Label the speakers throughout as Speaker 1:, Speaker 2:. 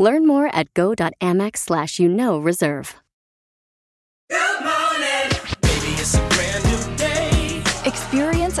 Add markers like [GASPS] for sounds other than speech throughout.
Speaker 1: Learn more at go.amex slash you know reserve.
Speaker 2: Good morning. Baby, it's a brand new day.
Speaker 3: Experience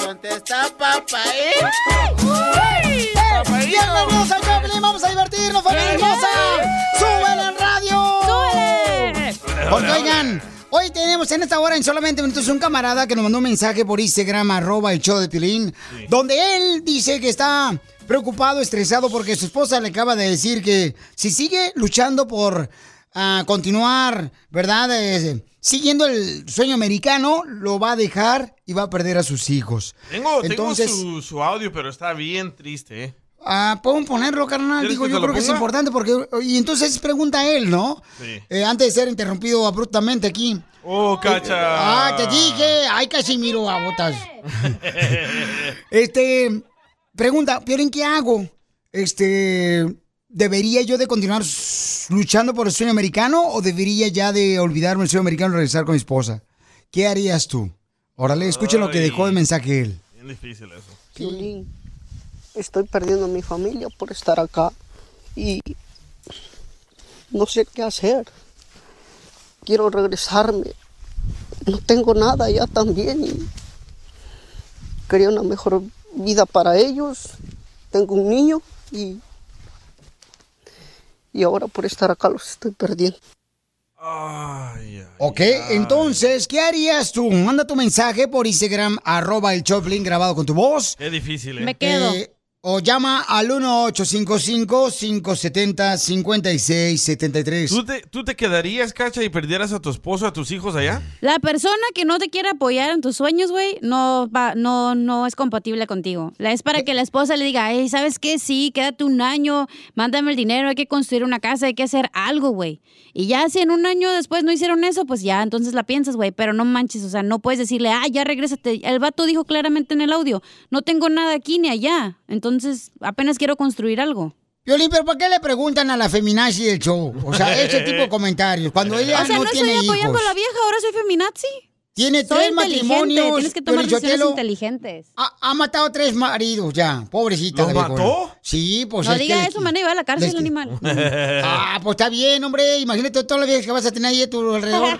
Speaker 4: Contesta papá, ¿eh? ¡Ey! Bienvenidos al Choplin, vamos a divertirnos, familia hermosa. ¡Súbele en radio! ¡Súbele! Porque oigan, hoy tenemos en esta hora en solamente minutos un camarada que nos mandó un mensaje por Instagram, arroba el show de Pilín, donde él dice que está preocupado, estresado, porque su esposa le acaba de decir que si sigue luchando por ah, continuar, ¿verdad? Eh, siguiendo el sueño americano, lo va a dejar y va a perder a sus hijos.
Speaker 5: Tengo,
Speaker 4: Entonces-
Speaker 5: tengo su, su audio, pero está bien triste, ¿eh?
Speaker 4: Ah, puedo ponerlo, carnal.
Speaker 5: ¿Quieres
Speaker 4: Digo,
Speaker 5: que
Speaker 4: yo
Speaker 5: te lo
Speaker 4: creo que es
Speaker 5: ponga?
Speaker 4: importante porque. Y entonces pregunta él, ¿no?
Speaker 5: Sí.
Speaker 4: Eh, antes de ser interrumpido abruptamente aquí.
Speaker 5: ¡Oh, cacha!
Speaker 4: Ah, te dije. Ay, Casimiro, a botas. Este. Pregunta, ¿Piorín qué hago? Este. ¿Debería yo de continuar s- luchando por el sueño americano o debería ya de olvidarme el sueño americano y regresar con mi esposa? ¿Qué harías tú? Órale, escuchen lo que dejó de mensaje él.
Speaker 5: Bien difícil eso.
Speaker 6: Piolín, estoy perdiendo a mi familia por estar acá y no sé qué hacer. Quiero regresarme. No tengo nada ya también. Y quería una mejor vida para ellos. Tengo un niño y, y ahora por estar acá los estoy perdiendo.
Speaker 4: Ok, entonces, ¿qué harías tú? Manda tu mensaje por Instagram, arroba el Choplin grabado con tu voz.
Speaker 5: Qué difícil, ¿eh?
Speaker 7: Me quedo.
Speaker 4: Eh, o llama al 1-855-570-5673.
Speaker 5: ¿Tú te, ¿Tú te quedarías, cacha, y perdieras a tu esposo, a tus hijos [LAUGHS] allá?
Speaker 7: La persona que no te quiere apoyar en tus sueños, güey, no va, no, no es compatible contigo. La es
Speaker 4: Eh.
Speaker 7: para que la esposa le diga, hey, ¿sabes qué? Sí, quédate un año, mándame el dinero, hay que construir una casa, hay que hacer algo, güey. Y ya si en un año después no hicieron eso, pues ya, entonces la piensas, güey, pero no manches, o sea, no puedes decirle, ah, ya regrésate. El vato dijo claramente en el audio, no tengo nada aquí ni allá, entonces apenas quiero construir algo.
Speaker 4: Violín, pero ¿por qué le preguntan a la feminazi del show? O sea, ese tipo de comentarios. Cuando ella
Speaker 7: [LAUGHS] o sea,
Speaker 4: no,
Speaker 7: no,
Speaker 4: tiene
Speaker 7: estoy apoyando
Speaker 4: hijos.
Speaker 7: a la vieja, ahora soy feminazi.
Speaker 4: Tiene
Speaker 7: Soy
Speaker 4: tres
Speaker 7: inteligente,
Speaker 4: matrimonios.
Speaker 7: tienes que tomar
Speaker 4: Piolín
Speaker 7: decisiones
Speaker 4: Sotelo.
Speaker 7: inteligentes.
Speaker 4: Ha, ha matado tres maridos ya, pobrecita.
Speaker 5: ¿Los
Speaker 4: la viejona.
Speaker 5: mató?
Speaker 4: Sí, pues.
Speaker 7: no
Speaker 4: es que
Speaker 7: diga
Speaker 4: le-
Speaker 7: eso, man, iba a la cárcel,
Speaker 4: les-
Speaker 7: animal.
Speaker 4: [LAUGHS] Ah, pues está bien, hombre. Imagínate todas las viejas que vas a tener ahí a tu alrededor.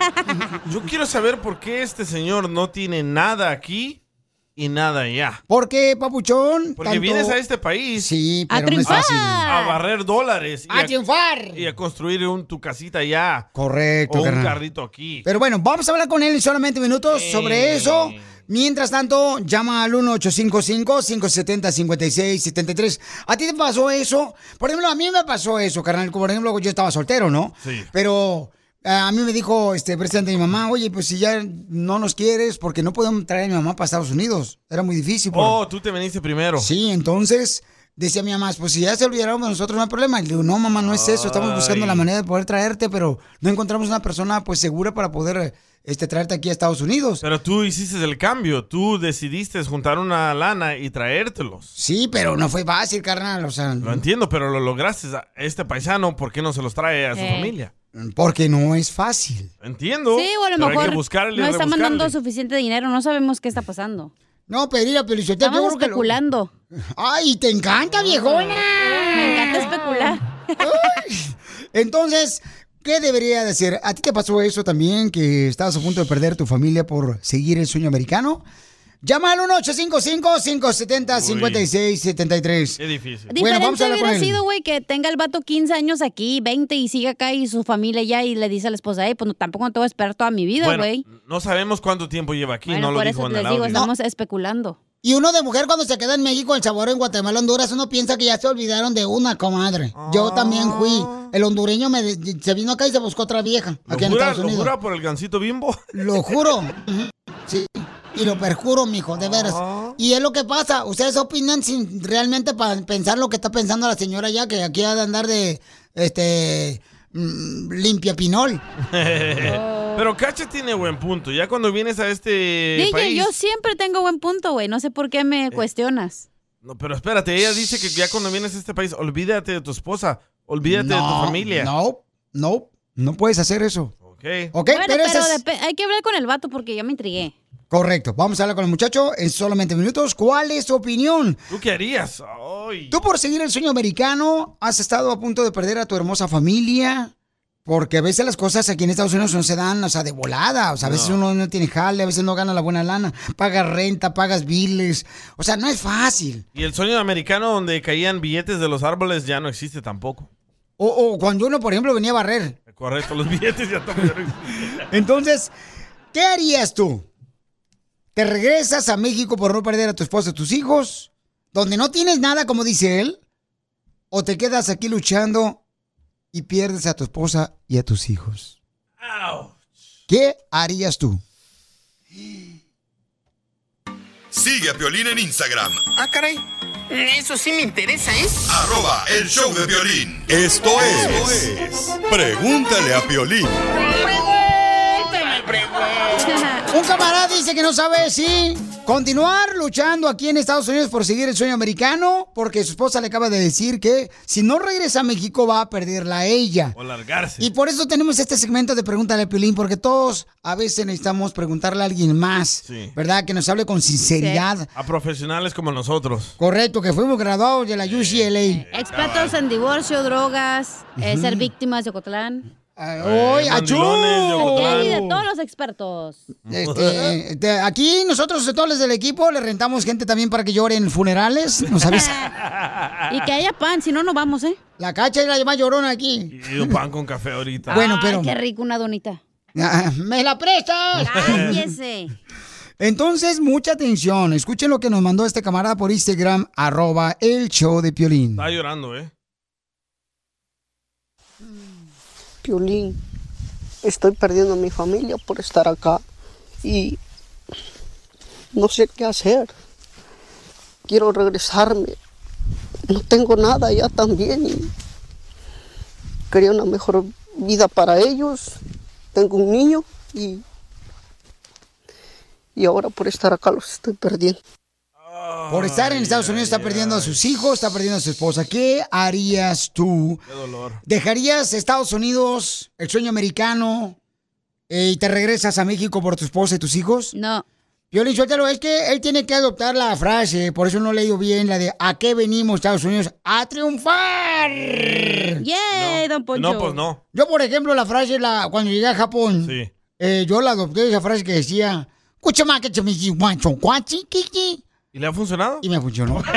Speaker 5: Yo quiero saber por qué este señor no tiene nada aquí y nada allá.
Speaker 4: ¿Por qué, papuchón?
Speaker 5: Porque
Speaker 4: Tanto-
Speaker 5: vienes a este país
Speaker 4: Sí,
Speaker 7: ¡A
Speaker 4: pero no es
Speaker 7: triunfar!
Speaker 4: fácil.
Speaker 5: a barrer dólares y
Speaker 4: ¡A
Speaker 5: a,
Speaker 4: triunfar!
Speaker 5: y a construir un, tu casita allá
Speaker 4: Correcto,
Speaker 5: o un
Speaker 4: carnal.
Speaker 5: carrito aquí.
Speaker 4: Pero bueno, vamos a hablar con él en solamente minutos sobre eso. Mientras tanto, llama al 1-855-570-5673. ¿A ti te pasó eso? Por ejemplo, a mí me pasó eso, carnal. Por ejemplo, yo estaba soltero, ¿no?
Speaker 5: Sí.
Speaker 4: Pero eh, a mí me dijo, este, presente mi mamá, oye, pues si ya no nos quieres, porque no podemos traer a mi mamá para Estados Unidos. Era muy difícil. por-
Speaker 5: Oh, tú te viniste primero.
Speaker 4: Sí, entonces decía mi mamá, pues si ya se olvidaron de nosotros no hay problema. Y le digo, no, mamá, no es eso, estamos buscando
Speaker 5: Ay.
Speaker 4: la manera de poder traerte, pero no encontramos una persona pues segura para poder este, traerte aquí a Estados Unidos.
Speaker 5: Pero tú hiciste el cambio, tú decidiste juntar una lana y traértelos.
Speaker 4: Sí, pero no fue fácil, carnal, o sea,
Speaker 5: Lo entiendo, pero lo lograste. A Este paisano, ¿por qué no se los trae a su
Speaker 7: Eh.
Speaker 5: familia?
Speaker 4: porque no es fácil.
Speaker 5: Entiendo.
Speaker 7: Sí, o a lo
Speaker 5: pero
Speaker 7: mejor
Speaker 5: hay que buscarle,
Speaker 7: no está
Speaker 5: rebuscarle.
Speaker 7: mandando suficiente dinero, no sabemos qué está pasando.
Speaker 4: No, pero ir a Pelichotero, yo
Speaker 7: Estamos
Speaker 4: creo que lo-
Speaker 7: especulando.
Speaker 4: Ay, te encanta, viejona.
Speaker 7: Me encanta especular.
Speaker 4: Entonces, ¿qué debería de hacer? ¿A ti te pasó eso también, que estabas a punto de perder tu familia por seguir el sueño americano? Llama al 1-855-570-5673.
Speaker 5: Qué
Speaker 8: [LAUGHS]
Speaker 5: difícil.
Speaker 4: Bueno,
Speaker 7: Diferente
Speaker 4: vamos a hablar con
Speaker 7: hubiera
Speaker 4: él.
Speaker 7: sido, güey, que tenga el vato 15 años aquí, 20 y siga acá y su familia ya y le dice a la esposa, hey, pues no, tampoco no te voy a esperar toda mi vida,
Speaker 5: Bueno,
Speaker 7: güey.
Speaker 5: no sabemos cuánto tiempo lleva aquí,
Speaker 7: Bueno,
Speaker 5: no lo
Speaker 7: por
Speaker 5: dijo
Speaker 7: eso
Speaker 5: en
Speaker 7: les
Speaker 5: el
Speaker 7: digo,
Speaker 5: audio.
Speaker 7: estamos especulando.
Speaker 4: Y uno de mujer cuando se queda en México, El Salvador, en Guatemala, Honduras, uno piensa que ya se olvidaron de una, comadre. Yo también fui. El hondureño me de- se vino acá y se buscó otra vieja.
Speaker 5: ¿Lo
Speaker 4: Aquí en
Speaker 5: jura,
Speaker 4: Estados
Speaker 5: lo
Speaker 4: Unidos.
Speaker 5: jura por el gancito
Speaker 4: [LAUGHS]
Speaker 5: bimbo?
Speaker 4: Lo juro. Ujú. Sí. Y lo perjuro, mijo, de veras.
Speaker 5: Oh.
Speaker 4: Y es lo que pasa. Ustedes opinan sin realmente pa- pensar lo que está pensando la señora ya, que aquí ha de andar de este mm, limpia pinol.
Speaker 5: Pero Cacha tiene buen punto. Ya cuando vienes a este
Speaker 4: eh,
Speaker 7: DJ,
Speaker 5: país...
Speaker 7: yo siempre tengo buen punto, güey. No sé por qué me cuestionas.
Speaker 5: No, pero espérate, ella dice que ya cuando vienes a este país, olvídate de tu esposa, olvídate [LAUGHS] de tu familia.
Speaker 4: No, no, no puedes hacer eso.
Speaker 5: Ok.
Speaker 4: Ok,
Speaker 7: bueno,
Speaker 4: pero,
Speaker 7: pero,
Speaker 4: ese es-
Speaker 7: depe- hay que hablar con el vato porque ya me intrigué.
Speaker 4: Correcto. Vamos a hablar con el muchacho en solamente minutos. ¿Cuál es su opinión?
Speaker 5: ¿Tú qué harías? Oh. Ay.
Speaker 4: Tú por seguir el sueño americano has estado a punto de perder a tu hermosa familia. Porque a veces las cosas aquí en Estados Unidos no se dan, o sea, de volada. O sea, a veces
Speaker 5: No.
Speaker 4: uno no tiene jale, a veces no gana la buena lana. Pagas renta, pagas biles. O sea, no es fácil.
Speaker 5: Y el sueño americano donde caían billetes de los árboles ya no existe tampoco.
Speaker 4: O, o cuando uno, por ejemplo, venía a barrer.
Speaker 5: Correcto, los [LAUGHS] billetes ya tampoco ya no existen.
Speaker 4: Entonces, ¿qué harías tú? ¿Te regresas a México por no perder a tu esposa y tus hijos? Donde no tienes nada, como dice él. ¿O te quedas aquí luchando y pierdes a tu esposa y a tus hijos? ¿Qué harías tú?
Speaker 9: Sigue a Piolín en Instagram,
Speaker 10: Ah, caray. Eso sí me interesa, ¿eh?
Speaker 9: arroba el show de Piolín. Esto es, Pregúntale a Piolín.
Speaker 4: Un camarada dice que no sabe si continuar luchando aquí en Estados Unidos por seguir el sueño americano, porque su esposa le acaba de decir que si no regresa a México va a perderla a ella.
Speaker 5: O largarse.
Speaker 4: Y por eso tenemos este segmento de Pregúntale a Piolín, porque todos a veces necesitamos preguntarle a alguien más,
Speaker 5: Sí.
Speaker 4: ¿verdad? Que nos hable con sinceridad.
Speaker 5: A profesionales como nosotros.
Speaker 4: Correcto, que fuimos graduados de la UCLA.
Speaker 7: Expertos en divorcio, drogas, eh, ser víctimas de Ocotlán.
Speaker 4: ¡Ay, achú!
Speaker 5: mandilones de Ocotlán.
Speaker 7: Y de todos los expertos.
Speaker 4: Este, este, aquí nosotros, todos los del equipo, le rentamos gente también para que llore en funerales. Nos
Speaker 5: [LAUGHS]
Speaker 7: [LAUGHS]
Speaker 4: avisa.
Speaker 7: Y que haya pan, si no, no vamos, ¿eh?
Speaker 4: La cacha y la llama llorona aquí. [LAUGHS]
Speaker 5: Y un pan con café ahorita.
Speaker 4: Ah, Bueno,
Speaker 7: Ay,
Speaker 4: pero.
Speaker 7: qué rico una donita.
Speaker 4: Ah, ¡Me la prestas! [LAUGHS]
Speaker 7: Cállese.
Speaker 4: Entonces, mucha atención. Escuchen lo que nos mandó este camarada por Instagram, arroba el show de Piolín.
Speaker 5: Está llorando, ¿eh?
Speaker 6: Piolín, estoy perdiendo a mi familia por estar acá y no sé qué hacer. Quiero regresarme. No tengo nada ya también y quería una mejor vida para ellos. Tengo un niño y y ahora por estar acá los estoy perdiendo.
Speaker 4: Por estar en Estados Unidos está perdiendo a sus hijos, está perdiendo a su esposa. ¿Qué harías tú?
Speaker 5: Qué dolor.
Speaker 4: ¿Dejarías Estados Unidos, el sueño americano, eh, y te regresas a México por tu esposa y tus hijos?
Speaker 7: No.
Speaker 4: Piolín Sotelo, es que él tiene que adoptar la frase, por eso no leído bien la de ¿A qué venimos Estados Unidos? ¡A triunfar!
Speaker 7: ¡Yay, don Poncho!
Speaker 5: No, pues no.
Speaker 4: Yo, por ejemplo, la frase, la, cuando llegué a Japón,
Speaker 5: Sí.
Speaker 4: eh, yo la adopté esa frase que decía, "Kuchama que chemichi, guancho, guachi, kiki",
Speaker 5: ¿Y le ha funcionado?
Speaker 4: y me funcionó.
Speaker 7: ¿Qué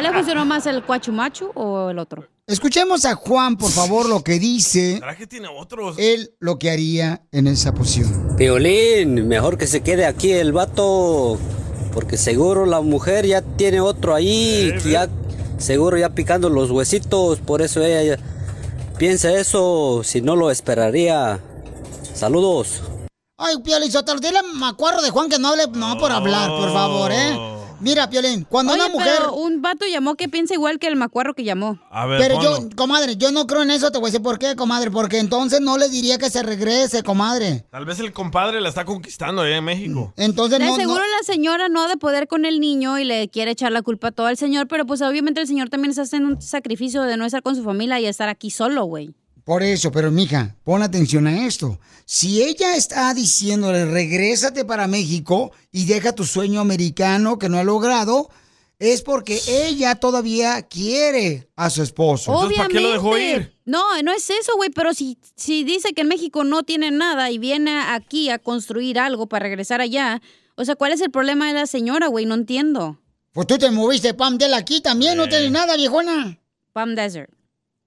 Speaker 7: le funcionó más, el cuachumachu o el otro?
Speaker 4: Escuchemos a Juan, por favor, lo que dice
Speaker 5: ¿Será que tiene otros?
Speaker 4: él, lo que haría en esa posición.
Speaker 11: Piolín, mejor que se quede aquí el vato, porque seguro la mujer ya tiene otro ahí, que ya, seguro ya picando los huesitos, por eso ella ya- piensa eso, si no lo esperaría. Saludos.
Speaker 4: Ay, Piolín, Sotelo, dile al macuarro de Juan que no hable, no por hablar, por favor, ¿eh? Mira, Piolín, cuando
Speaker 7: Oye,
Speaker 4: una mujer...
Speaker 7: pero un vato llamó que piensa igual que el macuarro que llamó.
Speaker 5: A ver,
Speaker 4: Pero yo,
Speaker 5: ponlo.
Speaker 4: comadre, yo no creo en eso, te voy a decir por qué, comadre, porque entonces no le diría que se regrese, comadre.
Speaker 5: Tal vez el compadre la está conquistando allá en México.
Speaker 4: Entonces
Speaker 7: De
Speaker 4: no, no-
Speaker 7: seguro la señora no ha de poder con el niño y le quiere echar la culpa a todo al señor, pero pues obviamente el señor también está haciendo un sacrificio de no estar con su familia y estar aquí solo, güey.
Speaker 4: Por eso, pero mija, pon atención a esto. Si ella está diciéndole, regrésate para México y deja tu sueño americano que no ha logrado, es porque ella todavía quiere a su esposo.
Speaker 5: Entonces, ¿para qué lo dejó
Speaker 7: Obviamente.
Speaker 5: ir?
Speaker 7: No, no es eso, güey, pero si, si dice que en México no tiene nada y viene aquí a construir algo para regresar allá, O sea, ¿cuál es el problema de la señora, güey? No entiendo.
Speaker 4: Pues tú te moviste, Pam Del, aquí también, no tenés nada, viejona.
Speaker 7: Pam Desert.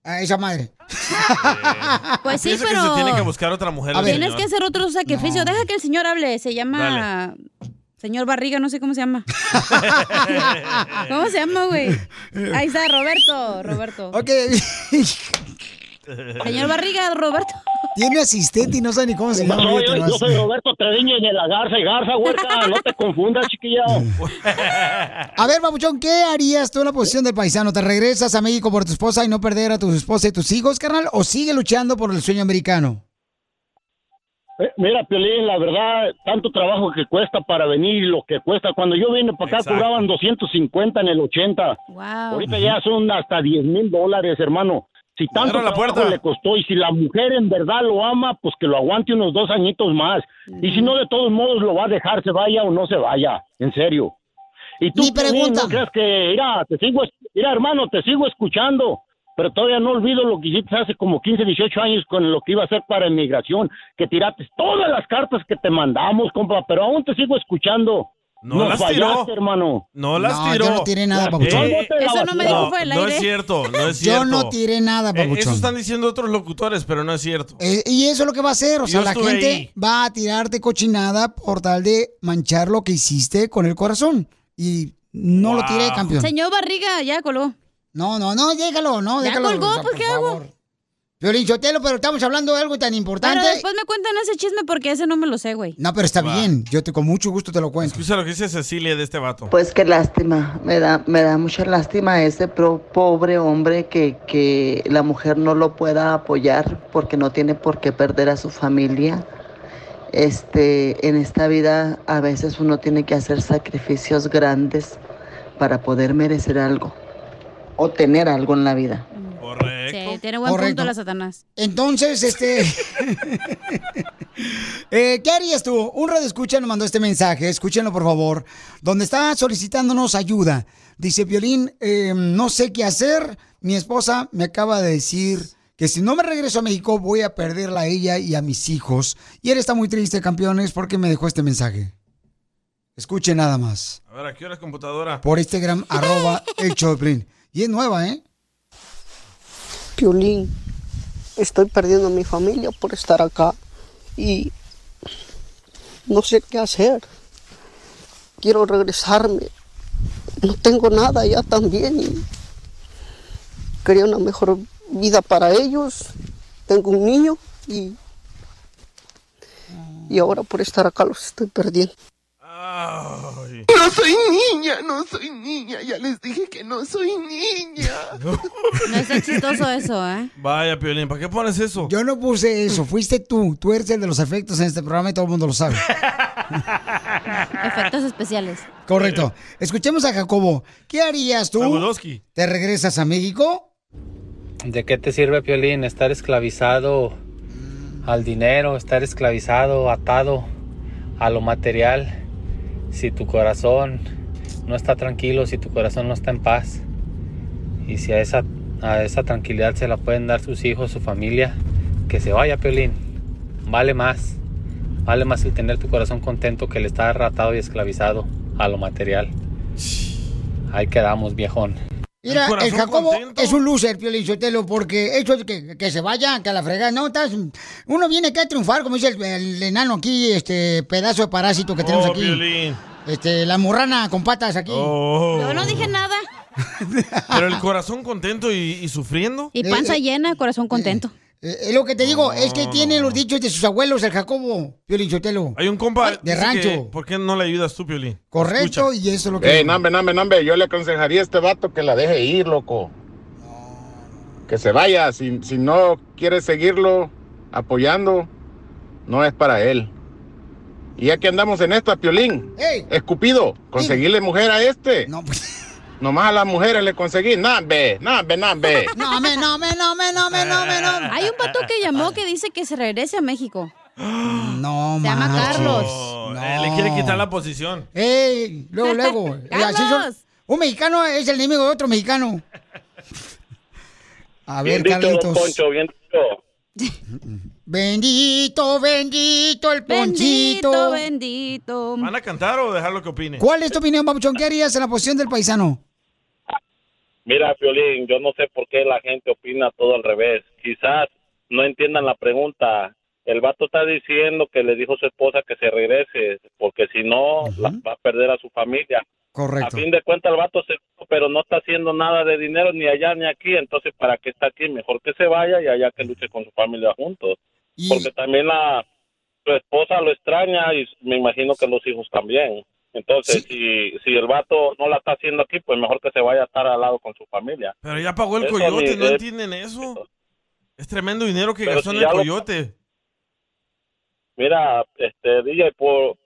Speaker 4: Ah, esa madre.
Speaker 7: [LAUGHS] Pues sí,
Speaker 5: Piensa que
Speaker 7: pero.
Speaker 5: se tiene que buscar otra mujer. la
Speaker 7: Tienes
Speaker 5: señora.
Speaker 7: que hacer otro sacrificio. Deja que el señor hable. Se llama. Señor Barriga, no sé cómo
Speaker 5: [LAUGHS]
Speaker 7: se llama. ¿Cómo se llama, güey? Ahí está, Roberto. Roberto. Señor Barriga, Roberto.
Speaker 4: Tiene asistente y no sabe ni cómo se llama.
Speaker 12: No,
Speaker 4: fíjate
Speaker 12: yo, yo
Speaker 4: nomás.
Speaker 12: soy Roberto Treviño de la Garza y Garza, huerta. No te confundas, chiquilla.
Speaker 4: A ver, Papuchón, ¿qué harías tú en la posición del paisano? ¿Te regresas a México por tu esposa y no perder a tu esposa y tus hijos, carnal? ¿O sigue luchando por el sueño americano?
Speaker 12: Eh, Mira, Piolín, la verdad, tanto trabajo que cuesta para venir, lo que cuesta. Cuando yo vine para acá
Speaker 13: Exacto.
Speaker 12: cobraban 250 en el 80. Ahorita [LAUGHS] ya son hasta 10 mil dólares, hermano. Si tanto
Speaker 5: Cierra la
Speaker 12: trabajo
Speaker 5: puerta.
Speaker 12: le costó y si la mujer en verdad lo ama, pues que lo aguante unos dos añitos más. Y si no, de todos modos lo va a dejar, se vaya o no se vaya. En serio. Y tú, Piolín, ¿no crees que, mira, te sigo, es- mira, hermano, te sigo escuchando, pero todavía no olvido lo que hiciste hace como 15, 18 años con lo que iba a hacer para inmigración, que tiraste todas las cartas que te mandamos, compa, pero aún te sigo escuchando.
Speaker 5: No
Speaker 12: Nos
Speaker 5: las tiró.
Speaker 12: fallaste, hermano.
Speaker 5: No las tiró.
Speaker 12: Eh,
Speaker 7: Eso no me dijo
Speaker 5: no,
Speaker 7: fuera del
Speaker 5: No
Speaker 7: aire.
Speaker 5: es cierto, no es
Speaker 4: Yo
Speaker 5: cierto.
Speaker 4: no tiré nada,
Speaker 5: Eh, eso
Speaker 4: Papuchón.
Speaker 5: están diciendo otros locutores, pero no es cierto.
Speaker 4: Eh, y eso es lo que va a hacer. O sea,
Speaker 5: Yo
Speaker 4: la
Speaker 5: estuve
Speaker 4: gente
Speaker 5: ahí.
Speaker 4: va a tirarte cochinada por tal de manchar lo que hiciste con el corazón. Y no lo tiré, campeón.
Speaker 7: Señor Barriga, ya colgó.
Speaker 4: No, no, no, déjalo, no,
Speaker 7: Ya
Speaker 4: déjalo.
Speaker 7: colgó,
Speaker 4: o sea,
Speaker 7: pues,
Speaker 4: por
Speaker 7: ¿qué hago?
Speaker 4: favor. Piolín Sotelo, pero estamos hablando de algo tan importante.
Speaker 7: Pero después me cuentan ese chisme porque ese no me lo sé, güey.
Speaker 4: No, pero está bien. Yo te, con mucho gusto te lo cuento.
Speaker 5: Escucha lo que dice Cecilia de este vato.
Speaker 14: Pues qué lástima, me da, me da mucha lástima ese pro- pobre hombre que, que la mujer no lo pueda apoyar porque no tiene por qué perder a su familia. Este, en esta vida a veces uno tiene que hacer sacrificios grandes para poder merecer algo o tener algo en la vida.
Speaker 7: Sí, tiene buen punto la Satanás.
Speaker 4: Entonces, este. eh, ¿Qué harías tú? Un radio escucha nos mandó este mensaje, escúchenlo por favor, donde está solicitándonos ayuda. Dice Violín, eh, no sé qué hacer. Mi esposa me acaba de decir que si no me regreso a México voy a perderla a ella y a mis hijos. Y él está muy triste, campeones, porque me dejó este mensaje. Escuchen nada más
Speaker 5: A ver, ¿a qué hora es computadora?
Speaker 4: por este Instagram, arroba el Choplin. Y es nueva, ¿eh?
Speaker 6: Piolín, estoy perdiendo a mi familia por estar acá y no sé qué hacer. Quiero regresarme. No tengo nada ya también. Y quería una mejor vida para ellos. Tengo un niño y, y ahora por estar acá los estoy perdiendo.
Speaker 9: No soy niña, no soy niña. Ya les dije que no soy niña.
Speaker 7: No es exitoso eso, ¿eh?
Speaker 5: Vaya, Piolín, ¿para qué pones eso?
Speaker 4: Yo no puse eso, fuiste tú. Tú eres el de los efectos en este programa y todo el mundo
Speaker 5: [LAUGHS]
Speaker 4: lo sabe.
Speaker 7: Efectos especiales.
Speaker 4: Correcto. Escuchemos a Jacobo. ¿Qué harías tú?
Speaker 15: Zabludowski.
Speaker 4: ¿Te regresas a México?
Speaker 15: ¿De qué te sirve, Piolín, estar esclavizado al dinero, estar esclavizado, atado a lo material, si tu corazón no está tranquilo, si tu corazón no está en paz? Y si a esa, a esa tranquilidad se la pueden dar sus hijos, su familia, que se vaya, Piolín. Vale más. Vale más el tener tu corazón contento que el estar atado y esclavizado a lo material. Ahí quedamos, viejón.
Speaker 4: Mira,
Speaker 15: corazón
Speaker 4: el Jacobo es un loser, Piolín Sotelo, porque eso de que, que se vaya, que a la fregada, no, estás- uno viene acá a triunfar, como dice el, el enano aquí, este pedazo de parásito que tenemos
Speaker 5: Oh,
Speaker 4: aquí.
Speaker 5: Piolín.
Speaker 4: Este, la morrana con patas aquí.
Speaker 5: Oh. Yo no
Speaker 7: dije nada.
Speaker 5: Pero el corazón contento y, y sufriendo.
Speaker 4: Eh,
Speaker 7: Y panza llena, corazón contento.
Speaker 4: Es eh, lo que te digo, es
Speaker 5: Oh.
Speaker 4: que tiene los dichos de sus abuelos, el Jacobo, Piolín Sotelo.
Speaker 5: Hay un compa.
Speaker 4: eh, De
Speaker 5: dice
Speaker 4: rancho.
Speaker 5: que, ¿Por qué no le ayudas tú, Piolín?
Speaker 4: Correcto, y eso es lo que...
Speaker 16: Ey, nambe, nambe, nambe, yo le aconsejaría a este vato que la deje ir, loco. Que se vaya, si, si no quiere seguirlo apoyando, no es para él. Y ya que andamos en esta, Piolín,
Speaker 4: Ey. pues.
Speaker 16: escupido, conseguirle mujer a este. Nomás a las mujeres le conseguí, nambe, nambe, nambe.
Speaker 4: No, me, no, me, no, me, no, me, no, me, no.
Speaker 7: Hay un pato que llamó que dice que se regrese a México.
Speaker 4: No,
Speaker 7: Se llama
Speaker 4: marches.
Speaker 7: Carlos.
Speaker 5: Oh, eh, le quiere quitar la posición.
Speaker 4: ¡Ey! Luego,
Speaker 7: [LAUGHS]
Speaker 4: luego. Eh, así son-
Speaker 7: ¡Carlos!
Speaker 4: Un mexicano es el enemigo de otro mexicano. A ver,
Speaker 13: bien dicho, don
Speaker 4: Carlitos.
Speaker 13: Poncho, bien dicho.
Speaker 4: Bendito, bendito el poncito.
Speaker 7: Bendito, bendito.
Speaker 5: ¿Van a cantar o dejarlo que opine?
Speaker 4: ¿Cuál es tu opinión, Papuchón? ¿Qué harías en la posición del paisano?
Speaker 13: Mira, Piolín, yo no sé por qué la gente opina todo al revés. Quizás no entiendan la pregunta. El vato está diciendo que le dijo a su esposa que se regrese, porque si no, la- va a perder a su familia.
Speaker 4: Correcto.
Speaker 13: A fin de cuentas, el vato se fue, pero no está haciendo nada de dinero ni allá ni aquí. Entonces, ¿para qué está aquí? Mejor que se vaya y allá que luche con su familia juntos. Porque también la, su esposa lo extraña y me imagino que los hijos también. Entonces, si, si el vato no la está haciendo aquí, pues mejor que se vaya a estar al lado con su familia.
Speaker 5: Pero ya pagó el
Speaker 13: Eso
Speaker 5: coyote,
Speaker 13: ni-
Speaker 5: ¿no
Speaker 13: eh,
Speaker 5: entienden eso? Es tremendo dinero que
Speaker 13: Pero
Speaker 5: gastó
Speaker 13: si
Speaker 5: en el
Speaker 13: ya lo-
Speaker 5: coyote.
Speaker 13: Mira, este DJ, por,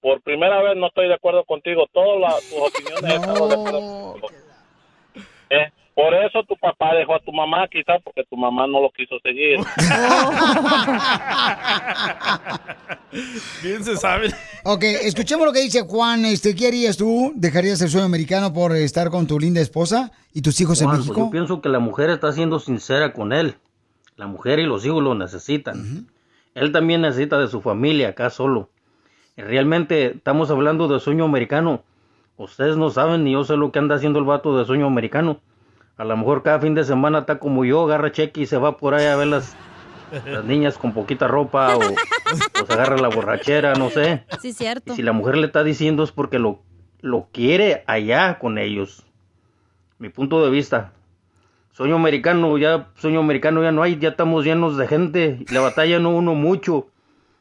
Speaker 13: por primera vez no estoy de acuerdo contigo. Todas las- tus opiniones estamos de acuerdo contigo. Eh, por eso tu papá dejó a tu mamá, quizás porque tu mamá no lo quiso seguir.
Speaker 5: [LAUGHS]
Speaker 8: Ah,
Speaker 5: Bien se sabe.
Speaker 4: Ok, escuchemos lo que dice Juan. Este, ¿Qué harías tú? ¿Dejarías el sueño americano por estar con tu linda esposa y tus hijos
Speaker 17: Juan,
Speaker 4: en
Speaker 17: pues
Speaker 4: México?
Speaker 17: yo pienso que la mujer está siendo sincera con él. La mujer y los hijos lo necesitan. Él también necesita de su familia acá solo. Realmente estamos hablando de sueño americano. Ustedes no saben ni yo sé lo que anda haciendo el vato de sueño americano. A lo mejor cada fin de semana está como yo, agarra cheque y se va por ahí a ver las, las niñas con poquita ropa o, o se agarra la borrachera, no sé.
Speaker 7: Sí, cierto.
Speaker 17: Y si la mujer le está diciendo es porque lo, lo quiere allá con ellos. Mi punto de vista. Sueño americano, ya sueño americano ya no hay, ya estamos llenos de gente. La batalla no uno mucho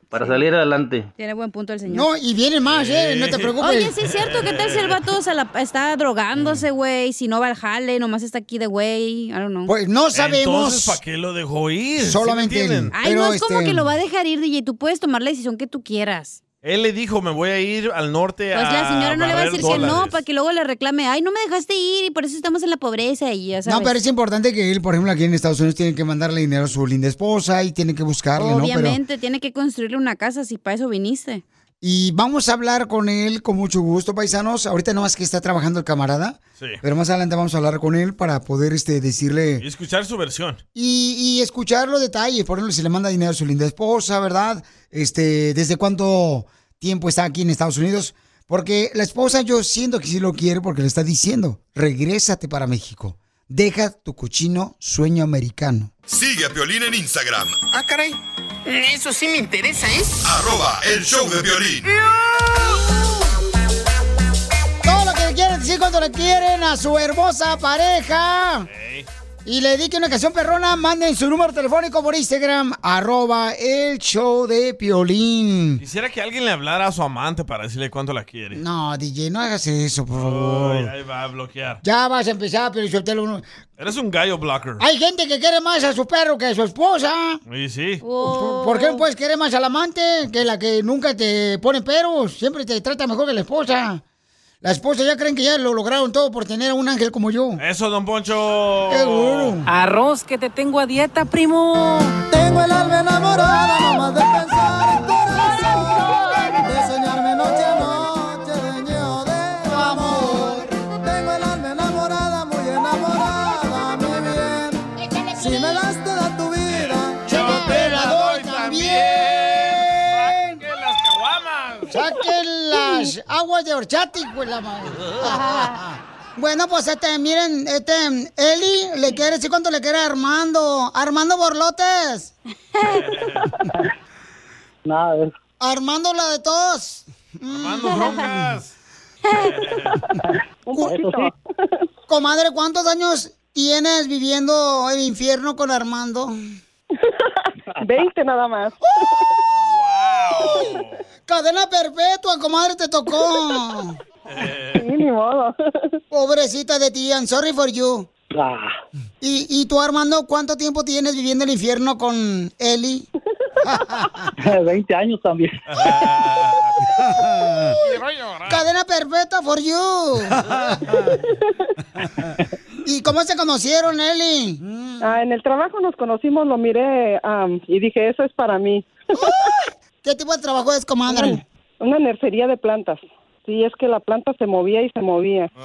Speaker 17: para salir adelante.
Speaker 7: Tiene buen punto el señor.
Speaker 4: No, y vienen más, ¿eh? No te preocupes.
Speaker 7: Oye, sí es cierto, ¿qué tal si el vato se la- está
Speaker 4: Mm.
Speaker 7: drogándose, güey? Si no va al jale, nomás está aquí de güey. I don't know.
Speaker 4: Pues no sabemos.
Speaker 5: Entonces, ¿para qué lo dejó ir? ¿Sí me
Speaker 4: Solamente este, él.
Speaker 5: entienden?
Speaker 7: Ay, no es como que lo va a dejar ir, DJ. Tú puedes tomar la decisión que tú quieras.
Speaker 5: Él le dijo, me voy a ir al norte
Speaker 7: Pues
Speaker 5: Ah, a
Speaker 7: la señora no le va a
Speaker 5: barrer
Speaker 7: decir que no,
Speaker 5: dólares".
Speaker 7: para que luego le reclame, ay, no me dejaste ir y por eso estamos en la pobreza y ya sabes.
Speaker 4: No, pero es importante que él, por ejemplo, aquí en Estados Unidos tiene que mandarle dinero a su linda esposa y tiene que buscarle, ¿no? Pero,
Speaker 7: Obviamente, tiene que construirle una casa si para eso viniste.
Speaker 4: y vamos a hablar con él con mucho gusto, paisanos. Ahorita nomás que está trabajando el camarada.
Speaker 5: Sí.
Speaker 4: Pero más adelante vamos a hablar con él para poder este, decirle
Speaker 5: Y escuchar su versión.
Speaker 4: Y, y escuchar los detalles, por ejemplo, si le manda dinero a su linda esposa, ¿verdad? Este, ¿desde cuánto tiempo está aquí en Estados Unidos? Porque la esposa yo siento que sí lo quiere porque le está diciendo, regrésate para México, deja tu cochino sueño americano.
Speaker 9: Sigue a Piolín en Instagram.
Speaker 8: Ah, caray. Eso sí me interesa, ¿eh?
Speaker 9: Arroba el show de violín.
Speaker 4: Todo lo que le quieren decir cuando le quieren a su hermosa pareja. Y le dedique una canción perrona, manden su número telefónico por Instagram, arroba el show de Piolín.
Speaker 5: Quisiera que alguien le hablara a su amante para decirle cuánto la quiere.
Speaker 4: No, DJ, no hagas eso, por favor.
Speaker 5: Ay, ahí va a bloquear.
Speaker 4: Ya vas a empezar, pero yo te lo...
Speaker 5: Eres un gallo blocker.
Speaker 4: Hay gente que quiere más a su perro que a su esposa.
Speaker 5: Y sí.
Speaker 4: ¿Por- ¿Por qué no puedes querer más al amante que la que nunca te pone peros? Siempre te trata mejor que la esposa. La esposa ya creen que ya lo lograron todo por tener a un ángel como yo.
Speaker 5: Eso, don Poncho.
Speaker 8: Arroz que te tengo a dieta, primo. Tengo el alma enamorada, nomás de pensar en tu corazón. De soñarme noche a noche, dueño de tu amor. Tengo el alma enamorada, muy enamorada, mi bien. Si me das toda tu vida, yo te la doy
Speaker 18: [LAUGHS]
Speaker 8: también.
Speaker 4: Saquen las aguas de horchati, pues la
Speaker 8: [LAUGHS]
Speaker 4: madre. Bueno, pues este, miren, este, Eli le quiere decir cuánto le quiere a Armando. Armando Borlotes.
Speaker 18: Nada,
Speaker 4: Armando la de todos. Armando
Speaker 5: Broncas.
Speaker 4: [LAUGHS]
Speaker 8: [LAUGHS]
Speaker 4: Comadre, ¿cuántos años tienes viviendo el infierno con Armando? Veinte nada más. ¡Oh! Cadena perpetua, comadre, te tocó. Sí, ni modo. [LAUGHS] Pobrecita de ti, I'm sorry for you.
Speaker 18: Ah, [LAUGHS]
Speaker 4: ¿Y, y tú, Armando, cuánto tiempo tienes viviendo el infierno con Eli?
Speaker 18: 20 años también.
Speaker 4: Cadena perfecta for you. ¿Y cómo se conocieron, Eli?
Speaker 19: Ah, en el trabajo nos conocimos, lo miré am, y dije, eso es para mí.
Speaker 4: ¿Qué tipo de trabajo es, comandante?
Speaker 19: Una, nercería de plantas. Sí, es que la planta se movía y se movía.
Speaker 18: [LAUGHS]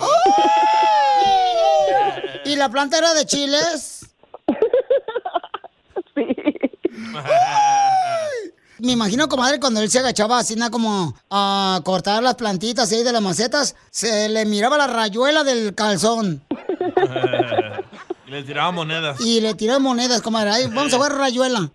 Speaker 4: ¿Y la planta era de chiles? Me imagino, comadre, cuando él se agachaba así, nada como a cortar las plantitas ahí de las macetas, se le miraba la rayuela del calzón
Speaker 5: [LAUGHS] y le tiraba monedas.
Speaker 4: y le tiró monedas, comadre. Ahí, vamos a ver rayuela.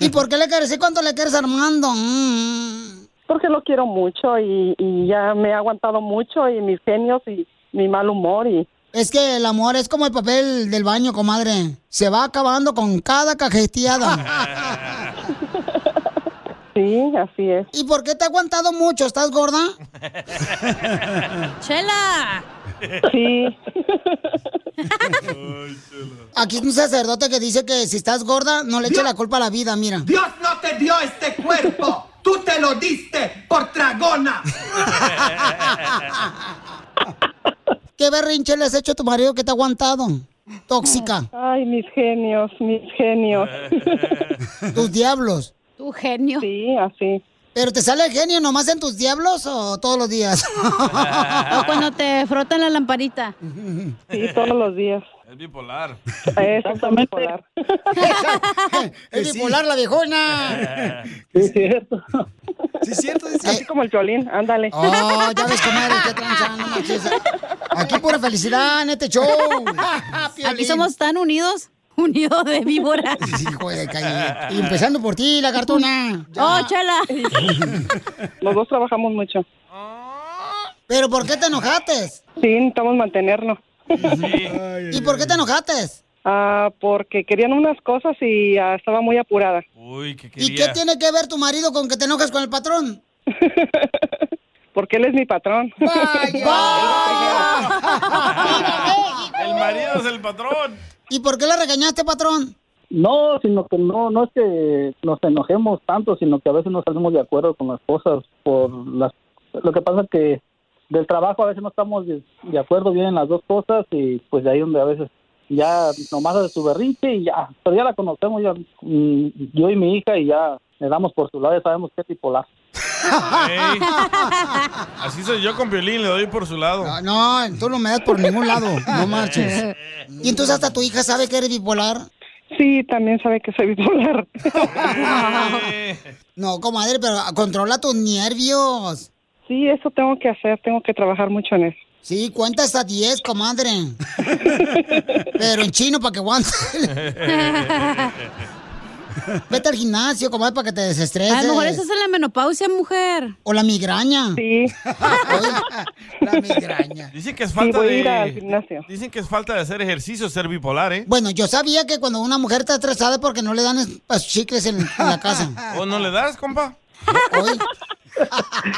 Speaker 4: ¿Y por qué le quieres? ¿Y cuánto le quieres a Armando? Mm.
Speaker 18: Porque lo quiero mucho y, y ya me he aguantado mucho y mis genios y mi mal humor y...
Speaker 4: Es que el amor es como el papel del baño, comadre. Se va acabando con cada cajeteada.
Speaker 18: Sí, así es.
Speaker 4: ¿Y por qué te ha aguantado mucho? ¿Estás gorda?
Speaker 7: ¡Chela!
Speaker 18: [LAUGHS] Sí.
Speaker 4: Aquí hay un sacerdote que dice que si estás gorda, no le eche la culpa a la vida, mira. Dios no te dio este cuerpo. Tú te lo diste por tragona. ¿Qué berrinche le has hecho a tu marido que te ha aguantado? Tóxica.
Speaker 18: Ay, mis genios, mis genios.
Speaker 4: [LAUGHS] Tus diablos.
Speaker 7: Tu genio.
Speaker 18: Sí, así.
Speaker 4: ¿Pero te sale el genio nomás en tus diablos o todos los días?
Speaker 7: [LAUGHS] O cuando te frotan la lamparita.
Speaker 18: Sí, todos los días.
Speaker 5: Es bipolar.
Speaker 18: Exactamente.
Speaker 4: es bipolar [LAUGHS]
Speaker 18: [LAUGHS]
Speaker 4: la viejona.
Speaker 18: Sí, es cierto.
Speaker 4: Sí, es cierto.
Speaker 18: Así como el violín, ándale.
Speaker 4: Oh, ya ves, comadre, qué tranza. no manches. Aquí pura felicidad en este show.
Speaker 7: [LAUGHS] Aquí somos tan unidos. [LAUGHS] Unidos de víbora.
Speaker 4: Hijo de calle. Y empezando por ti, la cartona.
Speaker 7: [LAUGHS] ¡Oh,
Speaker 4: [LAUGHS]
Speaker 7: chela!
Speaker 18: Los dos trabajamos mucho.
Speaker 4: ¿Pero por qué te enojaste?
Speaker 18: Sí, necesitamos mantenernos.
Speaker 4: ¿Y por qué te enojaste?
Speaker 18: Ah, porque querían unas cosas y ah, estaba muy apurada.
Speaker 5: Uy, ¿qué quería?
Speaker 4: ¿Y qué tiene que ver tu marido con que te enojas con el patrón?
Speaker 18: Porque él es mi patrón.
Speaker 5: [LAUGHS] El marido es el patrón.
Speaker 4: ¿Y por qué la regañaste, patrón?
Speaker 19: No, sino que no, no es que nos enojemos tanto, sino que a veces no salimos de acuerdo con las cosas por las, lo que pasa que del trabajo a veces no estamos de, de acuerdo bien en las dos cosas y pues de ahí donde a veces ya nomás hace su berrinche y ya, pero ya la conocemos ya mm, yo y mi hija y ya le damos por su lado, ya sabemos qué tipo la.
Speaker 5: Ey. Así soy yo con violín, le doy por su lado.
Speaker 4: No, tú no me das por ningún lado,
Speaker 5: [LAUGHS]
Speaker 4: no marches. ¿Y entonces hasta tu hija sabe que eres bipolar?
Speaker 18: Sí, también sabe que soy bipolar.
Speaker 4: No, comadre, pero controla tus nervios.
Speaker 18: Sí, eso tengo que hacer, tengo que trabajar mucho en eso.
Speaker 4: Sí, cuenta hasta 10,
Speaker 18: [LAUGHS]
Speaker 4: comadre. Pero en chino para
Speaker 5: [LAUGHS]
Speaker 4: que aguante. Vete al gimnasio, comadre, para que te desestreses.
Speaker 7: A lo mejor esa es la menopausia, mujer.
Speaker 4: O la migraña.
Speaker 18: Sí.
Speaker 5: Dicen que es falta
Speaker 4: voy a
Speaker 5: de.
Speaker 4: ir al gimnasio.
Speaker 5: Dicen que es falta de hacer ejercicio, ser bipolar, ¿eh?
Speaker 4: Bueno, yo sabía que cuando una mujer está estresada es porque no le dan es- a sus chicles en, en la casa.
Speaker 5: ¿O no le das, compa?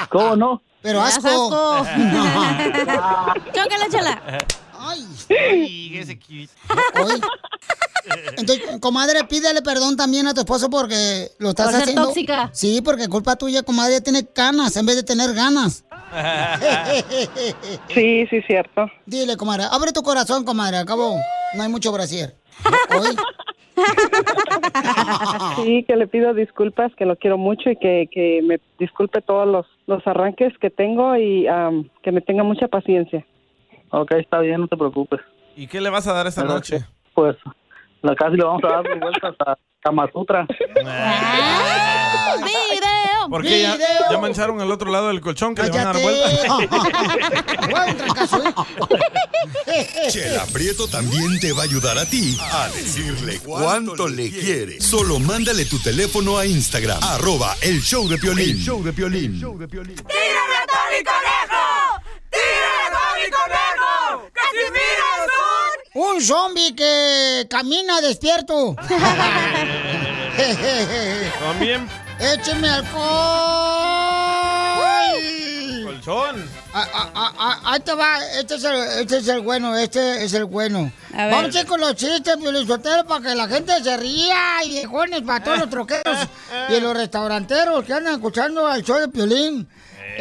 Speaker 19: ¿Cómo no?
Speaker 4: Pero
Speaker 5: Le das
Speaker 4: asco.
Speaker 5: asco.
Speaker 4: [LAUGHS]
Speaker 7: Chócala, chela.
Speaker 5: Ay, ese cute.
Speaker 4: Hoy. Entonces, comadre, pídele perdón también a tu esposo porque lo estás
Speaker 7: Por ser
Speaker 4: haciendo.
Speaker 7: tóxica.
Speaker 4: Sí, porque culpa tuya, comadre, tiene canas en vez de tener ganas.
Speaker 18: Sí, sí, cierto.
Speaker 4: Dile, comadre, abre tu corazón, comadre, al cabo no hay mucho brasier. Hoy. Ah.
Speaker 18: Sí, que le pido disculpas, que lo quiero mucho y que, que me disculpe todos los, los arranques que tengo y am, que me tenga mucha paciencia.
Speaker 19: Ok, está bien, no te preocupes.
Speaker 5: ¿Y qué le vas a dar esta
Speaker 19: Pero
Speaker 5: noche?
Speaker 19: Pues la casi le vamos a dar dos vueltas a Kama Sutra.
Speaker 7: ¡Video!
Speaker 5: Porque ya,
Speaker 7: ¡Video!
Speaker 5: ya mancharon el otro lado del colchón que
Speaker 9: Cállate.
Speaker 5: le van
Speaker 8: [LAUGHS]
Speaker 5: a dar vuelta. [LAUGHS]
Speaker 9: Chela Prieto también te va a ayudar a ti a decirle cuánto le quiere. Solo mándale tu teléfono a Instagram, arroba el show de Piolín.
Speaker 8: El
Speaker 9: show de Piolín.
Speaker 8: ¡Tírame a Tony Conejo! ¡Tírame a Tony Conejo! ¡Casimiro
Speaker 4: Un zombie que camina
Speaker 7: [LAUGHS]
Speaker 4: despierto.
Speaker 5: También
Speaker 4: Écheme alcohol.
Speaker 5: colchón.
Speaker 4: Ah, ah, ah, ah, ahí te va, este es, el, este es el bueno, este es el bueno.
Speaker 8: A ver.
Speaker 4: Vamos a ir con los chistes, Piolizotero, para que la gente se ría y viejones para todos los troqueros y los restauranteros que andan escuchando al show de Piolín.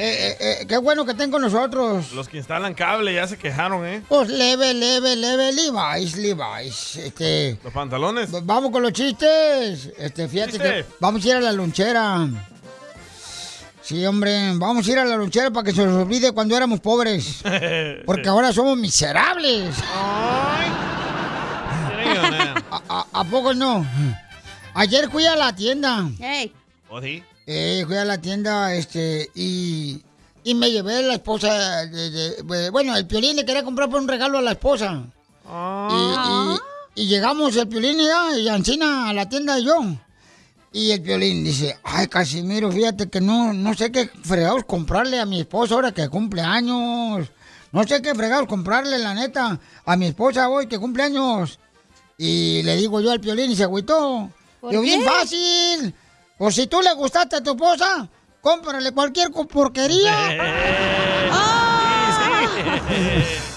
Speaker 4: Eh, eh, eh, qué bueno que estén con nosotros.
Speaker 5: Los que instalan cable ya se quejaron, ¿eh?
Speaker 4: Pues leve, leve, leve, Levi's, Levi's. Este,
Speaker 5: Los pantalones.
Speaker 4: vamos con los chistes. Este, fíjate
Speaker 5: Chiste.
Speaker 4: que vamos a ir a la lonchera. Sí, hombre, vamos a ir a la lonchera para que se nos olvide cuando éramos pobres. Porque ahora somos miserables. A- a- ¿A poco no? Ayer fui a la tienda.
Speaker 5: ¿O sí?
Speaker 4: Eh, fui a la tienda, este, y, y me llevé la esposa, de- de- de- bueno, el Piolín le quería comprar por un regalo a la esposa.
Speaker 8: Ah.
Speaker 4: Y, y- y llegamos el Piolín y, ya, y Ancina a la tienda y yo. Y el Piolín dice, ay, Casimiro, fíjate que no, no sé qué fregados comprarle a mi esposa ahora que cumple años. No sé qué fregados comprarle, la neta, a mi esposa hoy que cumple años. Y le digo yo al Piolín y se agüitó.
Speaker 8: ¿Por
Speaker 4: Yo, bien
Speaker 8: qué?
Speaker 4: fácil. O si tú le gustaste a tu esposa, cómprale cualquier co- porquería.
Speaker 8: [LAUGHS]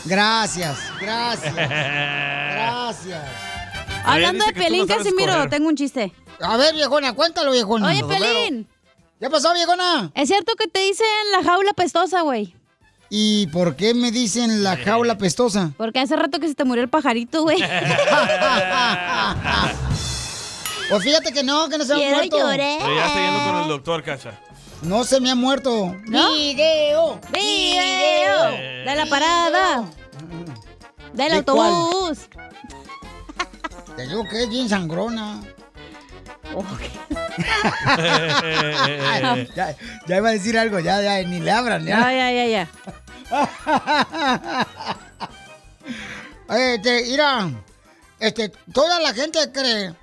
Speaker 4: Gracias, gracias, gracias.
Speaker 7: Hablando de Pelín, Casimiro, tengo un chiste.
Speaker 4: A ver, viejona, cuéntalo, viejona.
Speaker 7: Oye, Pelín.
Speaker 4: ¿Qué pasó, viejona?
Speaker 7: Es cierto que te dicen la jaula pestosa, güey.
Speaker 4: ¿Y por qué me dicen la jaula pestosa?
Speaker 7: Porque hace rato que se te murió el pajarito, güey. ah.
Speaker 5: [LAUGHS]
Speaker 4: Pues fíjate que [LAUGHS] no, que no se ha
Speaker 7: Quiero
Speaker 4: muerto.
Speaker 7: llorar.
Speaker 5: Pero ya está yendo con el doctor, Cacha.
Speaker 4: No se me ha muerto. Video.
Speaker 7: Video. De la parada. Del
Speaker 4: ¿De cuál?
Speaker 7: autobús.
Speaker 4: Te digo que es bien sangrona. [LAUGHS] ya, ya iba a decir algo, ya, ya, ni le abran, ya.
Speaker 7: Ya, ya, ya,
Speaker 4: Eh, [LAUGHS] Este, mira, este, toda la gente cree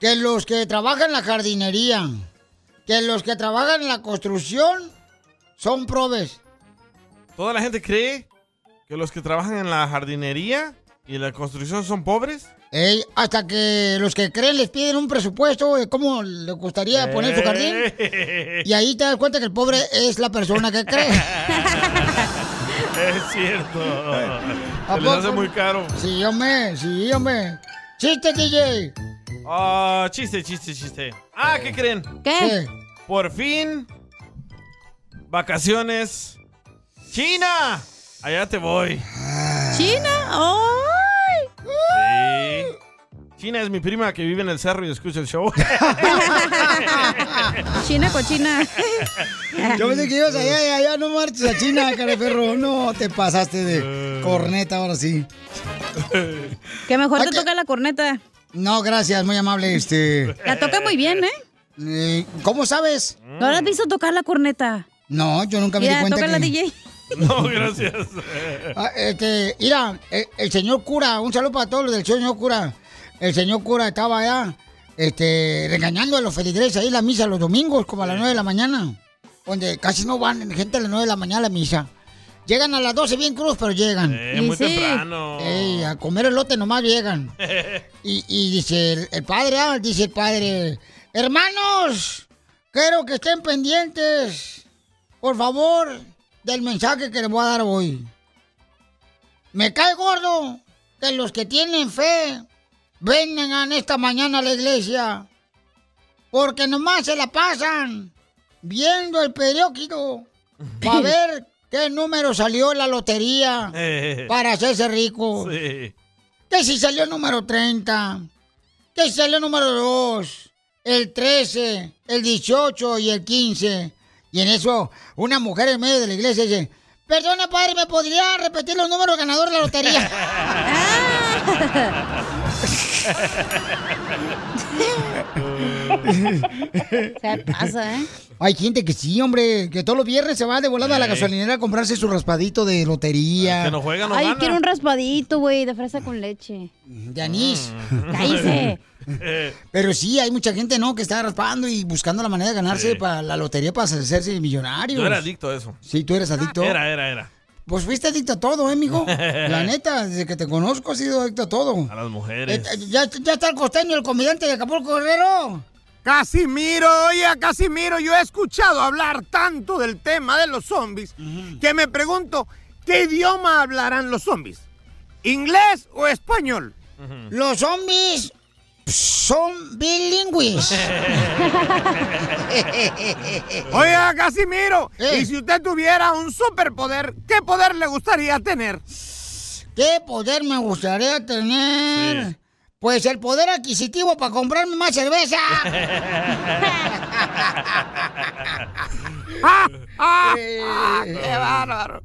Speaker 4: que los que trabajan en la jardinería, que los que trabajan en la construcción, son probes.
Speaker 5: ¿Toda la gente cree que los que trabajan en la jardinería y la construcción son pobres? [LAUGHS]
Speaker 4: Ey, hasta que los que creen les piden un presupuesto de cómo le gustaría poner su jardín.
Speaker 5: Eh.
Speaker 4: Y ahí te das cuenta que el pobre es la persona que
Speaker 5: [LAUGHS]
Speaker 4: cree.
Speaker 5: Es cierto.
Speaker 4: ¿A
Speaker 5: Se les hace
Speaker 4: poco?
Speaker 5: muy caro.
Speaker 4: Sí, hombre, sí, hombre. Chiste, DJ.
Speaker 5: Ah, chiste, chiste, chiste. Ah, ¿qué creen?
Speaker 4: ¿Qué?
Speaker 5: Por fin, vacaciones. ¡China! Allá te voy.
Speaker 7: China. ¡Ay!
Speaker 5: Sí. China es mi prima que vive en el cerro y escucha el show.
Speaker 7: China cochina.
Speaker 4: [LAUGHS] Yo pensé que ibas allá, allá, allá, no marches
Speaker 5: [LAUGHS]
Speaker 4: a China, cara de perro. No, te pasaste de
Speaker 5: Eh.
Speaker 4: corneta ahora sí.
Speaker 7: Que mejor
Speaker 4: Ah,
Speaker 7: te
Speaker 4: que-
Speaker 7: toca la corneta.
Speaker 4: No, gracias, muy amable, este...
Speaker 7: La toca muy bien, ¿eh?
Speaker 4: eh, ¿Cómo sabes?
Speaker 7: ¿No la has visto tocar la corneta?
Speaker 4: No, yo nunca me di
Speaker 7: Mira,
Speaker 4: cuenta
Speaker 7: toca la
Speaker 4: que-
Speaker 7: DJ.
Speaker 5: No, gracias.
Speaker 4: Ah, este, mira, el, el señor cura, un saludo para todos los del señor cura. El señor cura estaba allá, este, regañando a los feligreses ahí en la misa los domingos, como a las 9 de la mañana, donde casi no van gente a las 9 de la mañana a la misa. Llegan a las 12 bien cruz, pero llegan.
Speaker 5: Eh, muy temprano.
Speaker 4: Ey, a comer elote nomás llegan. Y, y dice el, el padre, ah, dice el padre, hermanos, quiero que estén pendientes, por favor, del mensaje que les voy a dar hoy. Me cae gordo que los que tienen fe vengan esta mañana a la iglesia, porque nomás se la pasan viendo el periódico para ver qué número salió la lotería [LAUGHS] para hacerse rico.
Speaker 5: Eh. Sí.
Speaker 4: Que si salió número 30, que si salió número 2, el 13, el 18 y el 15. Y en eso, una mujer en medio de la iglesia dice, perdona padre, ¿me podría repetir los números ganadores de la
Speaker 7: [LAUGHS]
Speaker 5: [LAUGHS]
Speaker 4: lotería?
Speaker 7: Se pasa, ¿eh?
Speaker 4: Hay gente que sí, hombre, que todos los viernes se va de volada a la
Speaker 5: Ey.
Speaker 4: gasolinera a comprarse su raspadito de lotería.
Speaker 5: El que no juega no
Speaker 7: Ay,
Speaker 5: gana.
Speaker 7: quiero un raspadito, güey, de fresa con leche.
Speaker 4: De anís.
Speaker 7: Ya
Speaker 4: Eh.
Speaker 7: hice.
Speaker 5: Eh.
Speaker 4: [LAUGHS] Pero sí, hay mucha gente, ¿no? Que está raspando y buscando la manera de ganarse
Speaker 5: Sí.
Speaker 4: para la lotería para hacerse millonario.
Speaker 5: Yo era adicto a eso.
Speaker 4: Sí, tú eres adicto.
Speaker 5: Era, era, era.
Speaker 4: Pues fuiste adicto a todo,
Speaker 5: [LAUGHS]
Speaker 4: ¿eh, mijo? La neta, desde que te conozco has sido adicto a todo.
Speaker 5: A las mujeres.
Speaker 4: [LAUGHS] Eh, ya, ya está el costeño, el comediante de Acapulco Guerrero. Casimiro, oye, Casimiro, yo he escuchado hablar tanto del tema de los zombies
Speaker 10: que me pregunto, ¿qué idioma hablarán los zombies? ¿Inglés o español?
Speaker 4: Los zombies son [LAUGHS] bilingües.
Speaker 10: Oiga, Casimiro, y si usted tuviera un superpoder, ¿qué poder le gustaría tener?
Speaker 4: ¿Qué pues, poder me gustaría tener?
Speaker 5: [LAUGHS]
Speaker 4: Pues el poder adquisitivo para comprarme más cerveza.
Speaker 20: ¡Ah! ¡Qué bárbaro!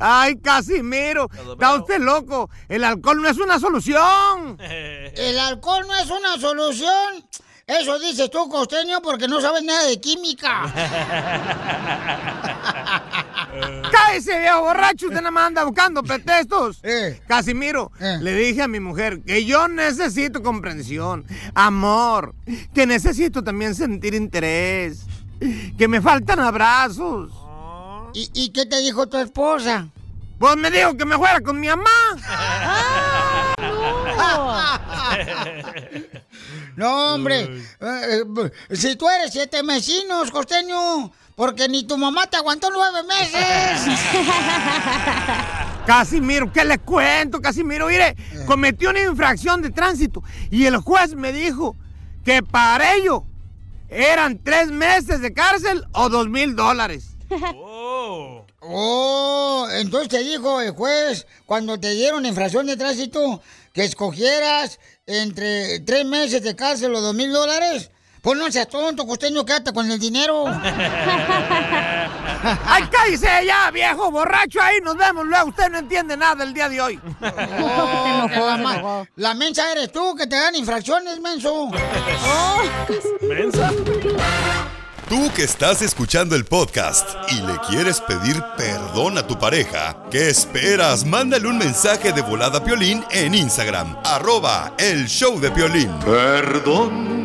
Speaker 20: ¡Ay, Casimiro! ¡Está usted loco! ¡El alcohol no es una solución!
Speaker 4: El alcohol no es una solución. Eso dices tú, costeño, porque no sabes nada de química.
Speaker 20: ¡Cállese, viejo borracho!
Speaker 4: Eh.
Speaker 20: Usted nada más anda buscando pretextos. Casimiro, le dije a mi mujer que yo necesito comprensión, amor, que necesito también sentir interés, que me faltan abrazos.
Speaker 4: ¿Y, qué te dijo tu esposa?
Speaker 20: Pues me dijo que me fuera con mi mamá.
Speaker 4: No, hombre. eh, eh, si tú eres siete mesinos, costeño, porque ni tu mamá te aguantó nueve meses.
Speaker 20: Casimiro, ¿qué le cuento, Casimiro? Mire,
Speaker 4: Eh.
Speaker 20: cometí una infracción de tránsito y el juez me dijo que para ello eran tres meses de cárcel o dos mil dólares.
Speaker 4: Oh, entonces te dijo el juez, cuando te dieron infracción de tránsito, que escogieras entre tres meses de cárcel o dos mil dólares. Pues no seas tonto, costeño, quédate con el dinero.
Speaker 20: ¡Ay, cállese ya, viejo borracho! Ahí nos vemos luego. Usted no entiende nada el día de hoy.
Speaker 4: Oh, que la, ma- la mensa eres tú, que te dan infracciones, menso.
Speaker 9: Tú que estás escuchando el podcast y le quieres pedir perdón a tu pareja, ¿qué esperas? Mándale un mensaje de volada a Piolín en Instagram, arroba el show de Piolín. Perdón.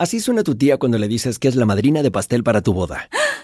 Speaker 21: Así suena tu tía cuando le dices que es la madrina de pastel para tu boda.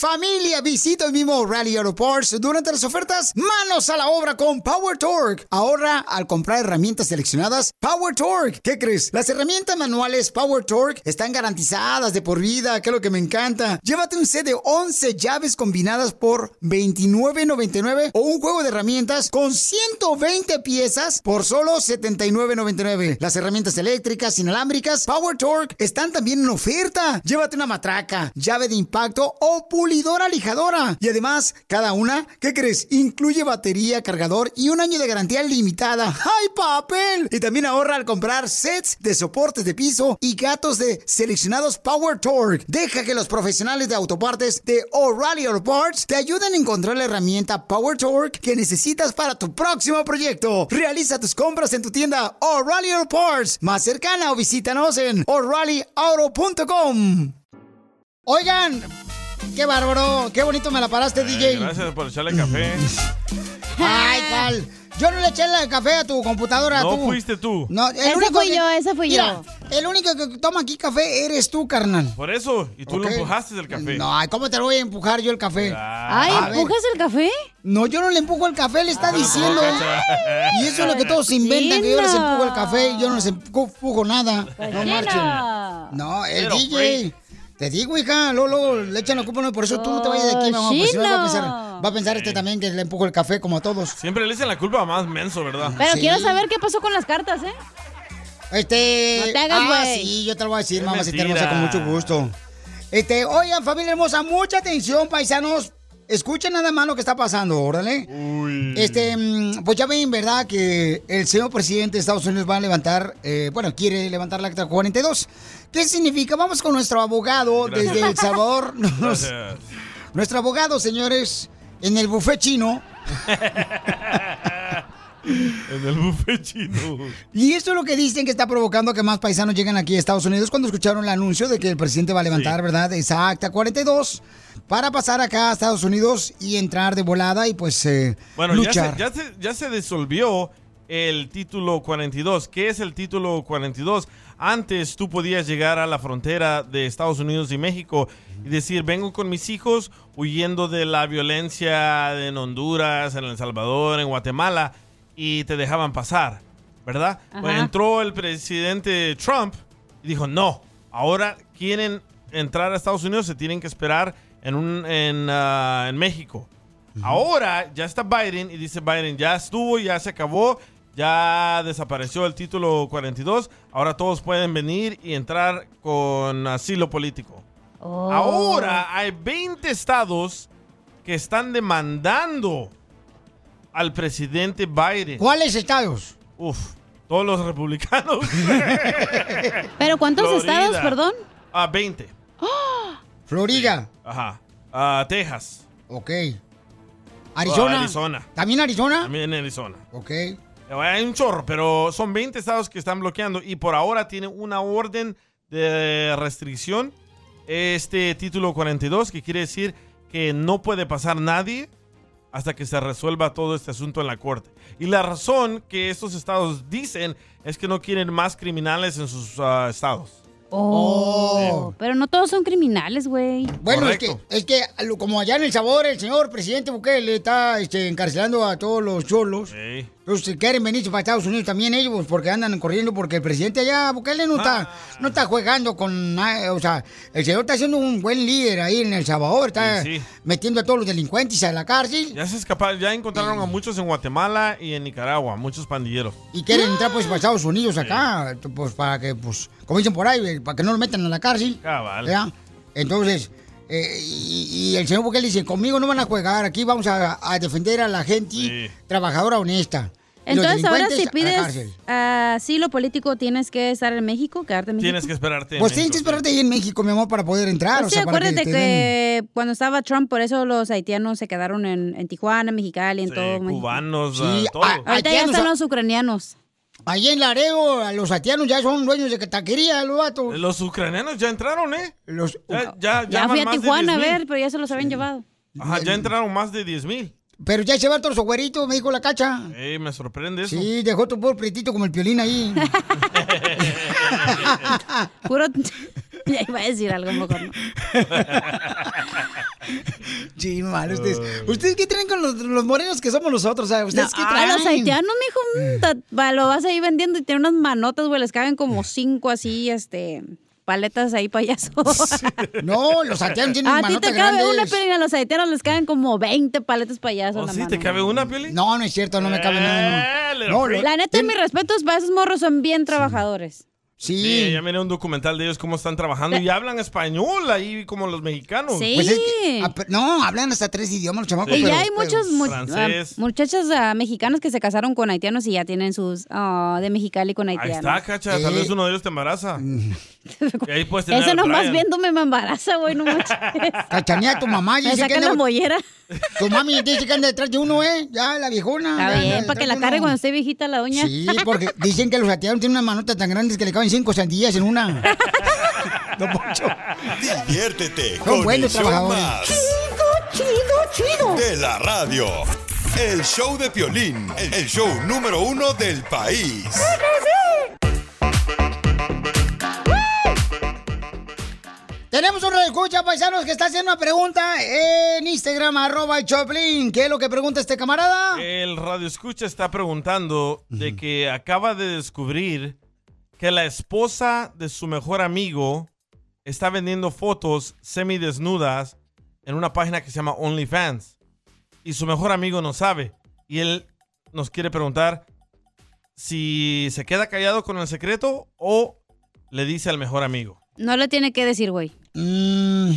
Speaker 4: Familia, visita el mismo Rally Aeroports durante las ofertas. Manos a la obra con Power Torque. Ahora, al comprar herramientas seleccionadas, Power Torque. ¿Qué crees? Las herramientas manuales Power Torque están garantizadas de por vida, que es lo que me encanta. Llévate un set de 11 llaves combinadas por $29.99 o un juego de herramientas con 120 piezas por solo $79.99. Las herramientas eléctricas, inalámbricas, Power Torque están también en oferta. Llévate una matraca, llave de impacto o pulidora lijadora. Y además, cada una, ¿qué crees? Incluye batería, cargador y un año de garantía limitada. ¡Ay, papel! Y también ahorra al comprar sets de soportes de piso y gatos de seleccionados Power Torque. Deja que los profesionales de autopartes de O'Reilly Auto Parts te ayuden a encontrar la herramienta Power Torque que necesitas para tu próximo proyecto. Realiza tus compras en tu tienda O'Reilly Auto Parts más cercana o visítanos en o'ReillyAuto.com. Oigan, qué bárbaro, qué bonito me la paraste, DJ.
Speaker 5: Gracias por echarle café.
Speaker 4: Ay, cuál. Yo no le eché el café a tu computadora.
Speaker 5: No
Speaker 4: tú.
Speaker 5: fuiste tú.
Speaker 4: No, eh. el
Speaker 5: Ese
Speaker 4: único
Speaker 5: fui
Speaker 4: que-
Speaker 5: yo, ese fui
Speaker 4: Mira,
Speaker 5: yo.
Speaker 4: El único que toma aquí café eres tú, carnal.
Speaker 5: Por eso, y tú
Speaker 4: Ok.
Speaker 5: lo empujaste del café.
Speaker 4: No, ay, ¿cómo te lo voy a empujar yo el café?
Speaker 5: Ay,
Speaker 7: ¿empujas
Speaker 4: el café? No, yo no le empujo el café, le
Speaker 5: Ah,
Speaker 4: está diciendo. Y eso es lo que todos inventan, que yo les empujo el café y yo no les empujo nada.
Speaker 5: Pues
Speaker 4: No marchen. No, el
Speaker 2: Pero,
Speaker 4: DJ. Te digo, hija, Lolo, le echan la culpa, no, por eso tú no te vayas de aquí, mamá, porque si no va a pensar, va a pensar este también que le empujo el café como a todos.
Speaker 5: Siempre le dicen la culpa a más menso, ¿verdad?
Speaker 7: Pero
Speaker 5: Sí.
Speaker 7: quiero saber qué pasó con las cartas, ¿eh?
Speaker 4: Este.
Speaker 7: No te hagas,
Speaker 4: ah,
Speaker 7: güey.
Speaker 4: sí, yo te lo voy a decir,
Speaker 5: Es
Speaker 4: mamacita
Speaker 5: mentira.
Speaker 4: hermosa, con mucho gusto. Este, oigan, familia hermosa, mucha atención, paisanos. Escuchen nada más lo que está pasando, órale. Este, mm, pues ya ven, ¿verdad? Que el señor presidente de Estados Unidos va a levantar, eh, bueno, quiere levantar la acta 42. ¿Qué significa? Vamos con nuestro abogado
Speaker 2: Gracias.
Speaker 4: desde El Salvador. Nos-
Speaker 2: Gracias.
Speaker 4: nuestro abogado, señores, en el buffet chino.
Speaker 5: En el buffet chino.
Speaker 4: Y esto es lo que dicen que está provocando que más paisanos lleguen aquí a Estados Unidos cuando escucharon el anuncio de que el presidente va a levantar, ¿verdad? Esa acta 42 para pasar acá a Estados Unidos y entrar de volada y pues eh,
Speaker 5: Bueno, ya se,
Speaker 4: luchar.
Speaker 5: ya, se, ya se disolvió el título 42. ¿Qué es el título 42? Antes tú podías llegar a la frontera de Estados Unidos y México y decir, vengo con mis hijos huyendo de la violencia en Honduras, en El Salvador, en Guatemala, y te dejaban pasar, ¿verdad?
Speaker 22: Ajá.
Speaker 5: Bueno, entró el presidente Trump y dijo, no, ahora quieren entrar a Estados Unidos, se tienen que esperar en, un, en, ah, en México. Ahora ya está Biden y dice Biden, ya estuvo, ya se acabó, ya desapareció el título 42, ahora todos pueden venir y entrar con asilo político. Ahora hay 20 estados que están demandando al presidente Biden.
Speaker 4: ¿Cuáles estados?
Speaker 5: Uf, todos los republicanos. [LAUGHS]
Speaker 7: ¿Pero cuántos
Speaker 5: Florida.
Speaker 7: estados, perdón?
Speaker 5: Ah, 20.
Speaker 4: Florida.
Speaker 5: Ajá. Ah, Texas. Oh,
Speaker 4: Ok. Arizona.
Speaker 5: Arizona.
Speaker 4: ¿También Arizona?
Speaker 5: También Arizona. Eh,
Speaker 4: Ok.
Speaker 5: Hay un chorro, pero son 20 estados que están bloqueando y por ahora tiene una orden de restricción. Este título 42, que quiere decir que no puede pasar nadie hasta que se resuelva todo este asunto en la corte. Y la razón que estos estados dicen es que no quieren más criminales en sus ah, estados.
Speaker 7: Oh. Pero no todos son criminales, güey.
Speaker 4: Bueno, es que, es que lo- como allá en El Sabor, el señor presidente Bukele está este, encarcelando a todos los cholos. Entonces si quieren venirse para Estados Unidos también ellos, pues, porque andan corriendo, porque el presidente allá, Bukele, no está,
Speaker 5: Ah.
Speaker 4: no está jugando con na- O sea, el señor está siendo un buen líder ahí en El Salvador, está
Speaker 5: Sí, sí.
Speaker 4: metiendo a todos los delincuentes a la cárcel
Speaker 5: Ya se escaparon, ya encontraron a muchos en Guatemala y en Nicaragua, muchos pandilleros.
Speaker 4: y quieren entrar
Speaker 5: Ah.
Speaker 4: pues para Estados Unidos acá, pues para que, pues, como dicen por ahí, eh, para que no lo metan a la cárcel.
Speaker 5: Cabal.
Speaker 4: ¿Ya? Entonces, eh, y, y el señor Bukele dice, conmigo no van a jugar, aquí vamos a, a defender a la gente trabajadora honesta. Y los
Speaker 7: Entonces ahora si
Speaker 4: delincuentes, a la
Speaker 7: pides
Speaker 4: cárcel.
Speaker 7: ah, asilo político tienes que estar en México, quedarte en México.
Speaker 5: Tienes que esperarte. en
Speaker 4: Pues tienes que
Speaker 5: México.
Speaker 4: esperarte ahí en México, mi amor, para poder entrar. o
Speaker 7: sí,
Speaker 4: sea, para
Speaker 7: acuérdate que,
Speaker 4: te den-
Speaker 7: cuando estaba Trump, por eso los haitianos se quedaron en, en Tijuana, en Mexicali, en todo. México.
Speaker 5: cubanos,
Speaker 4: Sí,
Speaker 5: ah, todo.
Speaker 4: a-
Speaker 7: Ahorita ya
Speaker 4: haitianos,
Speaker 7: están
Speaker 4: a-
Speaker 7: los ucranianos.
Speaker 4: Ahí en Laredo, a los haitianos ya son dueños de taquería, los vatos.
Speaker 5: Los ucranianos ya entraron, ¿eh?
Speaker 4: Los,
Speaker 5: ya, ya,
Speaker 7: Ya
Speaker 5: van
Speaker 7: fui a
Speaker 5: más de
Speaker 7: Tijuana a
Speaker 5: 10,000.
Speaker 7: ver, pero ya se los habían llevado.
Speaker 5: Ajá, ya entraron más de 10 mil.
Speaker 4: Pero ya se va todos los güeritos, me dijo la
Speaker 7: Ah.
Speaker 4: cacha.
Speaker 5: Ey, me sorprende eso.
Speaker 4: Sí, dejó tu pobre pretito como el piolín ahí.
Speaker 7: [LAUGHS] Puro... [LAUGHS] ya iba a decir algo mejor. ¿no?
Speaker 4: [LAUGHS] Sí, mal, ustedes. ¿Ustedes qué traen con los, los morenos que somos nosotros? O sea, ¿Ustedes qué
Speaker 7: No,
Speaker 4: traen?
Speaker 7: A Ah, los haitianos, mijo, mm, ta- va, lo vas ahí vendiendo y tiene unas manotas, güey, les caben como cinco así, este, paletas ahí, payaso.
Speaker 4: [LAUGHS] No, los haitianos tienen
Speaker 7: A ti
Speaker 4: manotas
Speaker 7: te cabe
Speaker 4: grandes.
Speaker 7: una, pero a los haitianos les caben como 20 paletas payaso. en la
Speaker 5: Oh, ¿Sí
Speaker 7: mano.
Speaker 5: te cabe una, Pioli?
Speaker 4: No, no es cierto, no me cabe
Speaker 5: [LAUGHS]
Speaker 4: nada. no. No, lo-
Speaker 7: La neta, mis respetos para esos morros, son bien trabajadores.
Speaker 4: Sí.
Speaker 5: ya miré un documental de ellos cómo están trabajando y hablan español ahí como los mexicanos.
Speaker 4: Pues es que- ah, pero- no, hablan hasta tres idiomas los chamacos.
Speaker 7: Y
Speaker 4: pero-
Speaker 7: ya hay
Speaker 4: pero-
Speaker 7: muchos mu- ah, muchachas ah, mexicanas que se casaron con haitianos y ya tienen sus ah, de Mexicali con
Speaker 5: Ahí
Speaker 7: haitianos.
Speaker 5: está, cacha, tal vez uno de ellos te
Speaker 7: [LAUGHS]
Speaker 5: embaraza. y ahí puedes tener
Speaker 7: Eh. Eso
Speaker 5: al
Speaker 7: nomás
Speaker 5: Brian.
Speaker 7: viéndome me embaraza, güey, no manches.
Speaker 4: [LAUGHS] Cachanea, tu mamá
Speaker 7: Me
Speaker 4: dice que
Speaker 7: sacan
Speaker 4: anda-
Speaker 7: la mollera.
Speaker 4: Tu mami dice que anda detrás de uno, ¿eh? Ya, la viejona.
Speaker 7: Está
Speaker 4: ya
Speaker 7: bien,
Speaker 4: anda
Speaker 7: para que
Speaker 4: detrás
Speaker 7: la
Speaker 4: de
Speaker 7: cargue
Speaker 4: uno.
Speaker 7: cuando esté viejita la doña.
Speaker 4: Sí, porque dicen que los haitianos tienen unas manotas tan grandes que le caben cinco sandías en
Speaker 7: [LAUGHS]
Speaker 4: una. Don Poncho.
Speaker 9: Diviértete
Speaker 4: Son
Speaker 9: con
Speaker 4: buenos
Speaker 9: el show
Speaker 4: trabajadores.
Speaker 9: más
Speaker 4: Chido, chido, chido.
Speaker 9: de la radio. El show de Piolín, el show número uno del país.
Speaker 4: Tenemos un escucha, paisanos, que está haciendo una pregunta en Instagram, arroba el Choplin. ¿Qué es lo que pregunta este camarada?
Speaker 5: El radio escucha está preguntando de que acaba de descubrir que la esposa de su mejor amigo está vendiendo fotos semidesnudas en una página que se llama OnlyFans. Y su mejor amigo no sabe. Y él nos quiere preguntar si se queda callado con el secreto o le dice al mejor amigo.
Speaker 7: No le tiene que decir, güey.
Speaker 4: Mm,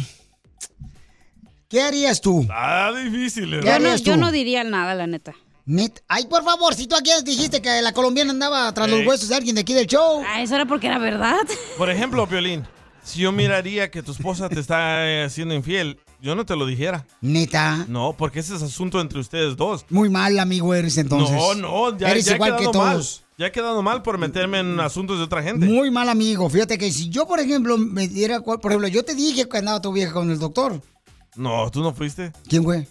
Speaker 4: ¿Qué harías tú?
Speaker 5: Ah, difícil. ¿eh?
Speaker 7: Yo no, yo no diría nada, la neta.
Speaker 4: Net- Ay, por favor, si tú aquí dijiste que la colombiana andaba tras
Speaker 5: Ey.
Speaker 4: los huesos de alguien de aquí del show.
Speaker 7: Ah, eso era porque era verdad.
Speaker 5: Por ejemplo, Violín, si yo miraría que tu esposa te está eh, haciendo infiel, yo no te lo dijera.
Speaker 4: Neta.
Speaker 5: No, porque ese es asunto entre ustedes dos.
Speaker 4: Muy mal, amigo, eres entonces.
Speaker 5: no, no, ya,
Speaker 4: Eres
Speaker 5: ya he
Speaker 4: igual que
Speaker 5: quedado mal.
Speaker 4: todos.
Speaker 5: Ya he quedado mal por meterme en asuntos de otra gente.
Speaker 4: Muy mal, amigo. Fíjate que si yo, por ejemplo, me diera. cu- Por ejemplo, yo te dije que andaba tu vieja con el doctor.
Speaker 5: No, tú no fuiste.
Speaker 4: ¿Quién, güey?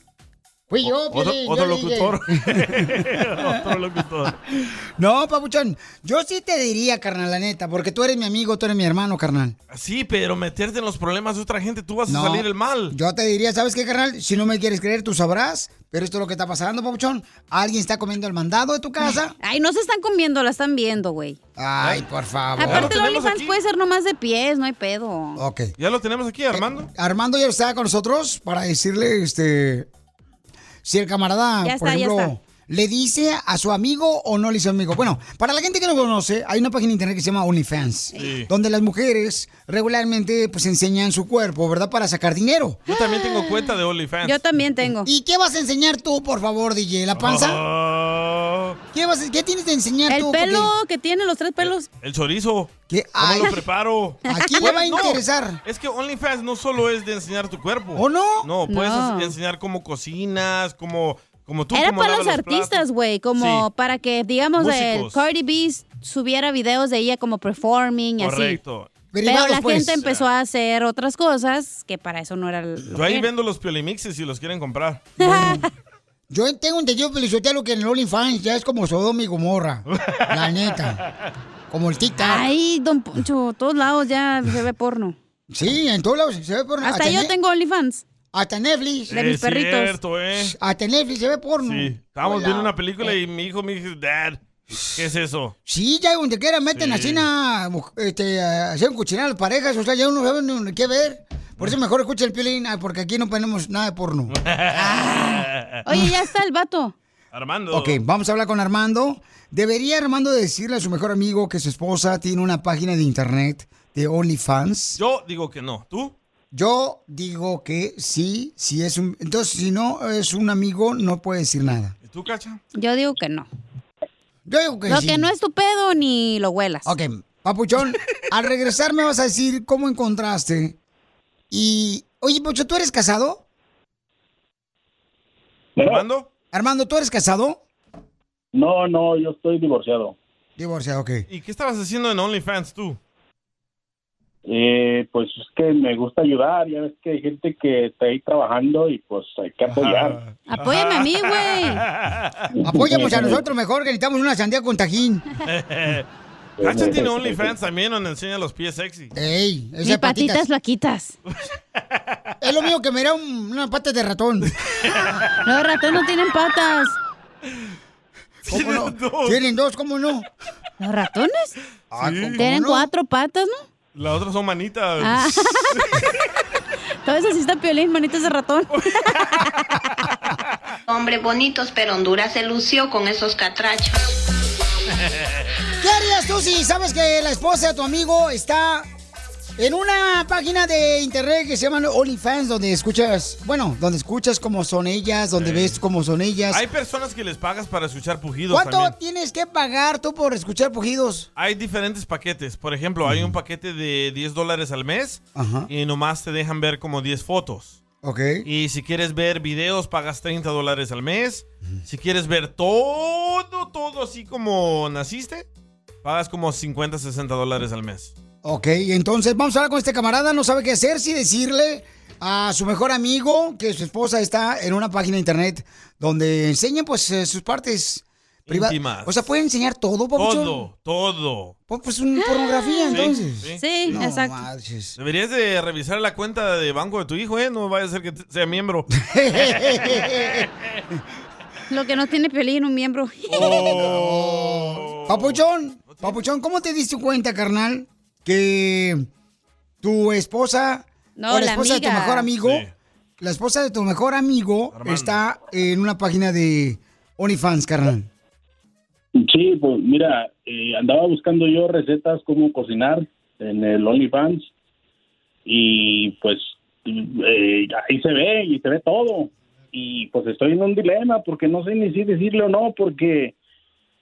Speaker 4: Fui yo,
Speaker 5: Otro,
Speaker 4: Piolín,
Speaker 5: otro
Speaker 4: yo le dije.
Speaker 5: locutor. [LAUGHS] otro locutor.
Speaker 4: [LAUGHS] No, papuchón, yo sí te diría, carnal, la neta, porque tú eres mi amigo, tú eres mi hermano, carnal.
Speaker 5: Sí, pero meterte en los problemas de otra gente, tú vas a salir el mal.
Speaker 4: Yo te diría, ¿sabes qué, carnal? Si no me quieres creer, tú sabrás. Pero esto es lo que está pasando, papuchón. Alguien está comiendo el mandado de tu casa.
Speaker 7: [LAUGHS] Ay, no se están comiendo, la están viendo, güey.
Speaker 4: Ay, por favor.
Speaker 7: Aparte, el OnlyFans puede ser nomás de pies, no hay pedo.
Speaker 4: Ok. Eh,
Speaker 5: ¿Ya lo tenemos aquí, Armando?
Speaker 4: Armando ya está con nosotros para decirle, este, si el camarada,
Speaker 7: Ya
Speaker 4: por
Speaker 7: está, ya
Speaker 4: ejemplo,
Speaker 7: está.
Speaker 4: le dice a su amigo o no le dice a su amigo. Bueno, para la gente que no conoce, hay una página de internet que se llama OnlyFans,
Speaker 5: Sí.
Speaker 4: donde las mujeres regularmente pues enseñan su cuerpo, ¿verdad? Para sacar dinero.
Speaker 5: Yo también tengo cuenta de OnlyFans.
Speaker 4: también tengo. ¿Y qué vas a enseñar tú, por favor, DJ? ¿La panza?
Speaker 5: Oh,
Speaker 4: ¿Qué, vas a- qué tienes de enseñar
Speaker 7: El
Speaker 4: tú?
Speaker 7: pelo que tiene, los tres pelos.
Speaker 5: el chorizo.
Speaker 4: ¿Qué?
Speaker 5: ¿Cómo
Speaker 4: Ay.
Speaker 5: lo preparo?
Speaker 4: Aquí le
Speaker 5: Bueno,
Speaker 4: va a
Speaker 5: no,
Speaker 4: interesar.
Speaker 5: Es que OnlyFans no solo es de enseñar tu cuerpo.
Speaker 4: ¿O no?
Speaker 5: No, puedes
Speaker 7: No.
Speaker 5: ens- enseñar cómo cocinas, cómo, cómo tú.
Speaker 7: Era
Speaker 5: cómo
Speaker 7: para
Speaker 5: lavas
Speaker 7: los artistas,
Speaker 5: platos.
Speaker 7: güey, como
Speaker 5: Sí.
Speaker 7: para que, digamos, el
Speaker 5: Músicos.
Speaker 7: Cardi B subiera videos de ella como performing y
Speaker 5: Correcto.
Speaker 7: así. Pero la gente empezó a hacer otras cosas que para eso no era el...
Speaker 5: Yo ahí vendo los piolimixes si los quieren comprar.
Speaker 4: Yo tengo un entendido, Feliciotelo, que en el OnlyFans ya es como Sodoma y Gomorra.
Speaker 5: [LAUGHS]
Speaker 4: la neta. Como el TikTok.
Speaker 7: Ay, don Poncho, todos lados ya se ve porno.
Speaker 4: Sí, en todos lados se ve porno.
Speaker 7: Hasta yo tengo OnlyFans.
Speaker 4: Hasta Netflix.
Speaker 5: Es cierto, ¿eh?
Speaker 4: Hasta Netflix se ve porno.
Speaker 5: Sí. Estábamos
Speaker 4: Mm. Hola.
Speaker 5: viendo una película y mi hijo me dijo, Dad, ¿qué es eso?
Speaker 4: Sí, ya donde quiera meten
Speaker 5: Sí.
Speaker 4: así a este, a hacer un cuchinar a las parejas, o sea, ya uno sabe ni qué ver. Por eso mejor escucha el piolín, ah, porque aquí no ponemos nada de porno.
Speaker 7: Oye, ya está el vato.
Speaker 5: Armando.
Speaker 4: Ah. Ok, vamos a hablar con Armando. ¿Debería Armando decirle a su mejor amigo que su esposa tiene una página de internet de OnlyFans?
Speaker 5: Yo digo que no. ¿Tú?
Speaker 4: Yo digo que sí, si es un... Entonces, si no es un amigo, no puede decir nada.
Speaker 5: ¿Y tú, Cacha?
Speaker 7: Yo digo que no.
Speaker 4: Yo digo que
Speaker 7: Lo
Speaker 4: sí. Ah.
Speaker 7: que no es tu pedo ni lo huelas.
Speaker 4: Ok, Papuchón, al regresar me vas a decir cómo encontraste. Y, oye, Pocho, ¿tú eres casado?
Speaker 5: ¿Armando?
Speaker 4: Armando, ¿tú eres casado?
Speaker 1: No, no, yo estoy divorciado.
Speaker 4: Divorciado, ok.
Speaker 5: ¿Y qué estabas haciendo en OnlyFans tú?
Speaker 1: Eh, pues es que me gusta ayudar, ya ves que hay gente que está ahí trabajando y pues hay que apoyar.
Speaker 7: Apóyame a mí, güey.
Speaker 4: [LAUGHS] Apóyanos a nosotros mejor, que necesitamos una sandía con tajín. [LAUGHS]
Speaker 5: Cacha tiene OnlyFans también donde enseña los pies sexy.
Speaker 4: Este, Ey, esas
Speaker 7: Ni patitas flaquitas.
Speaker 4: Es lo mío que me da un- una pata de ratón.
Speaker 7: Los ratones no tienen patas.
Speaker 4: ¿Cómo no? Tienen dos, ¿cómo no?
Speaker 7: ¿Los ratones?
Speaker 5: Ah, ¿cómo
Speaker 7: Tienen
Speaker 5: no?
Speaker 7: cuatro patas, ¿no?
Speaker 5: Las otras son manitas.
Speaker 7: Ah. [LAUGHS] Todo eso sí está piolín, manitas de ratón.
Speaker 3: [LAUGHS] Hombres bonitos, pero Honduras se lució con esos catrachos.
Speaker 4: ¿Qué harías tú si sabes que la esposa de tu amigo está en una página de internet que se llama OnlyFans, donde escuchas, bueno, donde escuchas cómo son ellas, donde
Speaker 5: Sí.
Speaker 4: ves cómo son ellas?
Speaker 5: [LAUGHS] Hay personas que les pagas para escuchar pujidos
Speaker 4: ¿Cuánto
Speaker 5: también.
Speaker 4: tienes que pagar tú por escuchar pujidos?
Speaker 5: Hay diferentes paquetes. Por ejemplo, hay un paquete de 10 dólares al mes
Speaker 4: Mm. Ajá.
Speaker 5: y nomás te dejan ver como 10 fotos.
Speaker 4: Ok.
Speaker 5: Y si quieres ver videos, pagas 30 dólares al mes.
Speaker 4: Mm.
Speaker 5: Si quieres ver todo, todo así como naciste, pagas como 50, 60 dólares al mes.
Speaker 4: Ok, entonces vamos a hablar con este camarada, no sabe qué hacer, si decirle a su mejor amigo que su esposa está en una página de internet donde enseña pues eh, sus partes privadas.
Speaker 5: Íntimas.
Speaker 4: O sea, puede enseñar todo, papuchón.
Speaker 5: Todo, todo.
Speaker 4: Pues, pues una pornografía,
Speaker 5: Sí,
Speaker 4: entonces.
Speaker 5: sí.
Speaker 4: No,
Speaker 5: Deberías de revisar la cuenta de banco de tu hijo, ¿eh? No vaya a ser que te- sea
Speaker 4: [LAUGHS]
Speaker 5: miembro.
Speaker 7: Lo que no tiene piolín, un miembro.
Speaker 5: Oh.
Speaker 4: Papuchón, Papuchón, ¿cómo te diste cuenta, carnal, que tu esposa
Speaker 7: No,
Speaker 4: o la
Speaker 7: la
Speaker 4: esposa de tu
Speaker 7: amiga.
Speaker 4: mejor amigo,
Speaker 7: Sí.
Speaker 4: la esposa de tu mejor amigo está en una página de OnlyFans, carnal?
Speaker 1: Sí, pues mira, eh, andaba buscando yo recetas cómo cocinar en el OnlyFans y pues eh, ahí se ve y se ve todo y pues estoy en un dilema porque no sé ni si decirle o no porque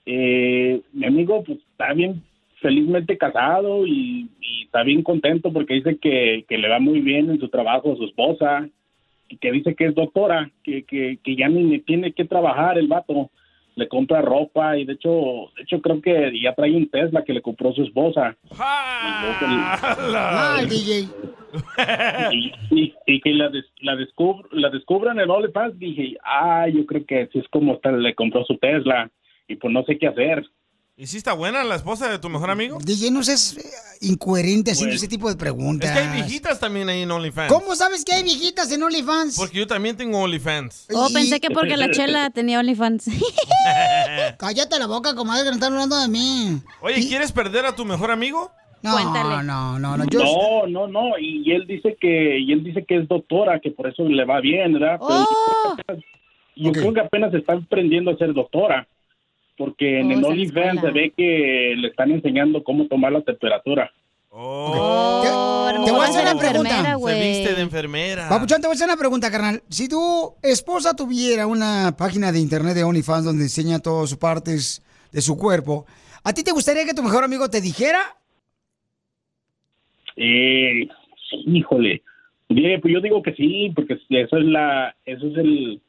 Speaker 1: eh, mi amigo pues está bien felizmente casado y, y está bien contento porque dice que, que le va muy bien en su trabajo a su esposa y que dice que es doctora, que, que, que ya ni ni tiene que trabajar el vato le compra ropa y de hecho, de hecho creo que ya trae un Tesla que le compró su esposa.
Speaker 4: [LAUGHS] Ah, el DJ.
Speaker 1: y, y- y que la, des- la, descub- la descubran en OnlyFans, dije, ah, yo creo que así es como tal, le compró su Tesla y pues no sé qué hacer.
Speaker 5: ¿Y si está buena la esposa de tu mejor amigo?
Speaker 4: DJ, no seas eh, incoherente haciendo
Speaker 5: Pues,
Speaker 4: ese tipo de
Speaker 5: Es
Speaker 4: preguntas.
Speaker 5: que hay viejitas también ahí en OnlyFans.
Speaker 4: ¿Cómo sabes que hay viejitas en OnlyFans?
Speaker 5: Porque yo también tengo OnlyFans.
Speaker 7: Oh, pensé que porque la chela [LAUGHS] tenía OnlyFans.
Speaker 4: [LAUGHS] Cállate la boca, comadre, que no están hablando de mí.
Speaker 5: [LAUGHS] Oye, ¿quieres perder a tu mejor amigo?
Speaker 4: No,
Speaker 5: Cuéntale.
Speaker 4: no, no, no. Yo...
Speaker 1: No, no, no, y él dice que y él dice que es doctora, que por eso le va bien, ¿verdad? Pero
Speaker 11: Oh.
Speaker 1: yo creo que apenas está aprendiendo a ser doctora, porque en
Speaker 11: Oh,
Speaker 1: el
Speaker 11: esa
Speaker 1: OnlyFans se
Speaker 11: escuela.
Speaker 1: ve que le están enseñando cómo tomar la temperatura.
Speaker 4: Te voy a hacer una
Speaker 5: Se
Speaker 4: pregunta.
Speaker 7: pues.
Speaker 5: viste de enfermera.
Speaker 4: Papuchón, te voy a hacer una pregunta, carnal. Si tu esposa tuviera una página de internet de OnlyFans donde enseña todas sus partes de su cuerpo, ¿a ti te gustaría que tu mejor amigo te dijera?
Speaker 1: Eh, sí, híjole. Bien, pues yo digo que sí, porque eso es la eso es el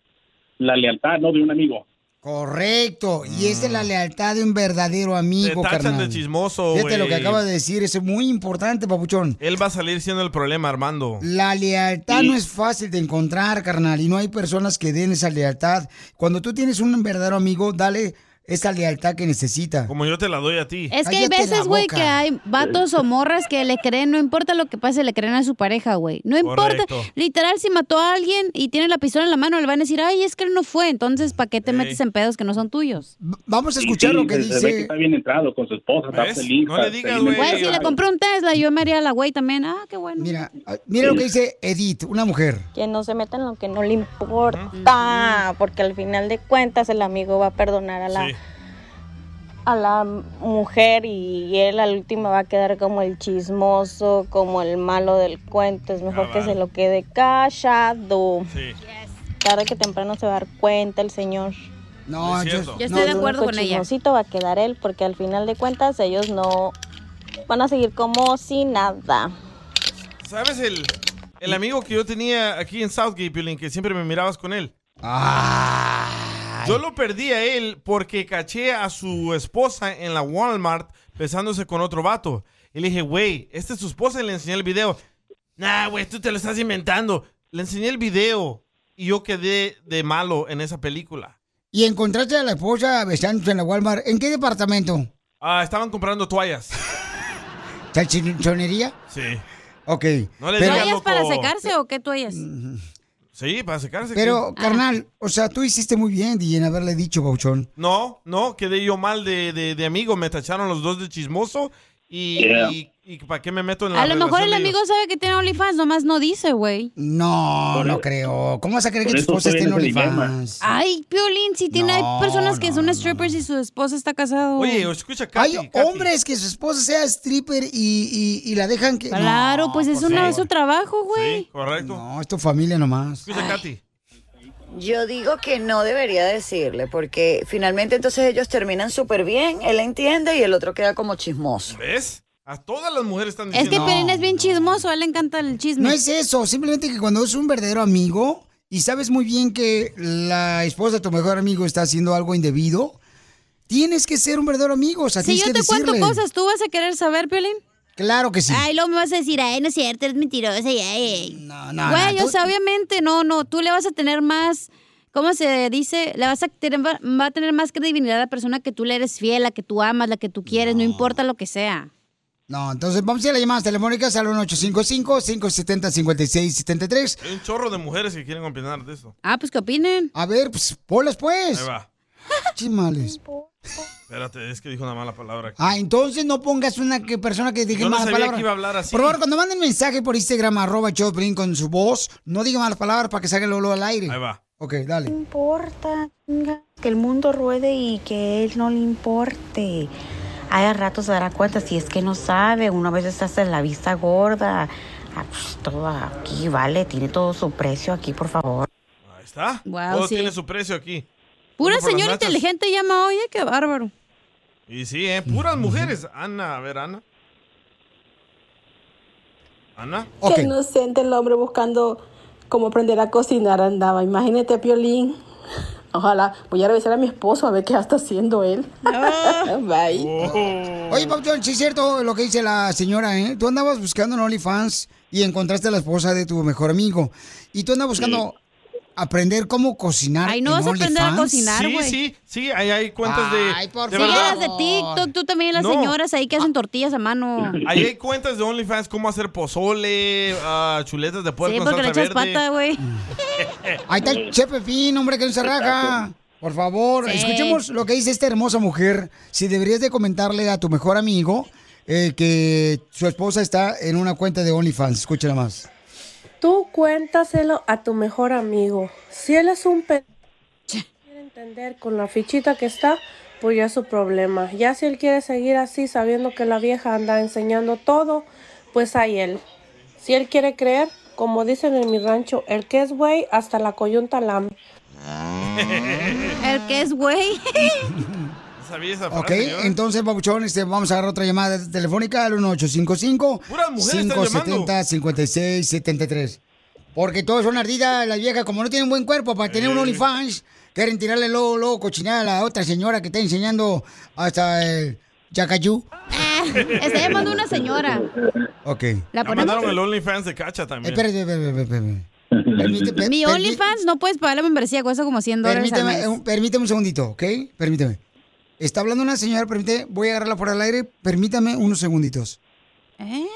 Speaker 1: la lealtad, ¿no? De un amigo.
Speaker 4: Correcto. Y esa es la lealtad de un verdadero amigo,
Speaker 5: Mm. Te tachan
Speaker 4: carnal.
Speaker 5: de chismoso,
Speaker 4: Fíjate lo que
Speaker 5: güey.
Speaker 4: acabas de decir, es muy importante, papuchón.
Speaker 5: Él va a salir siendo el problema, Armando.
Speaker 4: La lealtad no es fácil de encontrar, carnal, y no hay personas que den esa lealtad. Cuando tú tienes un verdadero amigo, dale esa lealtad que necesita.
Speaker 5: Como yo te la doy a ti.
Speaker 7: Es que
Speaker 4: Cállate
Speaker 7: hay
Speaker 4: la
Speaker 7: veces, güey,
Speaker 4: boca.
Speaker 7: que hay vatos o morras que le creen, no importa lo que pase, le creen a su pareja, güey. No importa.
Speaker 5: Correcto.
Speaker 7: Literal, si mató a alguien y tiene la pistola en la mano, le van a decir, ay, es que él no fue. Entonces, ¿para qué te metes en pedos que no son tuyos?
Speaker 4: Vamos
Speaker 1: Sí, sí, se- se ve que está bien entrado con su esposa, está
Speaker 5: ¿Ves?
Speaker 1: feliz.
Speaker 5: No le
Speaker 1: está
Speaker 5: digas,
Speaker 1: feliz.
Speaker 7: Güey, si le compró un Tesla, yo me haría la güey también. Ah, qué bueno.
Speaker 4: Mira, Mira lo que dice Edith, una mujer.
Speaker 12: Que no se meta en lo que no le importa, porque al final de cuentas el amigo va a perdonar a la, a la mujer y él al último va a quedar como el chismoso, como el malo del cuento. Es mejor que se lo quede callado. Tarde que temprano se va a dar cuenta el señor.
Speaker 4: No,
Speaker 12: yo,
Speaker 4: Yo estoy no, de acuerdo con ella.
Speaker 12: chismosito va a quedar él, porque al final de cuentas ellos no van a seguir como si nada.
Speaker 5: ¿Sabes el, el amigo que yo tenía aquí en Southgate, Piolín, que siempre me mirabas con él? Yo lo perdí a él porque caché a su esposa en la Walmart besándose con otro vato. Y le dije, güey, esta es su esposa y le enseñé el video. Nah, güey, tú te lo estás inventando. Le enseñé el video y yo quedé de malo en esa película.
Speaker 4: Y encontraste a la esposa besándose en la Walmart. ¿En qué departamento?
Speaker 5: Ah, estaban comprando toallas.
Speaker 4: ¿Salchichonería?
Speaker 5: Sí.
Speaker 4: Ok.
Speaker 5: No le
Speaker 4: pero-
Speaker 5: digas, loco.
Speaker 7: ¿Para secarse o qué toallas?
Speaker 5: Sí, para secarse.
Speaker 4: Pero,
Speaker 5: sí.
Speaker 4: carnal, o sea, tú hiciste muy bien, DJ, en haberle dicho, Bauchón.
Speaker 5: No, no, quedé yo mal de, de- de amigo. Me tacharon los dos de chismoso y,
Speaker 4: Yeah.
Speaker 5: ¿para qué me meto en la
Speaker 7: A lo mejor
Speaker 5: relación
Speaker 7: el
Speaker 5: de
Speaker 7: amigo
Speaker 5: ellos?
Speaker 7: sabe que tiene OnlyFans, nomás no dice, güey.
Speaker 4: No,
Speaker 5: Por
Speaker 4: no
Speaker 5: eso-
Speaker 4: creo. ¿Cómo vas a creer que
Speaker 5: por
Speaker 4: tu
Speaker 5: eso
Speaker 4: esposa esté
Speaker 5: estoy
Speaker 4: en
Speaker 5: en ese
Speaker 4: OnlyFans?
Speaker 7: Ay, Piolín, si tiene, hay personas que son strippers y su esposa está casada.
Speaker 5: Oye, escucha,
Speaker 4: Hay
Speaker 5: Katy, Katy.
Speaker 4: hombres que su esposa sea stripper y, y- y la dejan que...
Speaker 7: Claro, pues es una
Speaker 4: de
Speaker 7: es su trabajo, güey.
Speaker 5: Correcto.
Speaker 4: No, es tu familia nomás.
Speaker 5: Escucha, Katy.
Speaker 22: Yo digo que no debería decirle, porque finalmente entonces ellos terminan súper bien, él entiende y el otro queda como chismoso.
Speaker 5: ¿Ves? A todas las mujeres están
Speaker 7: Es
Speaker 5: diciendo.
Speaker 7: que Piolín es bien chismoso, a él le encanta el chisme.
Speaker 4: No es eso, simplemente que cuando es un verdadero amigo y sabes muy bien que la esposa de tu mejor amigo está haciendo algo indebido, tienes que ser un verdadero amigo, o sea,
Speaker 7: Si
Speaker 4: tienes
Speaker 7: yo
Speaker 4: que
Speaker 7: te cuento
Speaker 4: decirle.
Speaker 7: cosas, ¿tú vas a querer saber, Piolín?
Speaker 4: Claro que sí.
Speaker 7: Ay, luego me vas a decir, ay, no es cierto, eres mentirosa, y ay.
Speaker 4: No,
Speaker 7: no, Güey, o sea, obviamente, no, no, tú le vas a tener más, ¿cómo se dice? Le vas a tener, va va a tener más credibilidad a la persona que tú le eres fiel, la que tú amas, la que tú quieres, no importa lo que sea.
Speaker 4: No, entonces vamos a ir a las llamadas telefónicas al 1855-570-5673.
Speaker 5: Hay un chorro de mujeres que quieren opinar de eso.
Speaker 7: Ah, pues que opinen.
Speaker 4: A ver, pues, polas pues.
Speaker 5: Ahí va.
Speaker 4: Chimales.
Speaker 5: Espérate, es que dijo una mala palabra.
Speaker 4: Ah, entonces no pongas una que- persona que diga
Speaker 5: Yo no
Speaker 4: malas
Speaker 5: sabía
Speaker 4: palabras.
Speaker 5: que iba a hablar así.
Speaker 4: Por favor, cuando manden mensaje por Instagram, arroba Choplin con su voz, no diga malas palabras para que salga el olor al aire.
Speaker 5: Ahí va.
Speaker 4: Ok, dale.
Speaker 12: importa, chinga, que el mundo ruede y que él no le importe. Hay rato se dará cuenta si es que no sabe, uno a veces se hace la vista gorda. Ah, pues, todo aquí vale, tiene todo su precio aquí, por favor.
Speaker 5: Ahí está.
Speaker 7: Wow,
Speaker 5: Todo
Speaker 7: Ah, sí.
Speaker 5: tiene su precio aquí.
Speaker 7: Pura
Speaker 5: Uno por las
Speaker 7: señora
Speaker 5: nachas.
Speaker 7: inteligente llama, oye, qué bárbaro.
Speaker 5: Y sí, ¿eh? Puras mujeres. Ana, a ver, Ana. Ana.
Speaker 23: Qué inocente el hombre buscando cómo aprender a cocinar andaba. Imagínate, Piolín. [LAUGHS]
Speaker 6: Ojalá. Voy a revisar a mi esposo a ver qué está haciendo él.
Speaker 7: [LAUGHS]
Speaker 6: Bye.
Speaker 4: Ah.
Speaker 5: Oh.
Speaker 4: Oye, Papuchón, sí es cierto lo que dice la señora, ¿eh? Tú andabas buscando en OnlyFans y encontraste a la esposa de tu mejor amigo. Y tú andabas buscando aprender cómo cocinar.
Speaker 7: Ay, no
Speaker 4: en
Speaker 7: vas a aprender a
Speaker 4: OnlyFans.
Speaker 7: cocinar,
Speaker 5: Sí, sí, sí, ahí hay cuentas de.
Speaker 7: Ay, por
Speaker 5: de
Speaker 7: favor.
Speaker 5: verdad.
Speaker 7: las de TikTok, tú también las
Speaker 5: No.
Speaker 7: señoras ahí que hacen tortillas a mano.
Speaker 5: Ahí hay cuentas de OnlyFans, cómo hacer pozole, ah, chuletas de puerco.
Speaker 7: Sí,
Speaker 5: en
Speaker 7: porque le
Speaker 5: salsa
Speaker 7: echas
Speaker 5: verde.
Speaker 7: pata, [LAUGHS] güey.
Speaker 4: [LAUGHS] Ahí está el Chef Pepín, hombre, que no se raja. Por favor,
Speaker 7: Sí.
Speaker 4: escuchemos lo que dice esta hermosa mujer. Si deberías de comentarle a tu mejor amigo eh, que su esposa está en una cuenta de OnlyFans. Escúchala más.
Speaker 11: Tú cuéntaselo a tu mejor amigo. Si él es un pe... quiere entender con la fichita que está, pues ya es su problema. Ya si él quiere seguir así sabiendo que la vieja anda enseñando todo, pues ahí él. Si él quiere creer, como dicen en mi rancho, el que es güey hasta la coyunta lame.
Speaker 7: [LAUGHS] El que es
Speaker 11: [LAUGHS]
Speaker 7: güey.
Speaker 5: Sabía esa frase.
Speaker 4: Ok,
Speaker 5: yo.
Speaker 4: entonces, Pabuchón, este, vamos a agarrar otra llamada telefónica al 1855
Speaker 5: Puras mujeres están
Speaker 4: 570 5673 Porque todos son ardidas, las viejas, como no tienen buen cuerpo para tener un OnlyFans, quieren tirarle luego, luego cochinada a la otra señora que está enseñando hasta el yacayú.
Speaker 7: Está llamando una señora.
Speaker 4: Ok.
Speaker 7: La
Speaker 5: Ya
Speaker 7: ponemos.
Speaker 5: mandaron el OnlyFans de Cacha también.
Speaker 4: Espérate, espérate, espérate, espérate. Permite- per-
Speaker 7: pues, Mi
Speaker 4: permi-
Speaker 7: OnlyFans no puedes pagar la membresía, cuesta como 100 dólares al
Speaker 4: Permíteme,
Speaker 7: mes.
Speaker 4: eh, un- permíteme un segundito, ¿ok? Permíteme. Está hablando una señora, permíteme, voy a agarrarla fuera del aire, permítame unos segunditos.
Speaker 7: ¿Eh?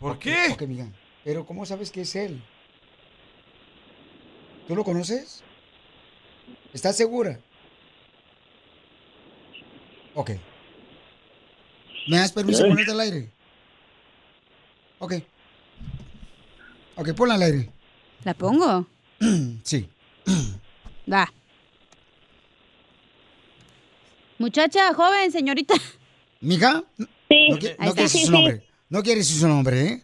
Speaker 5: ¿Por qué?
Speaker 4: Ok, mija. Pero ¿cómo sabes que es él? ¿Tú lo conoces? ¿Estás segura? Ok. ¿Me das permiso de
Speaker 24: Sí.
Speaker 4: ponerte al aire? Ok. Ok, ponla al aire. [CLEARS THROAT]
Speaker 7: ¿La pongo?
Speaker 4: Sí. [CLEARS THROAT]
Speaker 7: Va. Muchacha, joven, señorita. [LAUGHS]
Speaker 4: ¿Mija?
Speaker 7: Sí.
Speaker 4: No, qui-
Speaker 7: Ahí
Speaker 4: no
Speaker 7: está.
Speaker 4: quieres
Speaker 7: Sí, sí,
Speaker 4: decir su
Speaker 7: sí.
Speaker 4: nombre. No quieres decir su nombre, ¿eh?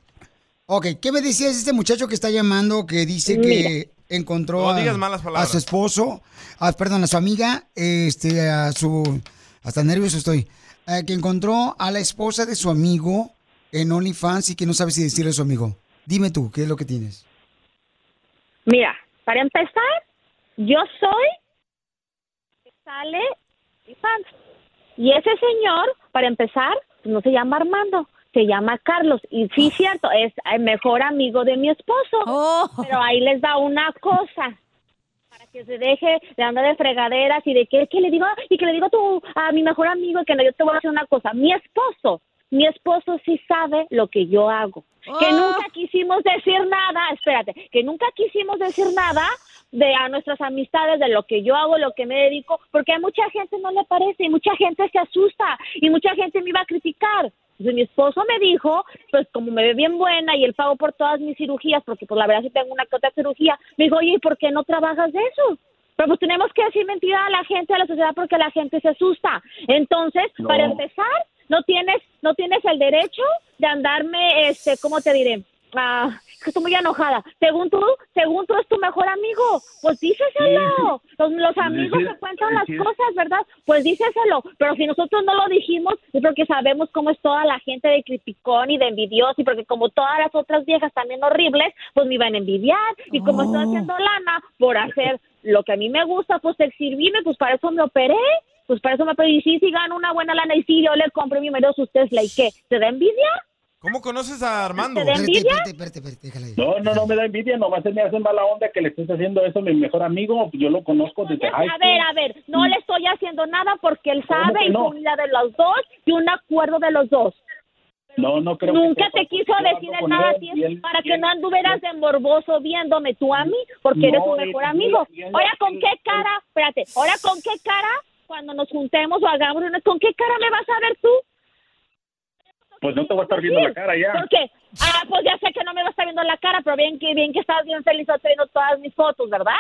Speaker 4: Ok, ¿qué me decías de este muchacho que está llamando que dice que encontró
Speaker 5: No
Speaker 4: a,
Speaker 5: digas malas palabras.
Speaker 4: a su esposo, a, perdón, a su amiga, este, a su... Hasta nervioso estoy. eh, que encontró a la esposa de su amigo en OnlyFans y que no sabe si decirle a su amigo. Dime tú, ¿qué es lo que tienes?
Speaker 24: Mira, para empezar, yo soy que sale mi fans. Y ese señor, para empezar, no se llama Armando, se llama Carlos. Y sí, cierto, es el mejor amigo de mi esposo. Pero ahí les da una cosa. Para que se deje de andar de fregaderas y de que, que le digo, y que le digo a, tu- a mi mejor amigo que no, yo te voy a decir una cosa. Mi esposo, mi esposo sí sabe lo que yo hago. Que nunca quisimos decir nada, espérate, que nunca quisimos decir nada de a nuestras amistades, de lo que yo hago, lo que me dedico, porque a mucha gente no le parece y mucha gente se asusta y mucha gente me iba a criticar. Entonces, mi esposo me dijo, pues como me ve bien buena y él pagó por todas mis cirugías, porque pues la verdad sí tengo una que otra cirugía, me dijo, oye, ¿y por qué no trabajas de eso? Pero pues tenemos que decir mentira a la gente, a la sociedad, porque la gente se asusta. Entonces,
Speaker 23: No.
Speaker 24: para empezar, no tienes, no tienes el derecho de andarme, este, ¿cómo te diré? Ah, es que estoy muy enojada. Según tú, según tú es tu mejor amigo, pues díceselo. Los, los amigos
Speaker 23: Decir-
Speaker 24: se cuentan las
Speaker 23: decir-
Speaker 24: cosas, ¿verdad? Pues díceselo. Pero si nosotros no lo dijimos, es porque sabemos cómo es toda la gente de criticón y de envidioso, y porque como todas las otras viejas también horribles, pues me iban a envidiar. Y como estoy haciendo lana por hacer lo que a mí me gusta, pues exhibirme, pues para eso me operé. Pues para eso me operé. Y sí, sí gano una buena lana, y sí, yo le compré mi marido sus Tesla, ¿y qué? ¿Te da envidia?
Speaker 5: ¿Cómo conoces a Armando?
Speaker 24: ¿Te da envidia?
Speaker 1: No, no, no me da envidia, nomás se me hace mala onda que le estés haciendo eso a mi mejor amigo, yo lo conozco desde high
Speaker 24: Pues, A
Speaker 1: school.
Speaker 24: ver, a ver, no le estoy haciendo nada porque él sabe
Speaker 1: que
Speaker 24: y
Speaker 1: no?
Speaker 24: fue unidad de los dos y un acuerdo de los dos.
Speaker 1: No, no creo
Speaker 24: Nunca
Speaker 1: que sea
Speaker 24: te
Speaker 1: eso,
Speaker 24: quiso
Speaker 1: porque yo
Speaker 24: decir
Speaker 1: hablo con
Speaker 24: nada
Speaker 1: él
Speaker 24: así
Speaker 1: y él-
Speaker 24: para
Speaker 1: y
Speaker 24: que
Speaker 1: él-
Speaker 24: no anduvieras de morboso viéndome tú a mí porque eres No, tu él- mejor amigo. y él- Ahora, él- ¿con qué él- cara? Espérate, ahora, ¿con qué cara cuando nos juntemos o hagamos una... ¿Con qué cara me vas a ver tú?
Speaker 1: Pues no te voy a estar viendo la cara ya.
Speaker 24: ¿Por qué? Ah, pues ya sé que no me vas a estar viendo la cara, pero bien que, bien que estás bien feliz haciendo todas mis fotos, ¿verdad?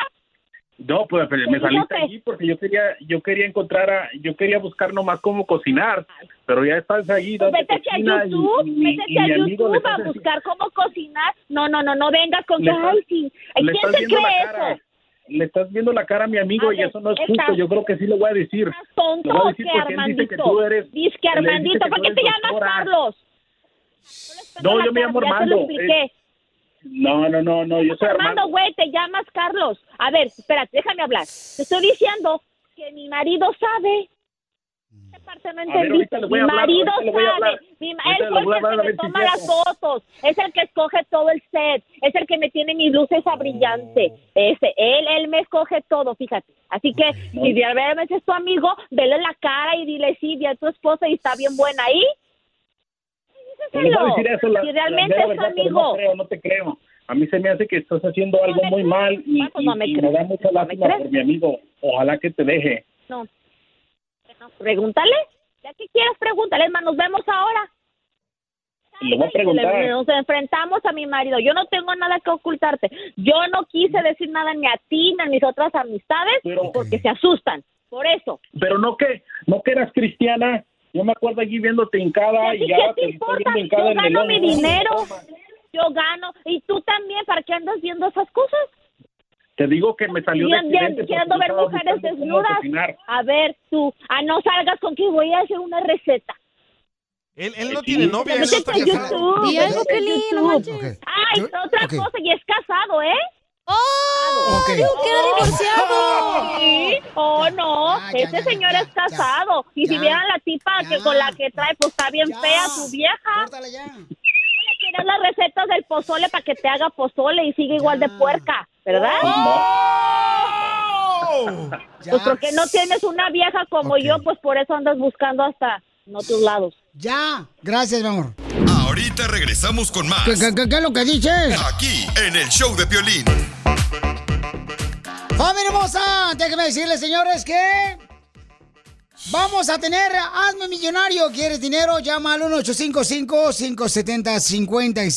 Speaker 1: No, pues pero me
Speaker 24: Pues, no
Speaker 1: saliste
Speaker 24: sé.
Speaker 1: allí porque yo quería, yo quería encontrar a, yo quería buscar nomás cómo cocinar, pero ya estás allí.
Speaker 24: Pues
Speaker 1: date
Speaker 24: vete hacia
Speaker 1: cocina y-
Speaker 24: YouTube,
Speaker 1: y-
Speaker 24: vete
Speaker 1: y mi
Speaker 24: hacia
Speaker 1: amigo le
Speaker 24: YouTube
Speaker 1: estás
Speaker 24: a buscar cómo cocinar. No, no, no, no vengas con
Speaker 1: Le
Speaker 24: que,
Speaker 1: estás-
Speaker 24: ay, sí. Ay,
Speaker 1: le
Speaker 24: ¿Quién
Speaker 1: estás
Speaker 24: se
Speaker 1: viendo la
Speaker 24: cree
Speaker 1: cara.
Speaker 24: eso?
Speaker 1: Le estás viendo la cara a mi amigo
Speaker 24: A
Speaker 1: y
Speaker 24: ver,
Speaker 1: eso no es
Speaker 24: estás-
Speaker 1: justo. Yo creo que sí le voy a decir.
Speaker 24: ¿Tonto
Speaker 1: Le voy a
Speaker 24: o
Speaker 1: decir
Speaker 24: qué,
Speaker 1: porque él dice que
Speaker 24: Armandito?
Speaker 1: tú eres.
Speaker 24: Dice que
Speaker 1: él dice que
Speaker 24: Armandito, ¿por
Speaker 1: tú
Speaker 24: qué
Speaker 1: eres
Speaker 24: te llamas
Speaker 1: doctora.
Speaker 24: Carlos?
Speaker 1: No, yo me llamo
Speaker 24: Ya te lo
Speaker 1: Armando.
Speaker 24: expliqué.
Speaker 1: eh, No, no, no, no, yo soy Armando.
Speaker 24: Armando, güey, te llamas Carlos. A ver, espérate, déjame hablar. Te estoy diciendo que mi marido sabe. Esta parte no
Speaker 1: ver,
Speaker 24: entendí.
Speaker 1: ahorita le voy
Speaker 24: Mi
Speaker 1: a hablar,
Speaker 24: marido
Speaker 1: ahorita le voy a
Speaker 24: sabe.
Speaker 1: hablar.
Speaker 24: Mi ma-
Speaker 1: Ahorita
Speaker 24: Él
Speaker 1: le voy a
Speaker 24: fue
Speaker 1: hablar
Speaker 24: el
Speaker 1: a
Speaker 24: que me
Speaker 1: ver si
Speaker 24: toma
Speaker 1: es
Speaker 24: las
Speaker 1: cierto.
Speaker 24: fotos. Es el que escoge todo el set. Es el que me tiene mis luces a brillante.
Speaker 1: Mm.
Speaker 24: Ese, él, él me escoge todo, fíjate. Así que, si de verdad es tu amigo, vele la cara y dile, sí, vi a tu esposa y está bien buena ahí.
Speaker 1: No Pues le voy a decir eso, la-
Speaker 24: Si
Speaker 1: la
Speaker 24: realmente
Speaker 1: mera
Speaker 24: es tu
Speaker 1: verdad, pero No
Speaker 24: amigo.
Speaker 1: creo, no te creo. A mí se me hace que estás haciendo algo muy mal y, y-
Speaker 24: pues, no me
Speaker 1: y
Speaker 24: crees.
Speaker 1: da mucha lástima
Speaker 24: crees.
Speaker 1: por mi amigo. Ojalá que te deje.
Speaker 24: No. Bueno, pregúntale. Ya que quieras, pregúntale. Es más, nos vemos ahora.
Speaker 1: Le voy a
Speaker 24: pues, Le-
Speaker 1: preguntar.
Speaker 24: Nos enfrentamos a mi marido. Yo no tengo nada que ocultarte. Yo no quise decir nada ni a ti ni a mis otras amistades porque se asustan. Por eso.
Speaker 1: Pero no que, no que eras cristiana. Yo me acuerdo allí viéndote hincada y
Speaker 24: ¿Y
Speaker 1: ya
Speaker 24: qué te
Speaker 1: te estoy
Speaker 24: importa?
Speaker 1: viendo
Speaker 24: Yo
Speaker 1: hincada en el
Speaker 24: gano mi
Speaker 1: lomo, ¿no?
Speaker 24: dinero. Yo gano. Y tú también. ¿Para qué andas viendo esas cosas?
Speaker 1: Te digo que me salió de
Speaker 24: Bien, bien,
Speaker 1: accidente.
Speaker 24: queriendo ver mujeres desnudas. A ver, tú, a no salgas con que voy a hacer una receta.
Speaker 5: Él, él no tiene novia, él no
Speaker 24: Métete
Speaker 5: está
Speaker 24: a
Speaker 5: casado.
Speaker 24: YouTube.
Speaker 7: Di algo,
Speaker 24: métete a
Speaker 7: Kelly, no
Speaker 24: YouTube.
Speaker 7: manches.
Speaker 24: Ay, otra
Speaker 7: ok.
Speaker 24: cosa, y es casado, ¿eh?
Speaker 7: ¡Oh!
Speaker 24: Casado.
Speaker 7: Digo que era divorciado.
Speaker 24: Sí, oh no, este señor es casado. y si vieran la tipa que con la que trae, pues está bien fea su vieja.
Speaker 4: Córtale ya.
Speaker 24: Tienes las recetas del pozole para que te haga pozole y sigue igual de puerca, ¿verdad?
Speaker 4: Oh.
Speaker 24: Pues porque no tienes una vieja como yo, pues por eso andas buscando hasta en otros lados.
Speaker 4: Ya, gracias, mi amor.
Speaker 9: Ahorita regresamos con más.
Speaker 4: ¿Qué, qué- qué- qué es lo que dices?
Speaker 9: Aquí, en el show de Piolín.
Speaker 4: ¡Familia hermosa! Déjenme decirles, señores, que... Vamos a tener Hazme Millonario. ¿Quieres dinero? Llama al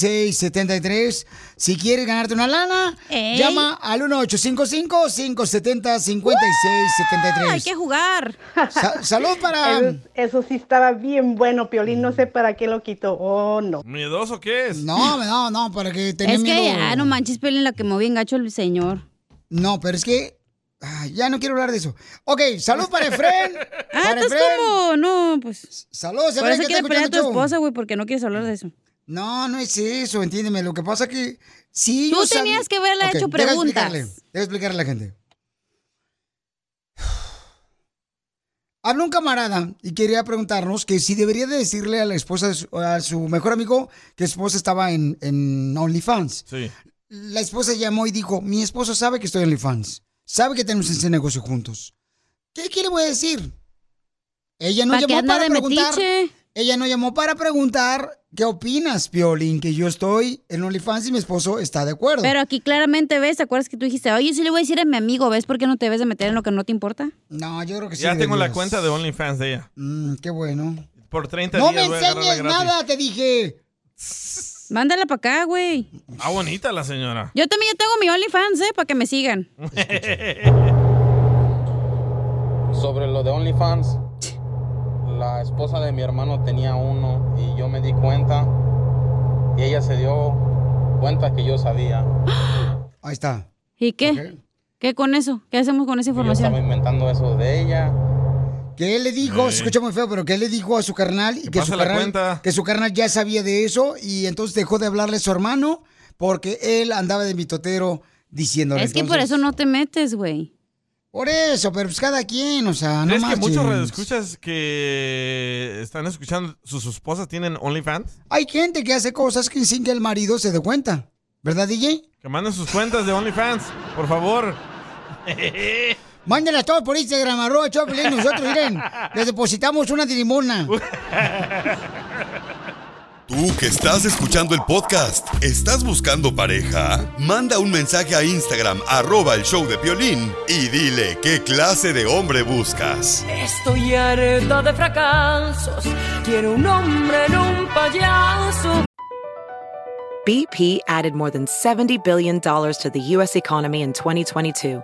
Speaker 4: 1855-570-5673. Si quieres ganarte una lana,
Speaker 7: Ey.
Speaker 4: llama al 1855-570-5673.
Speaker 7: Hay que jugar.
Speaker 4: Sa- salud para-
Speaker 13: Eso, eso sí estaba bien bueno, Piolín. No sé para qué lo quitó. Oh, no.
Speaker 5: ¿Miedoso qué es?
Speaker 4: No, no, no, para que tenía
Speaker 7: Es que
Speaker 4: miedo.
Speaker 7: ya no manches, Piolín, la que moví en gacho el señor.
Speaker 4: No, pero es que... ay, ya no quiero hablar de eso. Ok, salud para Efren.
Speaker 7: [LAUGHS] Ah,
Speaker 4: para
Speaker 7: entonces
Speaker 4: Efren.
Speaker 7: como, no, pues.
Speaker 4: Saludos, Efren,
Speaker 7: Por eso
Speaker 4: que
Speaker 7: quiere
Speaker 4: está
Speaker 7: pelear a tu
Speaker 4: escuchando el show.
Speaker 7: esposa, güey, porque no quieres hablar de eso.
Speaker 4: No, no es eso, entiéndeme. Lo que pasa es que sí.
Speaker 7: Tú
Speaker 4: yo sab-
Speaker 7: tenías que haberle
Speaker 4: Ok,
Speaker 7: hecho
Speaker 4: deja
Speaker 7: preguntas.
Speaker 4: explicarle, Deja explicarle a la gente. Habló un camarada y quería preguntarnos que si debería de decirle a la esposa, de su- a su mejor amigo, que su esposa estaba en, en OnlyFans.
Speaker 5: Sí.
Speaker 4: La esposa llamó y dijo, mi esposo sabe que estoy en OnlyFans, sabe que tenemos ese negocio juntos. ¿Qué, qué le voy a decir? Ella no
Speaker 7: ¿Pa' qué
Speaker 4: llamó
Speaker 7: anda
Speaker 4: para
Speaker 7: de
Speaker 4: preguntar.
Speaker 7: metiche?
Speaker 4: Ella no llamó para preguntar qué opinas, Piolín, que yo estoy en OnlyFans y mi esposo está de acuerdo.
Speaker 7: Pero aquí claramente ves, ¿te acuerdas que tú dijiste, oye, sí le voy a decir a mi amigo, ¿ves por qué no te debes de meter en lo que no te importa?
Speaker 4: no, yo creo que sí.
Speaker 5: Ya tengo la
Speaker 4: deberías.
Speaker 5: cuenta de OnlyFans de ella.
Speaker 4: qué bueno.
Speaker 5: Por 30
Speaker 4: No me
Speaker 5: días voy a agarrarla
Speaker 4: enseñes
Speaker 5: gratis.
Speaker 4: nada, te dije.
Speaker 7: Mándala para acá, güey.
Speaker 5: Ah, bonita la señora.
Speaker 7: Yo también ya tengo mi OnlyFans, ¿eh? Para que me sigan.
Speaker 4: Ah,
Speaker 5: [LAUGHS]
Speaker 25: Sobre lo de OnlyFans, la esposa de mi hermano tenía uno y yo me di cuenta y ella se dio cuenta que yo sabía.
Speaker 4: Ahí está.
Speaker 7: ¿Y qué? ¿Qué con eso? ¿Qué hacemos con esa
Speaker 25: que Yo estaba
Speaker 7: información?
Speaker 25: inventando eso de ella.
Speaker 4: Que él le dijo,
Speaker 25: Sí.
Speaker 4: se escucha muy feo, pero que él le dijo a su carnal y que
Speaker 25: pase
Speaker 4: su
Speaker 25: la
Speaker 4: carnal,
Speaker 25: cuenta.
Speaker 4: que su carnal ya sabía de eso y entonces dejó de hablarle a su hermano porque él andaba de mitotero diciéndole.
Speaker 7: Es que por
Speaker 4: entonces-
Speaker 7: eso no te metes, güey.
Speaker 4: Por eso, pero pues cada quien, o sea, no
Speaker 5: ¿Crees que
Speaker 4: marchen.
Speaker 5: muchos radioescuchas que están escuchando sus esposas tienen OnlyFans? [LAUGHS]
Speaker 4: Hay gente que hace cosas que sin que el marido se dé cuenta. ¿Verdad, DJ?
Speaker 5: Que manden sus cuentas de OnlyFans, por favor.
Speaker 4: Mándenlas todas por Instagram, arroba Choplin. Nosotros, miren, les depositamos una
Speaker 5: [LAUGHS]
Speaker 4: limona.
Speaker 9: Tú que estás escuchando el podcast, ¿estás buscando pareja? Manda un mensaje a Instagram, arroba el show de Piolín, y dile qué clase de hombre buscas.
Speaker 16: Estoy harta de fracasos. Quiero un hombre en un payaso.
Speaker 23: BP added more than $70 billion to the U.S. economy in 2022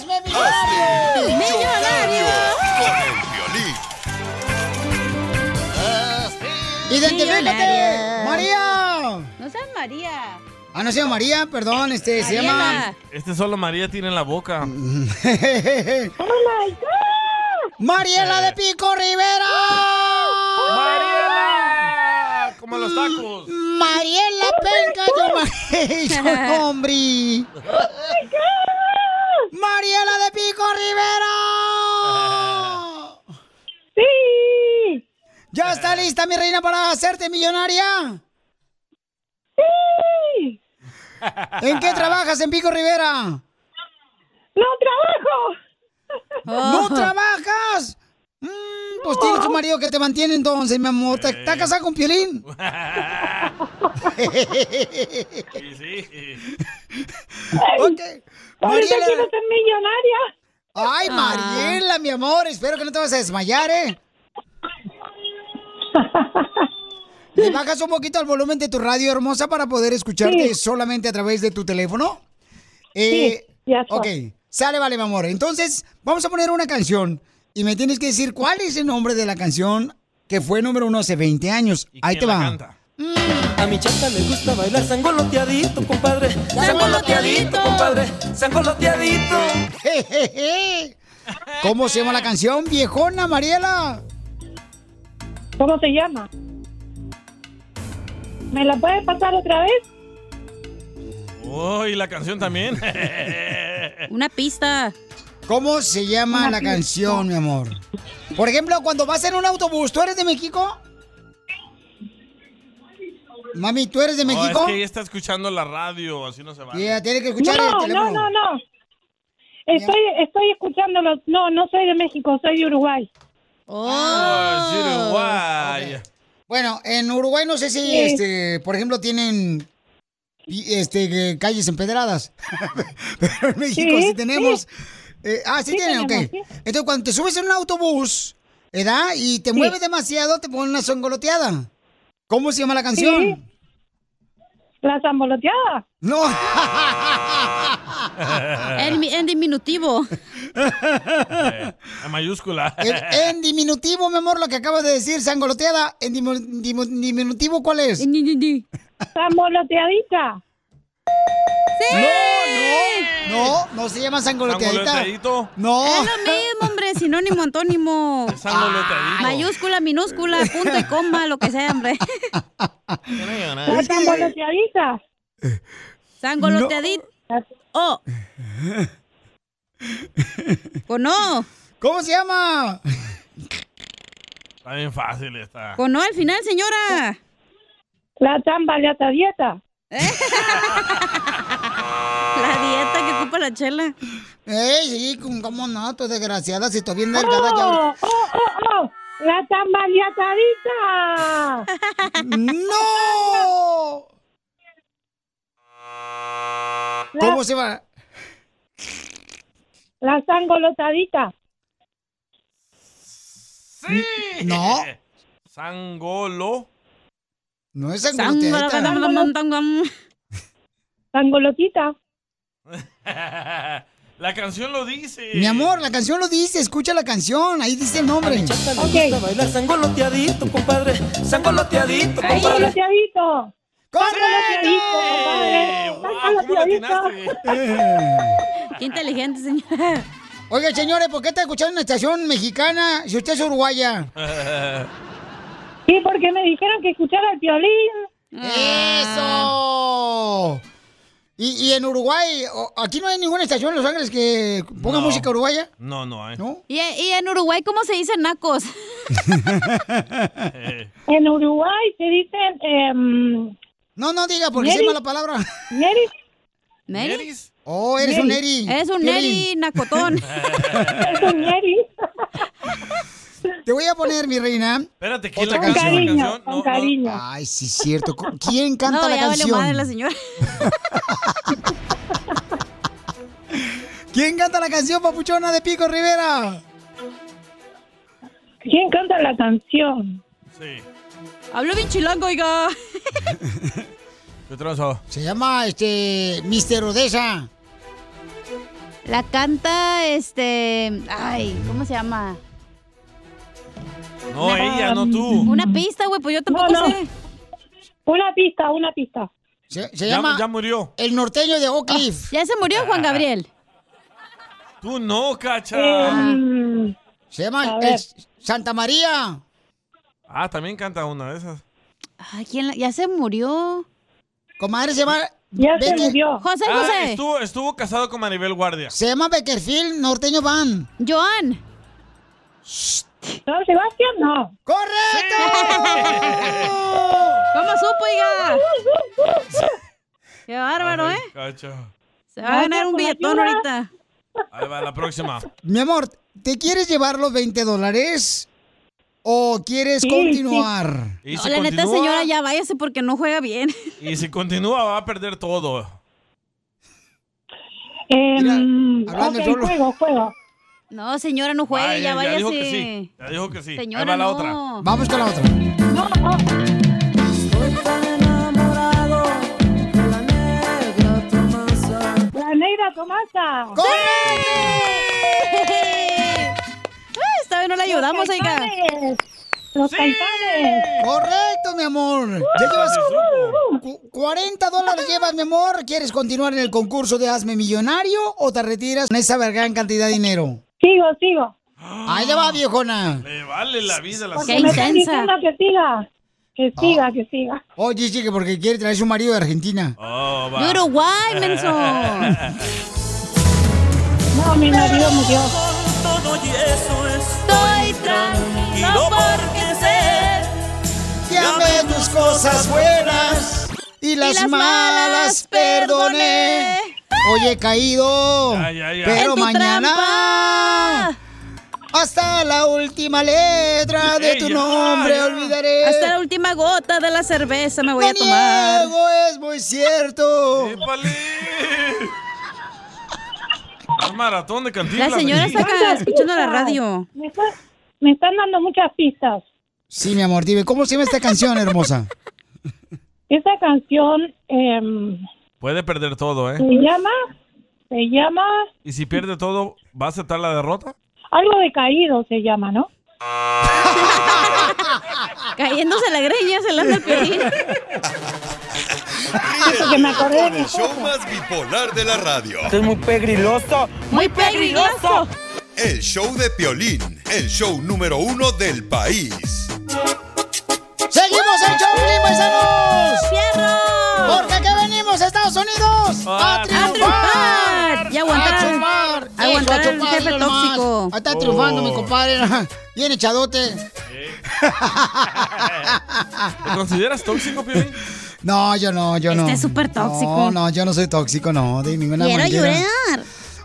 Speaker 4: millonario!
Speaker 9: ¡Millonario! Violín.
Speaker 4: ¡Ah! ¡Identifícate!
Speaker 7: Millonario.
Speaker 4: ¡María!
Speaker 7: No seas María.
Speaker 4: Ah, no se llama María, perdón, este, se llama...
Speaker 5: Este solo María tiene en la
Speaker 4: [LAUGHS]
Speaker 5: boca.
Speaker 4: ¡Mariela de Pico Rivera!
Speaker 5: ¡Mariela! Como los tacos.
Speaker 4: ¡Mariela Penca! yo ma- yo, [LAUGHS] hombre! ¡Mariela de Pico Rivera! ¡Sí! ¿Ya está lista, mi reina, para hacerte millonaria? ¡Sí! ¿En qué trabajas en Pico Rivera? ¡No trabajo! ¿No
Speaker 8: Ah.
Speaker 5: [LAUGHS]
Speaker 4: trabajas? Mm, pues tienes un marido que te mantiene entonces, mi amor. ¿Te- ¿Estás casada con [LAUGHS] Piolín? Ok. Mariela. quiero ser millonaria. Ay,
Speaker 8: Ah.
Speaker 4: Mariela, mi amor, espero que no te vas a desmayar,
Speaker 8: [LAUGHS]
Speaker 4: ¿eh? ¿Le bajas un poquito al volumen de tu radio, hermosa, para poder escucharte
Speaker 8: Sí.
Speaker 4: solamente a través de tu teléfono? Eh,
Speaker 8: Sí, ya está.
Speaker 4: Ok, sale, vale, mi amor. Entonces, vamos a poner una canción y me tienes que decir cuál es el nombre de la canción que fue número uno hace 20 años. Ahí te
Speaker 8: la
Speaker 4: va. Mm.
Speaker 8: canta? A mi chata le gusta bailar sangoloteadito, compadre. Sangoloteadito, compadre. Sangoloteadito.
Speaker 4: [LAUGHS] ¿Cómo se llama la canción, viejona Mariela?
Speaker 11: ¿Cómo se llama? ¿Me la puedes pasar otra vez?
Speaker 5: Oh, y la canción también.
Speaker 4: Una pista. ¿Cómo se llama
Speaker 5: Una
Speaker 4: la
Speaker 5: pista.
Speaker 4: canción, mi amor? Por ejemplo, cuando vas en un autobús, ¿tú eres de México? [LAUGHS] Mami, ¿tú eres de
Speaker 5: No,
Speaker 4: México?
Speaker 5: es que ella está escuchando la radio, así no se va.
Speaker 4: Ya, tiene que escuchar el
Speaker 11: no,
Speaker 4: teléfono.
Speaker 11: no, no, no. Estoy, estoy escuchándolo. No, no soy de México, soy de Uruguay.
Speaker 4: Oh.
Speaker 5: Ah, es Uruguay.
Speaker 4: Bueno, en Uruguay no sé si,
Speaker 11: Sí.
Speaker 4: este, por ejemplo, tienen y- este, eh, calles empedradas. [LAUGHS] Pero en México sí,
Speaker 11: Sí,
Speaker 4: tenemos.
Speaker 11: sí.
Speaker 4: Eh, ah, sí,
Speaker 11: Sí
Speaker 4: tienen, ok.
Speaker 11: tenemos,
Speaker 4: Entonces, cuando te subes en un autobús, ¿verdad? Y te
Speaker 11: Sí.
Speaker 4: mueves demasiado, te ponen una songoloteada. ¿Cómo se llama la canción?
Speaker 11: Sí. La zamboloteada.
Speaker 4: No.
Speaker 7: [LAUGHS]
Speaker 5: [LAUGHS]
Speaker 7: En, mi- en diminutivo.
Speaker 5: Eh, a mayúscula.
Speaker 4: [LAUGHS] En, en diminutivo, mi amor, lo que acabas de decir, sangoloteada. ¿En dimu- dimu- diminutivo cuál es? Sangoloteadita. ¡Sí! No, no, no, no se llama sangoloteadita.
Speaker 5: Sangoloteadito.
Speaker 4: No.
Speaker 7: Es lo mismo, hombre. Sinónimo, antónimo.
Speaker 5: sangoloteadito.
Speaker 7: Mayúscula, minúscula, punto y coma, lo que sea, hombre.
Speaker 5: La
Speaker 7: sangoloteadita. Sangoloteadita. Oh. Pues no.
Speaker 4: ¿Cómo se llama?
Speaker 5: Está bien fácil esta.
Speaker 7: Pues no, al final, señora. La tambaleata dieta. la dieta que ocupa la chela.
Speaker 4: Ey, sí, cum- cómo no, tú desgraciada, si estoy bien delgada ya.
Speaker 8: Oh,
Speaker 11: La tambaleatadita.
Speaker 4: ¡No! ¿Cómo se va?
Speaker 11: La sangolotadita.
Speaker 4: No.
Speaker 5: [LAUGHS] Sangolo.
Speaker 4: No es
Speaker 11: Sangolotita.
Speaker 5: [LAUGHS] La canción lo dice.
Speaker 4: Mi amor, la canción lo dice, escucha la canción, ahí dice el nombre.
Speaker 11: Bailar sangoloteadito, compadre.
Speaker 5: Sangoloteadito,
Speaker 11: compadre. Sangoloteadito.
Speaker 4: ¡Correcto!
Speaker 7: Qué inteligente, señora.
Speaker 4: Oiga, señores, ¿por qué está escuchando una estación mexicana si usted es uruguaya?
Speaker 11: Sí, porque me dijeron que escuchara el violín.
Speaker 4: ¡Eso! Y, y en Uruguay, o- aquí no hay ninguna estación en Los Ángeles que ponga
Speaker 5: No.
Speaker 4: música uruguaya.
Speaker 5: No, no hay.
Speaker 7: ¿Y, y en Uruguay cómo se dice nacos?
Speaker 11: [LAUGHS] En Uruguay se dicen... em,
Speaker 4: no, no diga,
Speaker 11: porque se llama la
Speaker 4: palabra.
Speaker 11: ¿Neris?
Speaker 7: ¿Neris?
Speaker 4: Oh, eres un neri.
Speaker 7: Eres un neri,
Speaker 4: [LAUGHS]
Speaker 7: nacotón.
Speaker 4: Eres un neri. Te voy a poner, mi reina.
Speaker 5: Espérate,
Speaker 4: ¿quién
Speaker 5: la Con canta la cariño, canción? con No, no.
Speaker 4: cariño. Ay, sí, es cierto. ¿Cu- ¿Quién canta
Speaker 7: no,
Speaker 4: la
Speaker 7: ya valió
Speaker 4: canción?
Speaker 7: madre la señora.
Speaker 4: ¿Quién canta la canción, papuchona de Pico
Speaker 7: [LAUGHS]
Speaker 4: Rivera?
Speaker 8: ¿Quién canta la canción?
Speaker 5: Sí.
Speaker 7: Habló bien chilango, oiga.
Speaker 5: ¿Qué tranza?
Speaker 4: Se llama, este, Mister Odessa.
Speaker 7: La canta, este. Ay, ¿cómo se llama?
Speaker 5: No, ella, no tú.
Speaker 7: Una pista, güey, pues yo tampoco sé.
Speaker 8: Una pista, una pista.
Speaker 4: Se,
Speaker 5: Ya- ya murió.
Speaker 4: El norteño de Oak Cliff.
Speaker 7: Ah, ya se murió Juan Gabriel.
Speaker 5: Tú no, cacha.
Speaker 8: Ah. Em.
Speaker 4: Ah. Se llama
Speaker 7: A
Speaker 4: el
Speaker 7: ver.
Speaker 4: Santa María.
Speaker 5: Ah, también canta una de esas.
Speaker 7: Ay, ¿quién la- Ya se murió.
Speaker 4: Comadre, se llama. Becker-
Speaker 7: José
Speaker 5: Ah,
Speaker 7: José.
Speaker 5: estuvo, estuvo casado con Maribel Guardia.
Speaker 4: Se llama Beckerfield Norteño Van.
Speaker 7: Joan.
Speaker 8: No, Sebastián, no.
Speaker 4: ¡Correcto!
Speaker 7: [LAUGHS] ¿Cómo supo,
Speaker 8: [LAUGHS]
Speaker 7: oiga? Qué bárbaro,
Speaker 5: Ay,
Speaker 7: ¿eh?
Speaker 5: Cacha.
Speaker 7: Se va a ganar un billetón ahorita.
Speaker 5: Ahí va la próxima.
Speaker 4: Mi amor, ¿te quieres llevar los 20 dólares? ¿O quieres continuar?
Speaker 5: Y
Speaker 7: No,
Speaker 5: si
Speaker 7: ¿eh? la neta,
Speaker 5: continúa-
Speaker 7: señora, ya váyase porque no juega bien.
Speaker 5: Y si continúa, va a perder todo.
Speaker 8: hablando Em, ok, solo. juego, juego.
Speaker 7: No, señora, no juegue,
Speaker 5: Ay,
Speaker 7: ya
Speaker 5: ya dijo que
Speaker 7: váyase.
Speaker 5: sí. Ya dijo que sí.
Speaker 7: Señora,
Speaker 5: Ahí va la
Speaker 7: no.
Speaker 5: otra.
Speaker 4: Vamos con la otra.
Speaker 8: La Neida Tomasa.
Speaker 7: Esta vez no la ayudamos, oiga.
Speaker 8: Eh, Los caifanes.
Speaker 4: Correcto, mi amor. Ya llevas cu- 40 dólares llevas, mi amor. ¿Quieres continuar en el concurso de Hazme Millonario o te retiras con esa gran cantidad de dinero?
Speaker 8: Sigo, sigo.
Speaker 4: Ahí le va, viejona.
Speaker 5: Le vale la vida a la
Speaker 8: Porque
Speaker 5: señora.
Speaker 8: me están diciendo que siga. Que siga, que siga.
Speaker 4: Ah. Oye, sí, que porque quiere traer su marido de Argentina.
Speaker 5: Oh,
Speaker 8: De Uruguay, menso. No, mi marido murió.
Speaker 2: Todo y eso estoy tranquilo porque sé
Speaker 4: que amé tus cosas buenas y las,
Speaker 2: las
Speaker 4: malas
Speaker 2: malas
Speaker 4: perdoné. Hoy he caído,
Speaker 2: ya.
Speaker 4: pero
Speaker 2: En tu
Speaker 4: mañana hasta la última letra de tu nombre olvidaré.
Speaker 7: Hasta la última gota de la cerveza me voy a tomar.
Speaker 4: Diego, es muy cierto.
Speaker 5: Es maratón de cantina.
Speaker 8: Me, está- me están dando muchas pistas.
Speaker 4: Sí, mi amor, dime, ¿cómo se llama esta canción, hermosa?
Speaker 8: Esa canción em,
Speaker 5: Puede perder todo, ¿eh?
Speaker 8: se llama, se llama,
Speaker 5: Y si pierde todo, ¿va a aceptar la derrota?
Speaker 8: algo de caído se llama, ¿no?
Speaker 7: Cayéndose la greña, se la anda el piolín.
Speaker 2: Ah,
Speaker 9: Ríete con el show más bipolar de la radio.
Speaker 2: es muy pegriloso, muy pegriloso.
Speaker 9: El show de Piolín, el show número uno del país.
Speaker 4: ¡Seguimos el show, Piolín, paisanos!
Speaker 7: ¡Fierro!
Speaker 4: Porque aquí venimos, Estados Unidos, a
Speaker 2: Ah. A
Speaker 4: triunfar.
Speaker 2: triunfar y aguantar.
Speaker 4: A chupar.
Speaker 2: A aguantar
Speaker 4: Eso, a
Speaker 2: al
Speaker 4: chupar,
Speaker 2: jefe
Speaker 4: nomás.
Speaker 2: tóxico.
Speaker 4: Ahí está triunfando,
Speaker 2: Oh.
Speaker 4: mi compadre. [LAUGHS] Bien echadote. Ah.
Speaker 5: ¿Te consideras tóxico, Piolín?
Speaker 4: No, yo no, yo no.
Speaker 5: Este es súper
Speaker 4: No,
Speaker 5: tóxico.
Speaker 4: no, yo no soy tóxico, no, de ninguna
Speaker 7: Quiero
Speaker 4: manera.
Speaker 7: llorar.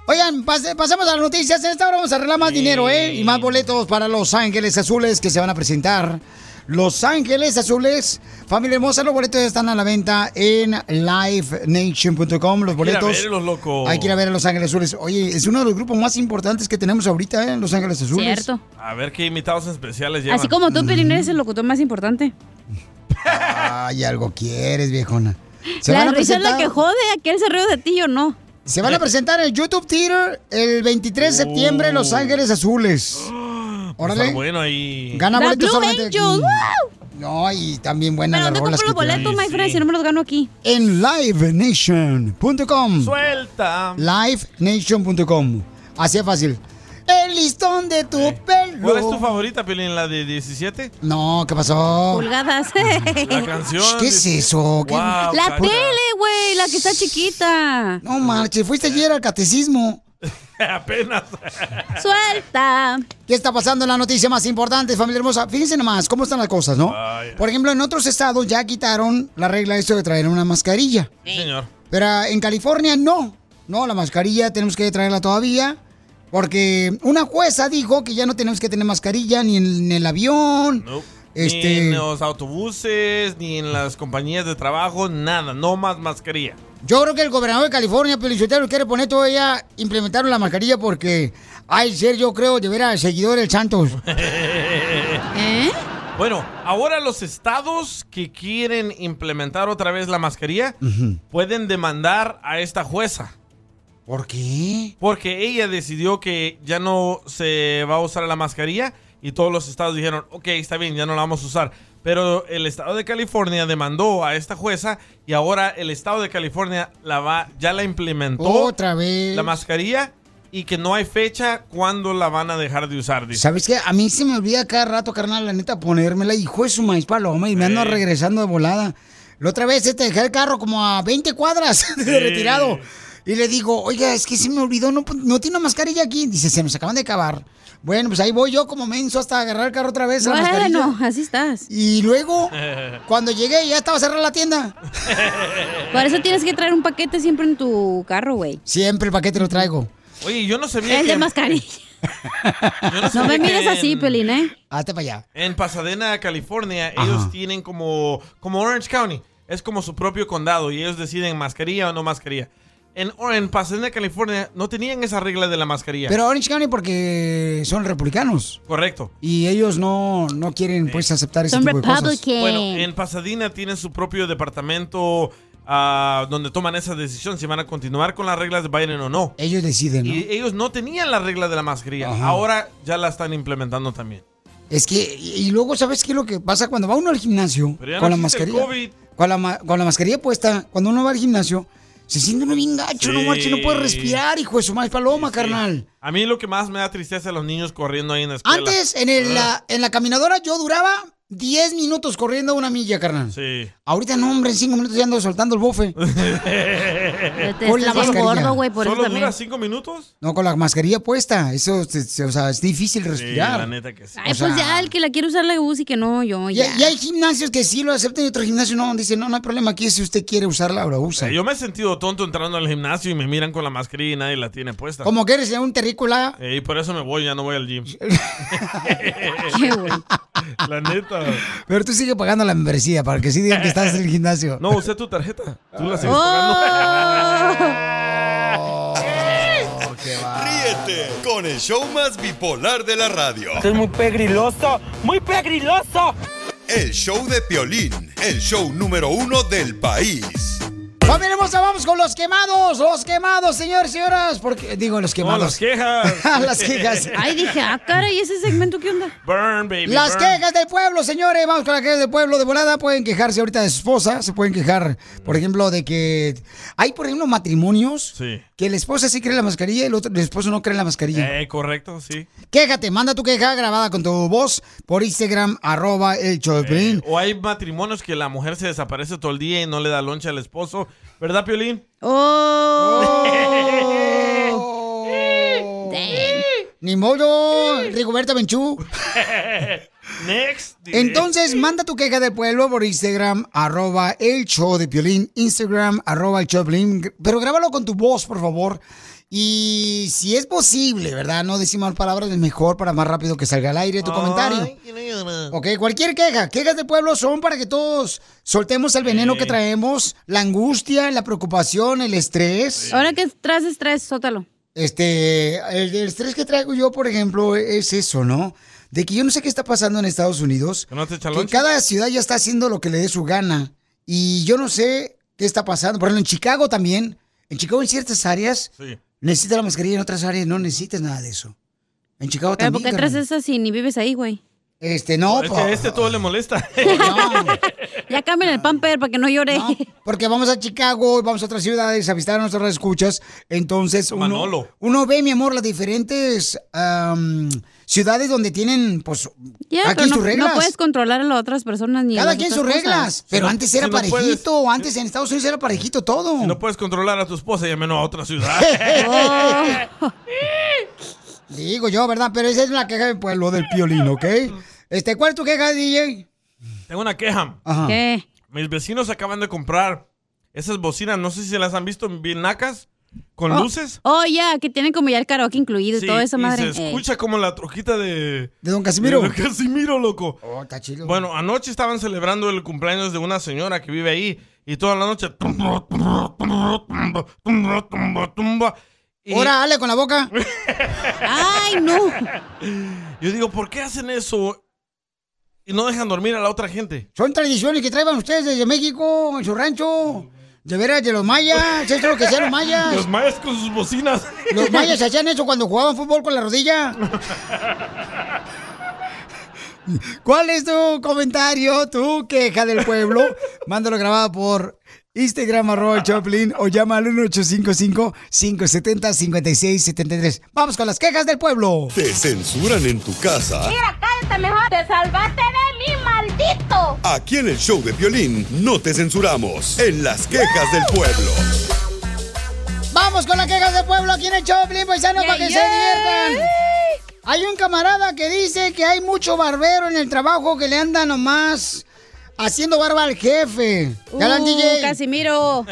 Speaker 4: Oigan, pase- pasemos a las noticias. En esta hora vamos a arreglar más dinero, ¿eh? Y más boletos para Los Ángeles Azules que se van a presentar. Los Ángeles Azules, familia hermosa, los boletos ya están a la venta en livenation.com. Los
Speaker 5: Hay que ir a
Speaker 4: boletos.
Speaker 5: verlos, loco.
Speaker 4: Hay que ir a ver a Los Ángeles Azules. Oye, es uno de los grupos más importantes que tenemos ahorita, ¿eh? Los Ángeles Azules.
Speaker 7: Cierto.
Speaker 5: A ver qué invitados especiales llevan.
Speaker 7: Así como tú, Piolín, eres el locutor más importante.
Speaker 4: Ay, algo quieres, viejona. Se
Speaker 7: la
Speaker 4: van a
Speaker 7: risa es la
Speaker 4: presentar.
Speaker 7: que jode, aquel se río de ti o no.
Speaker 4: Se van a presentar en el YouTube Theater el 23 de septiembre en Los
Speaker 5: [GASPS]
Speaker 4: Ángeles Azules.
Speaker 5: Oh. Está
Speaker 4: Órale.
Speaker 5: bueno ahí.
Speaker 4: Gana
Speaker 7: The
Speaker 4: boletos
Speaker 7: Blue
Speaker 4: solamente aquí.
Speaker 7: Angels,
Speaker 4: No, y también buenas las
Speaker 7: ¿Dónde
Speaker 4: rolas
Speaker 7: compro
Speaker 4: que
Speaker 7: los boletos,
Speaker 4: tienen.
Speaker 7: my friend, si no me los gano aquí?
Speaker 4: En livenation.com.
Speaker 5: Suelta.
Speaker 4: Livenation.com. Así es fácil. El listón de tu pelo.
Speaker 5: ¿Cuál es tu favorita, Piolín? ¿La de 17?
Speaker 4: No, ¿qué pasó?
Speaker 7: Pulgadas. [LAUGHS]
Speaker 5: La canción.
Speaker 4: ¿Qué es eso? ¿Qué-
Speaker 5: Guau,
Speaker 7: La
Speaker 5: cacha.
Speaker 7: tele, güey, la que está chiquita.
Speaker 4: No marches, fuiste ayer al catecismo.
Speaker 5: [LAUGHS] Apenas.
Speaker 7: Suelta.
Speaker 4: ¿Qué está pasando en la noticia más importante, familia hermosa? Fíjense nomás cómo están las cosas, ¿no? Por ejemplo, en otros estados ya quitaron la regla esto de traer una mascarilla.
Speaker 5: Sí, señor.
Speaker 4: Pero en California no. No, la mascarilla tenemos que traerla todavía. Porque una jueza dijo que ya no tenemos que tener mascarilla ni en, en el avión.
Speaker 5: Ni
Speaker 4: Este,
Speaker 5: en los autobuses, ni en las compañías de trabajo, nada, no más mascarilla. [LAUGHS]
Speaker 4: Yo creo que el gobernador de California, Pelichotero, quiere poner todavía, implementaron la mascarilla porque hay ser, yo creo, de veras seguidor del Santos.
Speaker 7: ¿Eh?
Speaker 5: Bueno, ahora los estados que quieren implementar otra vez la mascarilla pueden demandar a esta jueza.
Speaker 4: ¿Por qué?
Speaker 5: Porque ella decidió que ya no se va a usar la mascarilla y todos los estados dijeron, ok, está bien, ya no la vamos a usar. Pero el estado de California demandó a esta jueza y ahora el estado de California la va, ya la implementó.
Speaker 4: Otra vez.
Speaker 5: La mascarilla y que no hay fecha cuando la van a dejar de usar. dice.
Speaker 4: ¿Sabes qué? A mí se me olvida cada rato, carnal, la neta, ponérmela. Hijo de su maíz paloma y me ando
Speaker 5: Sí.
Speaker 4: regresando de volada. La otra vez, este, dejé el carro como a 20 cuadras [LAUGHS] de
Speaker 5: Sí.
Speaker 4: retirado. Y le digo, oiga, es que se me olvidó, no, pues, no tiene una mascarilla aquí. Dice, se nos acaban de acabar. Bueno, pues ahí voy yo como menso hasta agarrar el carro otra vez. la mascarilla.
Speaker 7: Bueno, así estás.
Speaker 5: [LAUGHS]
Speaker 4: Y luego, cuando llegué, ya estaba cerrada la tienda.
Speaker 7: Por eso tienes que traer un paquete siempre en tu carro, güey.
Speaker 4: Siempre el paquete lo traigo.
Speaker 5: Oye, yo no sabía
Speaker 7: El
Speaker 5: que
Speaker 7: de
Speaker 5: en-
Speaker 7: mascarilla.
Speaker 5: yo
Speaker 7: No
Speaker 5: sabía
Speaker 7: me
Speaker 5: que
Speaker 7: mires así,
Speaker 5: en-
Speaker 7: Pelín, ¿eh?
Speaker 4: Hazte para allá.
Speaker 5: En Pasadena, California, ellos tienen como, como Orange County. Es como su propio condado y ellos deciden mascarilla o no mascarilla. En, o- en Pasadena, California, no tenían esa regla de la mascarilla.
Speaker 4: Pero Orange County porque son republicanos.
Speaker 5: Correcto.
Speaker 4: Y ellos no, no quieren pues aceptar ese tipo de cosas.
Speaker 5: Bueno, en Pasadena tienen su propio departamento ah, donde toman esa decisión si van a continuar con las reglas de Biden o no.
Speaker 4: Ellos deciden, ¿no?
Speaker 5: Y ellos no tenían la regla de la mascarilla.
Speaker 4: Ajá.
Speaker 5: Ahora ya la están implementando también.
Speaker 4: Es que, y y luego, ¿sabes qué es lo que pasa? Cuando va uno al gimnasio
Speaker 5: Pero ya
Speaker 4: con
Speaker 5: no
Speaker 4: la
Speaker 5: existe el
Speaker 4: mascarilla.
Speaker 5: COVID.
Speaker 4: Con la, ma- con la mascarilla puesta, cuando uno va al gimnasio, se siente uno bien gacho, no
Speaker 5: Sí.
Speaker 4: marche, no puede respirar, hijo de su madre paloma, carnal.
Speaker 5: A mí lo que más me da tristeza es los niños corriendo ahí en la Ah. escuela.
Speaker 4: Antes, en, el, la, en la caminadora, yo duraba 10 minutos corriendo una milla, carnal.
Speaker 5: Sí.
Speaker 4: Ahorita no, hombre, en 5 minutos ya ando soltando el
Speaker 5: [LAUGHS]
Speaker 4: bofe. [LAUGHS] Con la mascarilla.
Speaker 5: ¿Solo dura cinco minutos?
Speaker 4: No, con la mascarilla puesta. Eso, se- se- o sea, es difícil respirar.
Speaker 5: la neta que sí.
Speaker 7: Ay,
Speaker 4: O sea-
Speaker 7: pues ya, el que la quiere usar la usa y que no, yo
Speaker 4: Y,
Speaker 7: ya.
Speaker 4: y hay gimnasios que sí lo aceptan y otros gimnasios no. Dicen, no, no hay problema aquí. Si usted quiere usarla, la usa.
Speaker 5: Yo me he sentido tonto entrando al gimnasio y me miran con la mascarilla y nadie la tiene puesta.
Speaker 4: Como que eres
Speaker 5: [LAUGHS]
Speaker 4: un terrícola.
Speaker 5: Eh, y por eso me voy, ya no voy al gym. Eh, [LAUGHS] La neta.
Speaker 4: Pero tú sigue pagando la membresía para que sí digan que estás en el gimnasio.
Speaker 5: No,
Speaker 4: [LAUGHS]
Speaker 5: usé tu tarjeta. Tú la sigues
Speaker 4: Oh.
Speaker 7: Oh.
Speaker 9: Ríete con el show más bipolar de la radio.
Speaker 10: Esto es muy pegriloso, muy pegriloso.
Speaker 9: El show de Piolín, el show número uno del país.
Speaker 4: Familia hermosa, vamos con los quemados. Los quemados, señores y señoras. Porque, digo, los quemados.
Speaker 5: las quejas.
Speaker 4: [LAUGHS]
Speaker 5: [LAUGHS]
Speaker 4: las quejas.
Speaker 7: Ay, dije, ah, cara, ¿y ese segmento qué onda?
Speaker 5: Burn, baby.
Speaker 4: Las
Speaker 5: burn.
Speaker 4: quejas del pueblo, señores. Vamos con las quejas del pueblo de volada. Pueden quejarse ahorita de su esposa. Se pueden quejar, por ejemplo, de que hay, por ejemplo, matrimonios
Speaker 5: Sí.
Speaker 4: que la esposa sí cree la mascarilla y el, otro, el esposo no cree la mascarilla.
Speaker 5: Eh, correcto, sí.
Speaker 4: Quéjate, manda tu queja grabada con tu voz por Instagram, arroba el show de Piolín.
Speaker 5: Eh, O hay matrimonios que la mujer se desaparece todo el día y no le da lonche al esposo. ¿Verdad, Piolín?
Speaker 4: Oh. Ni modo, Rigoberta Menchú.
Speaker 5: [LAUGHS] Next. diré.
Speaker 4: Entonces, manda tu queja del pueblo por Instagram, arroba el show de Piolín, Instagram, arroba el show de Piolín, pero grábalo con tu voz, por favor. Y si es posible, ¿verdad? No decir mal palabras, es mejor para más rápido que salga al aire tu comentario. Ok, cualquier queja, quejas del pueblo son para que todos soltemos el veneno que traemos, la angustia, la preocupación, el estrés.
Speaker 7: Ahora que traes estrés, sótalo.
Speaker 4: Este, el, el estrés que traigo yo, por ejemplo, es eso, ¿no? De que yo no sé qué está pasando en Estados Unidos.
Speaker 5: ¿No te echa
Speaker 4: Que
Speaker 5: lonche?
Speaker 4: cada ciudad ya está haciendo lo que le dé su gana. Y yo no sé qué está pasando. Por ejemplo, en Chicago también. En Chicago, en ciertas áreas,
Speaker 5: Sí.
Speaker 4: necesitas la mascarilla. En otras áreas, no necesitas nada de eso. En Chicago
Speaker 7: Pero ¿por
Speaker 4: también.
Speaker 7: qué traes
Speaker 4: carnal.
Speaker 7: eso si ni vives ahí, güey?
Speaker 4: Este, no,
Speaker 5: Es que
Speaker 4: pa-
Speaker 5: a este todo le
Speaker 4: [LAUGHS]
Speaker 5: molesta.
Speaker 7: Ya cambien el pamper para que no llore.
Speaker 4: porque vamos a Chicago, vamos a otras ciudades a visitar a nuestras escuchas. Entonces, uno,
Speaker 5: Manolo.
Speaker 4: uno ve, mi amor, las diferentes am, ciudades donde tienen, pues,
Speaker 7: Ya,
Speaker 4: cada
Speaker 7: pero
Speaker 4: quien
Speaker 7: no,
Speaker 4: sus reglas.
Speaker 7: no puedes controlar a las otras personas ni a
Speaker 4: cada
Speaker 7: las
Speaker 4: quien sus
Speaker 7: otras cosas.
Speaker 4: reglas. Pero
Speaker 5: Si no-
Speaker 4: antes era
Speaker 5: si no
Speaker 4: parejito,
Speaker 5: puedes-
Speaker 4: antes en Estados Unidos era parejito todo.
Speaker 5: No puedes controlar a tu esposa y menos a otra
Speaker 4: [LAUGHS]
Speaker 5: ciudad.
Speaker 4: Oh. Digo yo, ¿verdad? Pero esa es la queja del pueblo del piolín, ¿ok? Este, ¿cuál es tu queja, DJ?
Speaker 5: Tengo una queja.
Speaker 7: Ah.
Speaker 4: Ajá. ¿Qué?
Speaker 5: Mis vecinos acaban de comprar esas bocinas, no sé si las han visto bien nacas, ¿Con
Speaker 7: Oh.
Speaker 5: luces?
Speaker 7: Oh, ya, que tienen como ya el karaoke incluido y todo eso,
Speaker 5: y
Speaker 7: madre. Eh,
Speaker 5: se
Speaker 7: Ey.
Speaker 5: escucha como la troquita de...
Speaker 4: De Don Casimiro.
Speaker 5: De Don Casimiro, loco.
Speaker 4: Oh, está chido.
Speaker 5: Bueno, anoche estaban celebrando el cumpleaños de una señora que vive ahí y toda la noche... tumba, tumba, tumba, tumba, tumba, tumba, tumba. Y
Speaker 4: Órale, con la boca.
Speaker 7: ¡Ay, no!
Speaker 5: Yo digo, ¿por qué hacen eso y no dejan dormir a la otra gente?
Speaker 4: Son tradiciones que traen ustedes desde México, en su rancho. De veras, de los mayas. Eso es lo que hacían los mayas.
Speaker 5: Los mayas con sus bocinas.
Speaker 4: Los
Speaker 5: [LAUGHS]
Speaker 4: mayas hacían eso cuando jugaban fútbol con la rodilla. ¿Cuál es tu comentario, tu queja del pueblo? Mándalo grabado por Instagram, arroba el Choplin, o llama al 1855-570-5673. Vamos con las quejas del pueblo.
Speaker 9: Te censuran en tu casa.
Speaker 18: cállate mejor. Te salvaste de mi
Speaker 5: [LAUGHS]
Speaker 18: maldito.
Speaker 9: Aquí en el show de violín no te censuramos. En las quejas del pueblo.
Speaker 4: Vamos con las quejas del pueblo aquí en el Choplin, paisanos,
Speaker 2: Yeah,
Speaker 4: para que
Speaker 2: yeah.
Speaker 4: se diviertan. Hay un camarada que dice que hay mucho barbero en el trabajo que le anda nomás haciendo barba al jefe. Ya la
Speaker 7: Uh,
Speaker 4: DJ.
Speaker 7: Casimiro.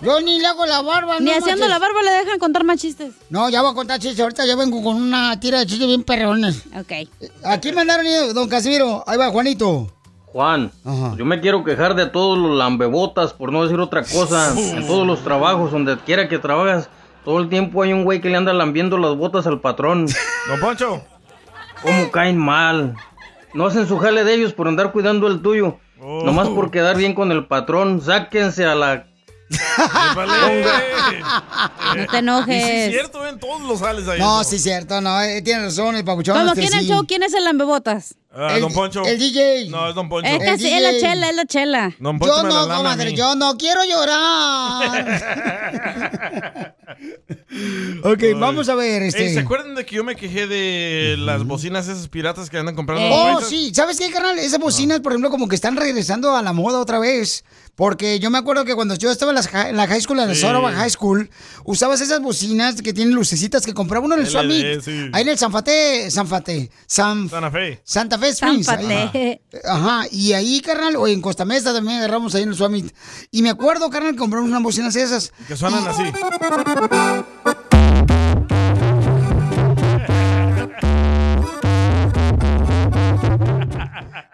Speaker 4: Yo ni le hago la barba.
Speaker 7: Ni haciendo la barba le dejan contar más chistes.
Speaker 4: No, ya voy a contar chistes. Ahorita yo vengo con una tira de chistes bien perrones. Eh,
Speaker 7: Ok.
Speaker 4: Aquí mandaron, eh, don Casimiro. Ahí va, Juanito.
Speaker 19: Juan, yo me quiero quejar de todos los lambebotas, por no decir otra cosa, en todos los trabajos, donde quiera que trabajas, todo el tiempo hay un güey que le anda lambiendo las botas al patrón.
Speaker 5: [LAUGHS] Don Poncho.
Speaker 19: ¿Cómo caen mal? No hacen su jale de ellos por andar cuidando el tuyo,
Speaker 5: Oh.
Speaker 19: nomás por quedar bien con el patrón, sáquense
Speaker 5: [LAUGHS]
Speaker 19: a la...
Speaker 7: No te
Speaker 5: Y sí es
Speaker 7: enojes.
Speaker 5: cierto, en todos los sales ahí.
Speaker 4: No, sí, cierto, no. eh, tiene razón el papuchón.
Speaker 7: Cuando
Speaker 4: este,
Speaker 7: quieren el
Speaker 4: sí.
Speaker 7: show, ¿quién es el lambebotas?
Speaker 5: Ah, don Poncho.
Speaker 4: El DJ.
Speaker 5: No, es Don Poncho.
Speaker 7: Es Eh, casi, es la chela, es la chela.
Speaker 5: Don Poncho
Speaker 4: Yo
Speaker 5: me la
Speaker 4: no,
Speaker 5: lana a
Speaker 4: comadre,
Speaker 5: mí.
Speaker 4: yo no quiero llorar. ok, vamos a ver. Este.
Speaker 5: Ey, ¿Se acuerdan de que yo me quejé de las bocinas esas piratas que andan comprando? los
Speaker 4: Oh,
Speaker 5: paisas?
Speaker 4: sí, ¿sabes qué, carnal? Esas bocinas, por ejemplo, como que están regresando a la moda otra vez. Porque yo me acuerdo que cuando yo estaba en la, hi- en la high school, en la
Speaker 2: Sí.
Speaker 4: Soraba High School, usabas esas bocinas que tienen lucecitas que compraba uno en el
Speaker 2: LD,
Speaker 4: Suami.
Speaker 2: sí.
Speaker 4: Ahí en el Sanfate, Sanfate, San,
Speaker 5: Santa Fe.
Speaker 4: [LAUGHS] Santa Fe Springs.
Speaker 2: San
Speaker 4: Ahí.
Speaker 2: Fate.
Speaker 4: Ajá. Y ahí, carnal, o en Costa Mesa también agarramos ahí en el Suami. Y me acuerdo, carnal, que compramos unas bocinas esas.
Speaker 5: Que suenan así.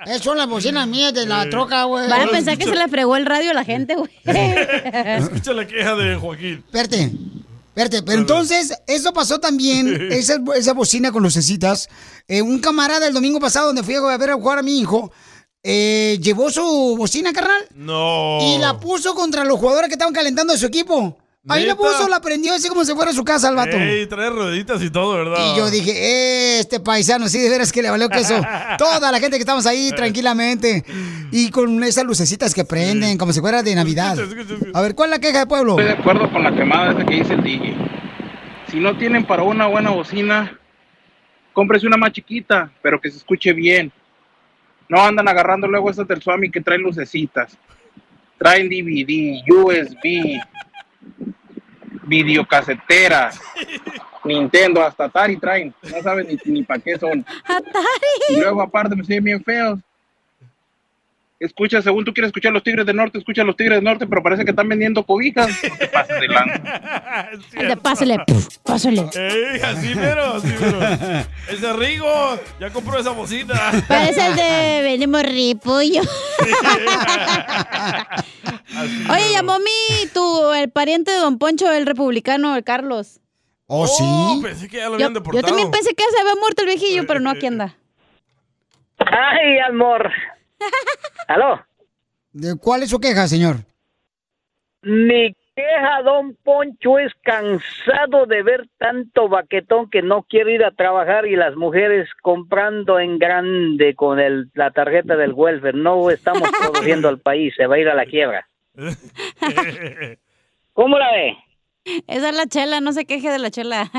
Speaker 4: Esas son las bocinas mías de la troca, güey.
Speaker 7: Van a pensar que se le fregó el radio a la gente, güey. [LAUGHS]
Speaker 5: Escucha la queja de Joaquín.
Speaker 4: Espérate, espérate. Pero entonces, eso pasó
Speaker 5: [LAUGHS]
Speaker 4: también, esa, esa bocina con lucecitas. Eh, un camarada el domingo pasado, donde fui a ver a jugar a mi hijo, eh, llevó su bocina, carnal,
Speaker 5: No.
Speaker 4: y la puso contra los jugadores que estaban calentando de su equipo. Ahí la
Speaker 5: ¿Neta?
Speaker 4: puso, la prendió así como si fuera a su casa el vato.
Speaker 5: Ey, trae rueditas y todo, ¿verdad?
Speaker 4: Y yo dije, "Eh, este paisano, sí, de veras que le
Speaker 5: [LAUGHS]
Speaker 4: valió queso. Toda la gente que estamos ahí tranquilamente. Y con esas lucecitas que prenden, como si fuera de Navidad. A ver, ¿cuál es la queja del pueblo?
Speaker 25: Estoy de acuerdo con la quemada esa que dice el DJ. Si no tienen para una buena bocina, cómprese una más chiquita, pero que se escuche bien. No andan agarrando luego esas del Swami que traen lucecitas. Traen DVD, USB, videocasetera, Nintendo, hasta Atari traen. No saben ni, ni para qué son. Y luego aparte me siguen bien feos. Escucha, según tú quieres escuchar los Tigres del Norte, escucha los Tigres del Norte, pero parece que están vendiendo cobijas. No te pases de lanza.
Speaker 7: Pásale, puf, pásale.
Speaker 5: Ey, así mero, así
Speaker 4: [LAUGHS]
Speaker 5: mero. Ese Rigo ya compró esa bocina.
Speaker 7: Parece el de venimos ripollo. Oye, llamó mi, tu, el pariente de Don Poncho, el republicano, el Carlos.
Speaker 4: Oh, sí.
Speaker 5: pensé que ya lo
Speaker 7: Yo,
Speaker 5: habían
Speaker 7: yo
Speaker 5: deportado.
Speaker 7: también pensé que se había muerto el viejillo, pero no, aquí anda.
Speaker 20: Ay, amor. ¿Aló?
Speaker 4: ¿De ¿Cuál es su queja, señor?
Speaker 20: Mi queja, don Poncho, es cansado de ver tanto baquetón que no quiere ir a trabajar y las mujeres comprando en grande con el, la tarjeta del welfare. No estamos produciendo al país, se va a ir a la quiebra. ¿Cómo la ve?
Speaker 7: Esa es la chela, no se queje de la chela.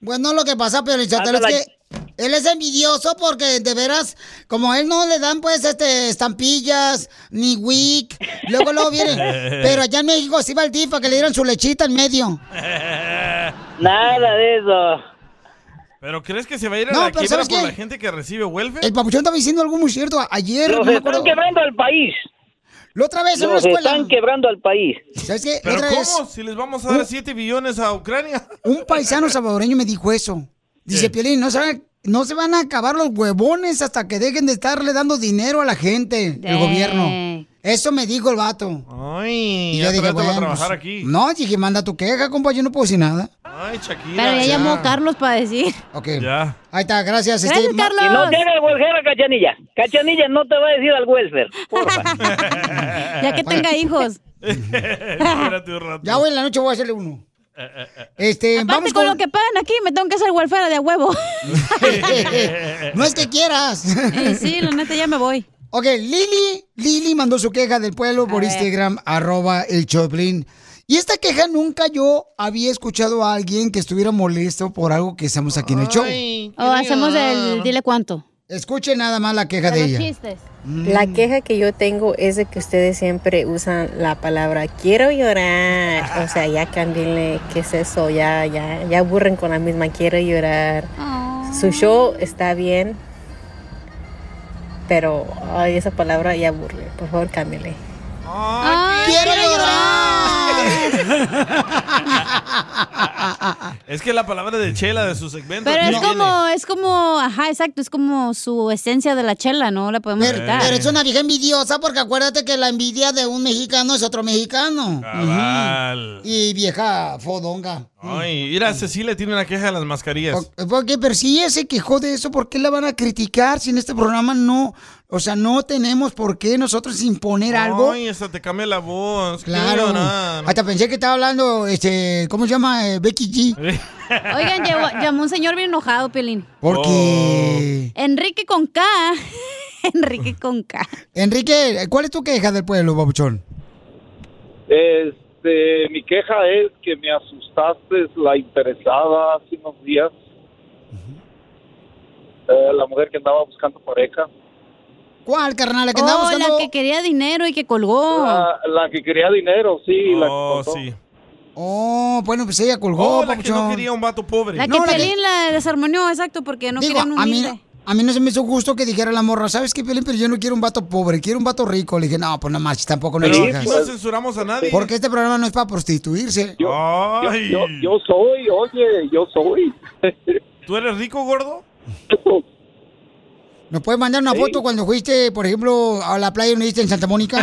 Speaker 4: Bueno, lo que pasa, pero Sotelo, es
Speaker 7: Ándala.
Speaker 4: que él es envidioso porque de veras, como a él no le dan pues este estampillas, ni wick, luego
Speaker 20: [LAUGHS]
Speaker 4: luego viene. pero allá en México sí va el DIF para que le dieran su lechita en medio.
Speaker 20: Nada de eso.
Speaker 5: ¿Pero crees que se va a ir a
Speaker 4: No,
Speaker 5: la
Speaker 4: pero
Speaker 5: quiebra
Speaker 4: ¿sabes
Speaker 5: por
Speaker 4: qué?
Speaker 5: la gente que recibe welfare?
Speaker 4: El papuchón estaba diciendo algo muy cierto. Ayer,
Speaker 5: Los
Speaker 4: no me
Speaker 5: están
Speaker 4: acuerdo.
Speaker 20: quebrando el país.
Speaker 4: La otra vez en
Speaker 20: Nos
Speaker 4: una escuela.
Speaker 20: están quebrando al país.
Speaker 4: ¿Sabes qué?
Speaker 5: ¿Pero
Speaker 4: Otra
Speaker 5: cómo?
Speaker 4: vez- Uh.
Speaker 5: Si les vamos a dar 7 billones a Ucrania.
Speaker 4: Un paisano salvadoreño me dijo eso. Dice, Piolín, no se, van a, no se van a acabar los huevones hasta que dejen de estarle dando dinero a la gente, el
Speaker 5: Dang.
Speaker 4: gobierno. Eso me dijo el vato.
Speaker 5: Ay, ya te meto a trabajar aquí.
Speaker 4: pues, No, dije, manda tu queja, compa, yo no puedo decir nada.
Speaker 5: Ay, Shakira.
Speaker 7: Pero ya llamó Carlos para decir.
Speaker 4: Ok.
Speaker 5: Ya.
Speaker 4: Ahí está, gracias.
Speaker 7: Gracias,
Speaker 4: este, ma-
Speaker 7: Carlos.
Speaker 20: Y no llega el welfare a Cachanilla. Cachanilla no te va a decir al welfare. Porfa.
Speaker 7: [LAUGHS] Ya que tenga hijos.
Speaker 5: [LAUGHS] Espérate un rato.
Speaker 4: Ya hoy en la noche voy a hacerle uno.
Speaker 5: [LAUGHS]
Speaker 4: Este,
Speaker 7: Aparte,
Speaker 4: vamos
Speaker 7: con,
Speaker 4: con-
Speaker 7: lo que pagan aquí, me tengo que hacer welfare de a huevo.
Speaker 4: [LAUGHS] no es que quieras.
Speaker 7: Eh, sí, la neta, ya me voy.
Speaker 4: Ok, Lili, Lili mandó su queja del pueblo por Instagram, arroba el Choplin. Y esta queja nunca yo había escuchado a alguien que estuviera molesto por algo que hacemos aquí en el show.
Speaker 7: O Oh, hacemos el dile cuánto.
Speaker 4: Escuchen nada más la queja de ella. Mm.
Speaker 3: La queja que yo tengo es de que ustedes siempre usan la palabra quiero llorar. O sea, ya cámbienle, ¿qué es eso? Ya, ya, ya aburren con la misma quiero llorar. Su show está bien, pero ay, esa palabra ya aburre. Por favor, cámbienle.
Speaker 4: quiero
Speaker 5: [LAUGHS] Es que la palabra de Chela de su segmento.
Speaker 7: Pero
Speaker 5: aquí
Speaker 7: es
Speaker 5: viene.
Speaker 7: como, es como, ajá, exacto, es como su esencia de la chela, ¿no? La podemos
Speaker 5: Pero-
Speaker 7: quitar.
Speaker 5: pero es una
Speaker 4: vieja envidiosa porque acuérdate que la envidia de un mexicano es otro mexicano.
Speaker 5: Cabal.
Speaker 4: Y vieja fodonga.
Speaker 5: Ay, mira, Cecilia tiene una queja de las mascarillas.
Speaker 4: Porque, pero si ella se quejó de eso, ¿por qué la van a criticar si en este programa no, o sea, no tenemos por qué nosotros imponer algo?
Speaker 5: Ay, hasta te cambia la voz.
Speaker 4: Claro.
Speaker 5: Quiero llorar.
Speaker 4: Hasta pensé que estaba hablando, este, ¿cómo se llama? Eh, Becky G.
Speaker 7: Oigan, llegó- llamó un señor bien enojado, Pelín.
Speaker 4: Porque.
Speaker 7: Enrique con K. [LAUGHS] Enrique con K.
Speaker 4: Enrique, ¿cuál es tu queja del pueblo, babuchón?
Speaker 21: Este, mi queja es que me asustaste la interesada hace unos días. Eh, la mujer que andaba buscando pareja.
Speaker 4: ¿Cuál, carnal? La que andaba
Speaker 7: oh, la que quería dinero y que colgó.
Speaker 21: La, la que quería dinero, sí. la que contó.
Speaker 4: Oh, bueno, pues ella colgó,
Speaker 21: Oh, la que no
Speaker 4: babuchón.
Speaker 21: quería
Speaker 5: un vato pobre.
Speaker 7: La que
Speaker 4: No, la que-
Speaker 7: Pelín la desarmonió, exacto, porque no
Speaker 4: Digo,
Speaker 7: querían un
Speaker 4: a mí, no- a mí no se me hizo justo que dijera la morra, ¿sabes qué, Piolín? Pero yo no quiero un vato pobre, quiero un vato rico. Le dije, no, pues no más, tampoco no
Speaker 5: Pero
Speaker 4: exijas.
Speaker 5: aquí no censuramos a nadie.
Speaker 4: Porque este programa no es para prostituirse.
Speaker 5: Yo,
Speaker 21: yo, yo soy, oye, yo soy.
Speaker 5: ¿Tú eres rico, [LAUGHS] gordo?
Speaker 4: ¿Nos puedes mandar una
Speaker 5: Sí.
Speaker 4: foto cuando fuiste, por ejemplo, a la playa nudista en
Speaker 5: [LAUGHS]
Speaker 4: Santa Mónica?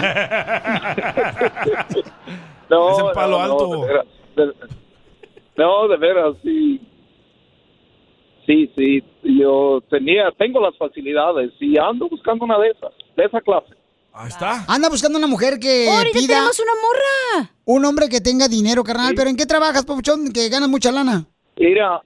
Speaker 21: No,
Speaker 4: Es en Palo
Speaker 21: no, no, de veras, de- no, de veras, sí. Sí, sí, yo tenía, tengo las facilidades y ando buscando una de esas, de esa clase.
Speaker 5: Ahí está.
Speaker 4: Anda buscando una mujer Ah, que
Speaker 7: Oh, ahorita
Speaker 4: pida
Speaker 7: tenemos una morra.
Speaker 4: Eh, un hombre que tenga dinero, carnal. ¿Pero en qué trabajas, papuchón, que ganas mucha lana?
Speaker 21: Mira,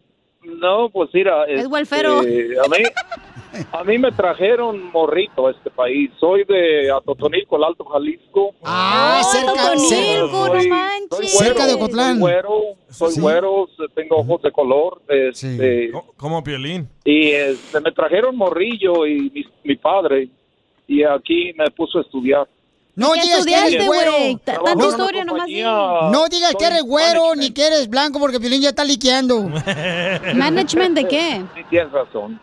Speaker 21: no, pues mira.
Speaker 4: Es
Speaker 21: este,
Speaker 4: güelfero.
Speaker 21: A mí, a mí me trajeron morrito a este país. Soy de Atotonilco, el Alto Jalisco.
Speaker 4: Ah, cerca,
Speaker 21: Atotonilco, no
Speaker 4: manches. Cerca de Ocotlán.
Speaker 21: Soy güero, soy güero, tengo ojos de color. Este,
Speaker 5: Como Piolín.
Speaker 21: Y este, me trajeron morrillo y mi, mi padre. Y aquí me puso a estudiar.
Speaker 4: No
Speaker 21: ¿Qué
Speaker 4: digas que
Speaker 21: estudiaste,
Speaker 4: eres güero.
Speaker 21: güey? T- tanta
Speaker 4: No,
Speaker 21: historia
Speaker 4: no,
Speaker 21: nomás
Speaker 4: no,
Speaker 21: digas.
Speaker 4: No digas que
Speaker 21: Soy
Speaker 4: eres güero ni que eres blanco porque Piolín ya está liqueando.
Speaker 7: ¿Management de qué?
Speaker 21: Sí, tienes razón.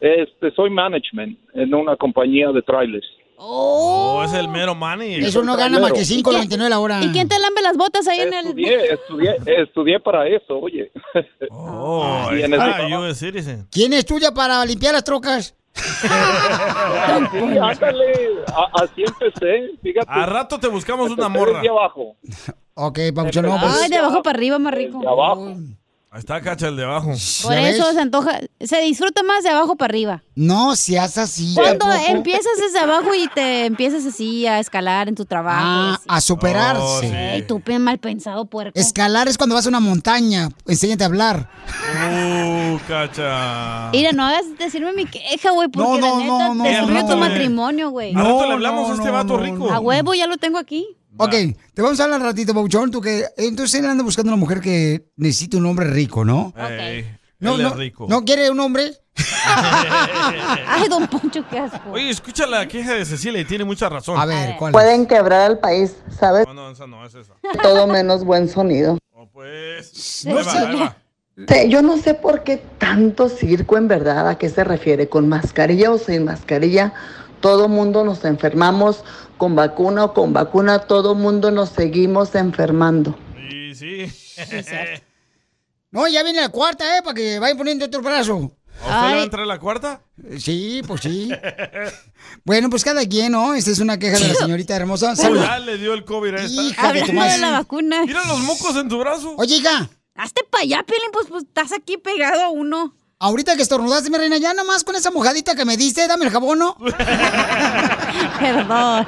Speaker 21: Este, soy management en una compañía de trailers.
Speaker 5: Oh, es el mero manager.
Speaker 21: Eso no gana más que
Speaker 7: ¿Y quién- ¿Y quién te lambe las botas ahí en el.?
Speaker 21: Estudié, estudié, estudié para eso, oye.
Speaker 5: Oh,
Speaker 21: Y
Speaker 5: ahí
Speaker 21: en el
Speaker 5: está,
Speaker 21: trabajo-
Speaker 5: US Citizen.
Speaker 4: ¿Quién es tuya para limpiar las trocas?
Speaker 21: Sí, ándale, a- así empecé, fíjate.
Speaker 5: A rato te buscamos una
Speaker 21: Empecé
Speaker 5: morra.
Speaker 21: desde abajo.
Speaker 4: Ok, papuchón, no, pues.
Speaker 7: Ay, de abajo para arriba, más rico.
Speaker 5: Ahí está, cacha, el de abajo.
Speaker 7: Por eso se antoja. Se disfruta más de abajo para arriba.
Speaker 4: No seas así.
Speaker 7: Cuando
Speaker 4: tampoco.
Speaker 7: empiezas desde abajo y te empiezas así a escalar en tu trabajo.
Speaker 4: Ah, a superarse.
Speaker 7: Ay, tú pe- mal pensado, puerco.
Speaker 4: Escalar es cuando vas a una montaña. Enséñate a hablar.
Speaker 5: Uh, cacha.
Speaker 7: Mira, no hagas decirme mi queja, güey, porque
Speaker 4: No,
Speaker 7: la
Speaker 4: no,
Speaker 7: neta
Speaker 4: no, no,
Speaker 7: te
Speaker 4: no,
Speaker 7: destruyó
Speaker 4: no,
Speaker 7: tu
Speaker 4: güey.
Speaker 7: matrimonio, güey.
Speaker 4: Al rato le No, hablamos a no, este no, vato no, rico.
Speaker 7: A huevo, ya lo tengo aquí.
Speaker 4: Ok, te vamos a hablar un ratito, Pauchón. Tú que entonces él anda buscando una mujer que necesita un hombre rico, ¿no?
Speaker 5: Ey,
Speaker 4: No,
Speaker 5: él es
Speaker 4: no,
Speaker 5: rico.
Speaker 4: [LAUGHS] ¿no quiere un hombre?
Speaker 7: Ay, don Poncho, qué asco.
Speaker 5: Oye, escucha la queja de Cecilia y tiene mucha razón.
Speaker 4: A ver,
Speaker 14: Pueden quebrar al país, ¿sabes?
Speaker 5: No, no, esa no es esa.
Speaker 14: Todo menos buen sonido.
Speaker 5: Pues.
Speaker 14: No
Speaker 5: ahí va,
Speaker 14: sé.
Speaker 5: ahí va.
Speaker 14: Te- Yo no sé por qué tanto circo en verdad, a qué se refiere, con mascarilla o sin mascarilla. Todo mundo nos enfermamos con vacuna o con vacuna, todo mundo nos seguimos enfermando.
Speaker 5: Y
Speaker 7: [LAUGHS]
Speaker 5: sí.
Speaker 4: No, ya viene la cuarta, ¿eh? Para que vayan poniendo otro brazo.
Speaker 5: ¿A Ah, usted le va a entrar la cuarta?
Speaker 4: Sí,
Speaker 5: [LAUGHS]
Speaker 4: pues sí. Bueno, pues cada quien, ¿no? Esta es una queja de la señorita hermosa.
Speaker 5: Uy,
Speaker 4: Salud.
Speaker 5: ya le dio el COVID a esta.
Speaker 4: Hija de tu Hablando de madre. la
Speaker 7: vacuna.
Speaker 5: Mira los mocos en tu brazo.
Speaker 4: Oye, hija.
Speaker 7: Hazte para allá, Piolín, pues, pues estás aquí pegado a uno.
Speaker 4: Ahorita que estornudaste, mi reina, ya nomás con esa mojadita que me diste, dame el jabón, ¿no?
Speaker 7: [LAUGHS] Perdón.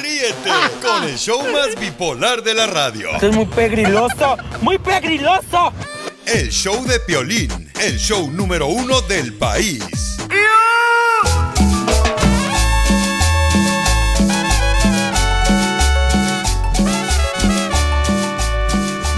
Speaker 9: Ríete con el show más bipolar de la radio.
Speaker 10: Esto es muy pegriloso, muy pegriloso.
Speaker 9: El show de Piolín, el show número uno del país.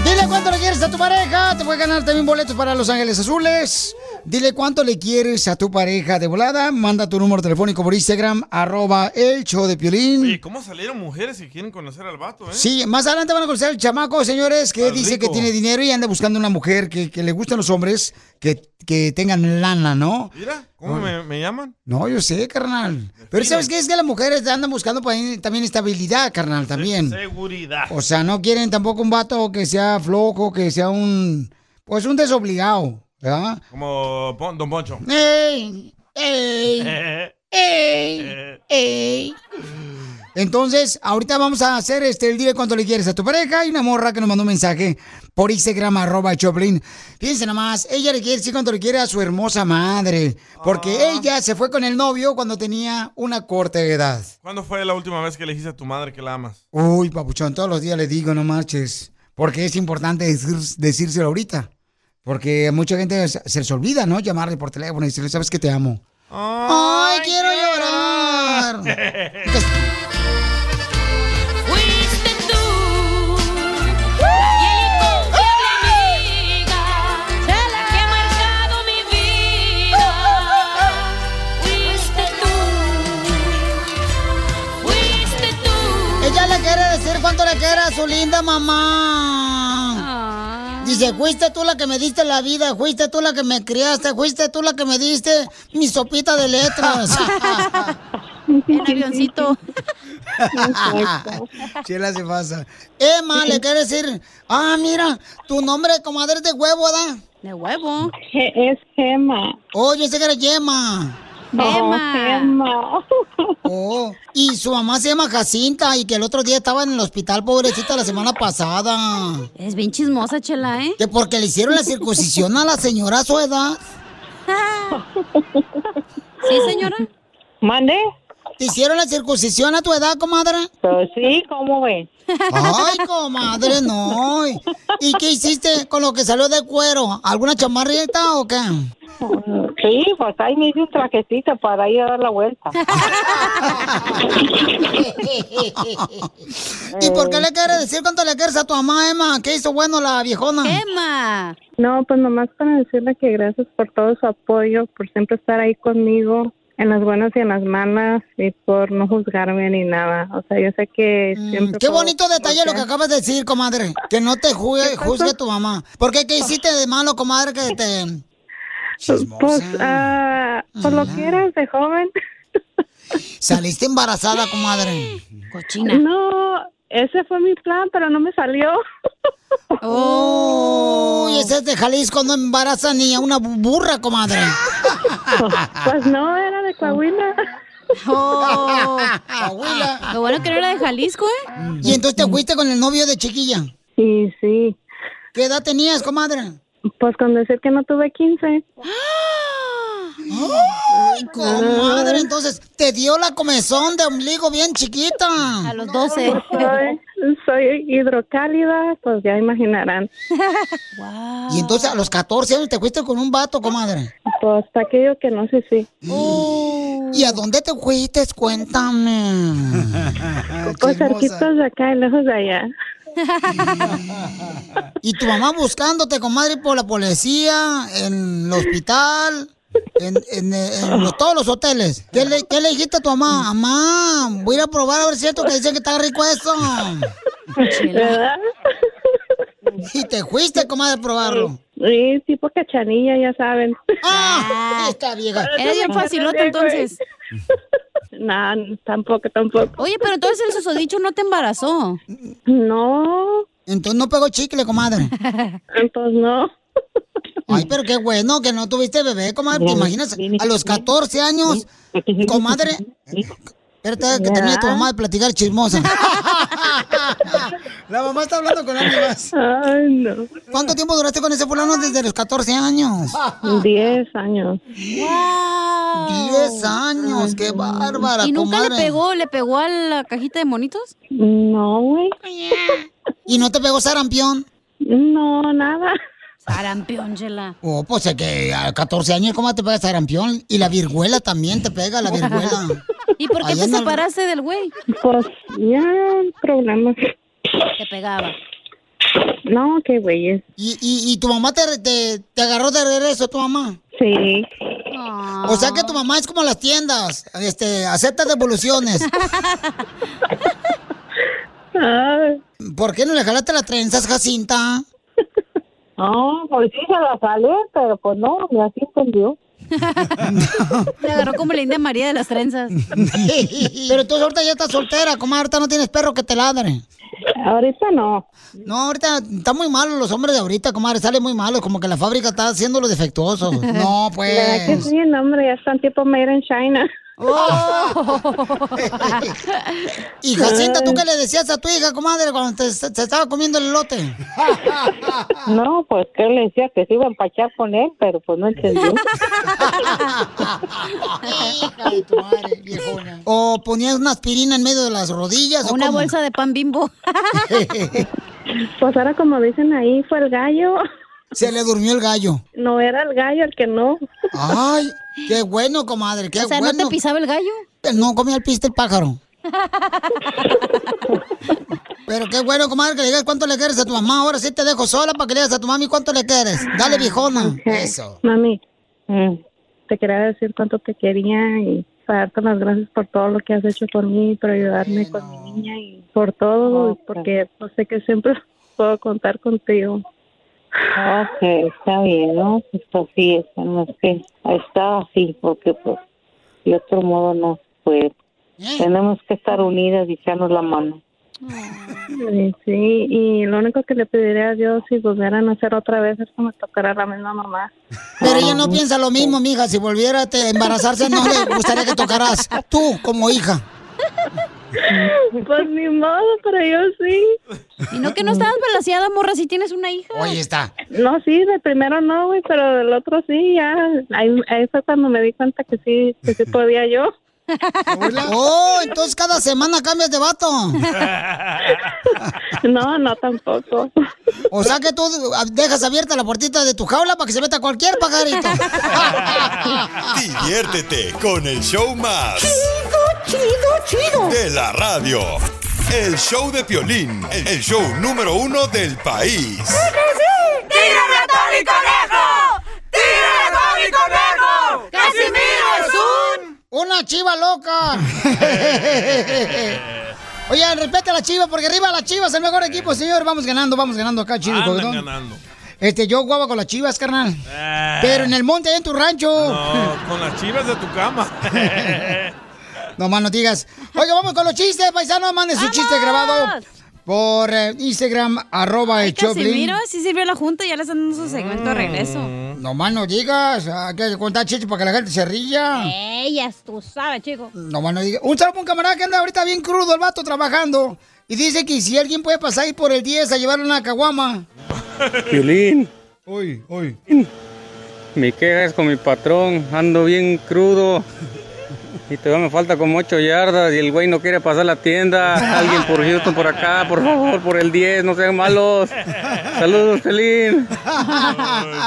Speaker 4: Dile cuánto le quieres a tu pareja. Te puede ganar también boletos para Los Ángeles Azules. Dile cuánto le quieres a tu pareja de volada. Manda tu número telefónico por Instagram, arroba el show de Piolín.
Speaker 5: Oye, ¿cómo salieron mujeres que quieren conocer al vato, eh?
Speaker 4: Sí, más adelante van a conocer al chamaco, señores, que
Speaker 5: Al
Speaker 4: dice
Speaker 5: rico.
Speaker 4: que tiene dinero y anda buscando una mujer que, que le gustan los hombres que, que tengan lana, ¿no?
Speaker 5: Mira, ¿cómo
Speaker 4: Ay.
Speaker 5: me, me llaman?
Speaker 4: No, yo sé, carnal. Pero ¿sabes qué? Es que las mujeres andan buscando pa- también estabilidad, carnal, también.
Speaker 5: Seguridad.
Speaker 4: O sea, no quieren tampoco un vato que sea flojo, que sea un... Pues un desobligado, ¿verdad?
Speaker 5: Como Pon- Don Poncho.
Speaker 4: ¡Ey! ¡Ey! ¡Ey! ¡Ey! Entonces, ahorita vamos a hacer este, el dile cuánto le quieres a tu pareja. Hay una morra que nos mandó un mensaje por Instagram, arroba Choplin. Fíjense nomás, ella le quiere decir cuánto le quiere a su hermosa madre. Porque ella se fue con el novio cuando tenía una corta edad.
Speaker 5: ¿Cuándo fue la última vez que le dijiste a tu madre que la amas?
Speaker 4: Uy, papuchón, todos los días le digo, no marches. Porque es importante decir, decírselo ahorita. Porque mucha gente se se les olvida, ¿no? Llamarle por teléfono y decirle, sabes que te amo.
Speaker 2: ¡Ay,
Speaker 4: quiero llorar!
Speaker 2: Fuiste tú y el inconfundible amiga la que ha marcado mi vida. Fuiste tú, fuiste tú.
Speaker 4: Ella le quiere decir cuánto le quiere a su linda
Speaker 7: Ah.
Speaker 4: mamá. Dice, fuiste tú la que me diste la vida, fuiste tú la que me criaste, fuiste tú la que me diste mi sopita de letras.
Speaker 7: En avioncito.
Speaker 4: Chela se pasa. Emma le quiere decir, ah, mira, tu nombre comadre es de huevo, ¿da?
Speaker 7: De huevo.
Speaker 4: es Gema. Oh, yo sé que era Gema.
Speaker 7: No, Gema.
Speaker 4: Oh, y su mamá se llama Jacinta y que el otro día estaba en el hospital, pobrecita, la [LAUGHS] semana pasada.
Speaker 7: Es bien chismosa, chela, ¿eh?
Speaker 4: Que porque le hicieron la circuncisión a la señora a su
Speaker 7: [LAUGHS]
Speaker 4: edad.
Speaker 7: ¿Sí, señora?
Speaker 4: ¿Mande? ¿Te hicieron la circuncisión a tu edad, comadre? Pues sí, ¿cómo ves? Ay, comadre, no. ¿Y qué hiciste con lo que salió de cuero? ¿Alguna chamarrita o qué?
Speaker 18: Sí, pues ahí me hice un trajecito para ir a dar la vuelta.
Speaker 4: ¿Y por qué le quieres decir cuánto le quieres a tu mamá, Emma? ¿Qué hizo bueno la viejona?
Speaker 7: Emma.
Speaker 6: [LAUGHS] No, pues nomás para decirle que gracias por todo su apoyo, por siempre estar ahí conmigo en las buenas y en las malas y por no juzgarme ni nada. O sea, yo sé que siempre...
Speaker 4: Mm, Qué
Speaker 6: puedo-
Speaker 4: bonito detalle lo que acabas de decir, comadre. Que no te juzgue, juzgue tu mamá. ¿Por qué? ¿Qué hiciste de malo, comadre, que te...
Speaker 6: Pues, ah, por lo que eras de joven.
Speaker 4: [LAUGHS] Saliste embarazada, comadre.
Speaker 6: Cochina. No, ese fue mi plan, pero no me salió.
Speaker 7: Oh.
Speaker 4: Uy, ese es de Jalisco, no embaraza ni a una bu- burra, comadre.
Speaker 6: [LAUGHS] Pues no, era de Coahuila.
Speaker 7: Oh. Lo bueno que no era de Jalisco, ¿eh?
Speaker 4: ¿Y entonces te fuiste con el novio de chiquilla?
Speaker 6: Sí, sí.
Speaker 4: ¿Qué edad tenías, comadre?
Speaker 6: Pues con decir que no tuve 15.
Speaker 4: Ay,
Speaker 6: Ah.
Speaker 4: comadre, entonces te dio la comezón de ombligo bien chiquita. A los
Speaker 6: 12. Soy hidrocálida, pues ya
Speaker 7: [LAUGHS]
Speaker 6: imaginarán.
Speaker 4: Y entonces a los 14 años te fuiste con un vato, comadre.
Speaker 6: Pues aquello que no sé si.
Speaker 4: Mm. ¿Y a dónde te fuiste? Cuéntame.
Speaker 6: Pues cerquitos de acá y lejos de allá.
Speaker 4: [LAUGHS] Y tu mamá buscándote, comadre, por la policía, en el hospital, en, en- en los- todos los hoteles. ¿Qué le, qué le dijiste a tu mamá? Mamá, voy a ir a probar a ver si esto que dicen que está rico eso. [LAUGHS]
Speaker 6: ¿Verdad?
Speaker 4: Y te fuiste, comadre, a probarlo.
Speaker 6: Sí, tipo cachanilla, ya saben.
Speaker 4: ¡Ah! Esta vieja.
Speaker 6: Eres bien facilota, entonces.
Speaker 8: Nah, tampoco, tampoco.
Speaker 7: Oye, pero entonces el susodicho no te embarazó.
Speaker 8: No.
Speaker 4: Entonces no pegó chicle, comadre.
Speaker 8: Entonces no.
Speaker 4: Ay, pero qué bueno que no tuviste bebé, comadre. ¿Te
Speaker 8: Bien,
Speaker 4: imaginas?
Speaker 8: bien,
Speaker 4: A los 14 años, comadre. Espérate que termine tu mamá de platicar
Speaker 8: [LAUGHS]
Speaker 4: chismosa. La mamá está hablando con alguien más.
Speaker 8: Ay, no.
Speaker 4: ¿Cuánto tiempo duraste con ese fulano desde los 14 años?
Speaker 8: 10 años.
Speaker 4: ¡Wow! 10 años, qué bárbara.
Speaker 7: ¿Y nunca
Speaker 4: comadre.
Speaker 7: le pegó? ¿Le pegó a la cajita de monitos?
Speaker 8: No, güey.
Speaker 4: ¿Y no te pegó sarampión?
Speaker 8: No, nada.
Speaker 7: Sarampión, chela.
Speaker 4: Oh, pues es que a 14 años, ¿cómo te pega sarampión? Y la viruela también te pega,
Speaker 8: [LAUGHS]
Speaker 4: la viruela.
Speaker 7: ¿Y por qué
Speaker 4: Ahí
Speaker 7: te
Speaker 4: en el-
Speaker 7: separaste del güey?
Speaker 8: Pues ya problemas.
Speaker 7: Te pegaba.
Speaker 8: No, qué güeyes.
Speaker 4: ¿Y, y, y tu mamá te, te, te agarró de regreso, tu mamá? Ah.
Speaker 8: Sí.
Speaker 4: O sea que tu mamá es como las tiendas, este, acepta
Speaker 8: [LAUGHS]
Speaker 4: devoluciones. ¿Por qué no le jalaste las trenzas,
Speaker 8: [LAUGHS]
Speaker 4: Jacinta?
Speaker 18: No, pues sí se la salió, pero pues no, me así entendió.
Speaker 7: Te agarró como la India María de las trenzas.
Speaker 4: [LAUGHS] Pero tú ahorita ya estás soltera, comadre, ahorita no tienes perro que te ladre.
Speaker 18: Ahorita no.
Speaker 4: No, ahorita están muy malos los hombres de ahorita, comadre, salen muy malos, como que la fábrica está haciéndolo defectuoso. Pues No,
Speaker 8: [LAUGHS] La verdad que
Speaker 4: pues.
Speaker 8: sí, el nombre ya están tipo made in China.
Speaker 4: [LAUGHS] Oh.
Speaker 8: [LAUGHS]
Speaker 4: Y Jacinta, ¿tú qué le decías a tu hija, comadre, cuando te, se se estaba comiendo el elote?
Speaker 18: [LAUGHS] No, pues que él le decía que se iba a empachar con él, pero pues no entendió.
Speaker 4: O ponías una aspirina en medio de las rodillas.
Speaker 7: O una bolsa de
Speaker 4: [LAUGHS]
Speaker 7: pan bimbo.
Speaker 8: Pues ahora como dicen ahí, fue el gallo.
Speaker 4: Se le durmió el gallo.
Speaker 8: No era el gallo el que no.
Speaker 4: Ay, qué bueno, comadre, qué
Speaker 8: O sea, ¿no
Speaker 4: bueno.
Speaker 8: te pisaba
Speaker 7: el gallo?
Speaker 4: No, comía el piste el pájaro. Pero qué bueno, comadre, que le digas cuánto le quieres a tu mamá. Ahora sí te dejo sola para que le digas a tu mami cuánto le quieres. Dale, viejona.
Speaker 18: [LAUGHS]
Speaker 4: Eso.
Speaker 8: Mami, eh, te quería decir cuánto te quería y para darte las gracias por todo lo que has hecho por mí, por ayudarme con mi niña y por todo, y porque pues, sé que siempre [LAUGHS] puedo contar contigo.
Speaker 18: Ok, está bien, ¿no? Pues, pues sí, está, no es que está así, porque pues de otro modo no se
Speaker 8: Eh.
Speaker 18: puede. Tenemos que estar unidas y echarnos la mano.
Speaker 8: Sí, sí, y lo único que le pediría a Dios si volvieran a hacer otra vez es que me tocara la misma mamá.
Speaker 4: Pero ella no piensa lo mismo, mija. Si volviera a te- embarazarse, no le gustaría que tocaras tú como hija.
Speaker 8: Pues ni modo, pero yo sí.
Speaker 7: ¿Y no que no estabas balaseada, morra, si tienes una hija?
Speaker 4: Oye, este está.
Speaker 8: No, sí, de primero no, güey, pero del otro sí, ya. Ahí, ahí fue cuando me di cuenta que sí, que sí podía yo.
Speaker 4: Oh, entonces cada semana cambias de vato.
Speaker 8: [LAUGHS] No, no tampoco.
Speaker 4: O sea que tú dejas abierta la puertita de tu jaula para que se meta cualquier pajarito.
Speaker 9: Diviértete con el show más.
Speaker 4: Chido, chido, chido.
Speaker 9: De la radio. El show de Piolín, el show número uno del país.
Speaker 16: ¡Tírame a Tony Conejo! ¡Tírame a Tony Conejo! ¡Casimiro es un...
Speaker 4: ¡Una
Speaker 5: [LAUGHS]
Speaker 4: chiva loca! Oigan, respeta a la chiva, porque arriba las chivas, el mejor equipo, señor. Vamos ganando, vamos ganando acá, chido. y
Speaker 5: Andan
Speaker 4: coquetón.
Speaker 5: ganando.
Speaker 4: Este, yo guaba con las chivas, carnal.
Speaker 5: Ah.
Speaker 4: Pero en el monte, allá en tu rancho. [LAUGHS] No,
Speaker 5: No, con las chivas de tu cama. [LAUGHS]
Speaker 4: más no digas. Oiga, vamos con los chistes, paisano. Mande su chiste grabado por eh, Instagram, arroba el Choplin.
Speaker 7: Casimiro sí sirvió la junta y ya le están dando su segmento de regreso.
Speaker 4: No más no digas. Hay que contar chistes para que la gente se ría.
Speaker 7: Eh. Ellas, tú sabes, chico.
Speaker 4: No, mano, diga. Un saludo para un camarada que anda ahorita bien crudo, el vato trabajando. Y dice que si alguien puede pasar ahí por el 10 a llevar una caguama.
Speaker 10: Piolín,
Speaker 4: Uy, uy.
Speaker 10: mi queja es con mi patrón, ando bien crudo. Y todavía me falta como 8 yardas y el güey no quiere pasar la tienda. Alguien por Houston por acá, por favor, por el 10, no sean malos. Saludos, Piolín.
Speaker 5: [LAUGHS]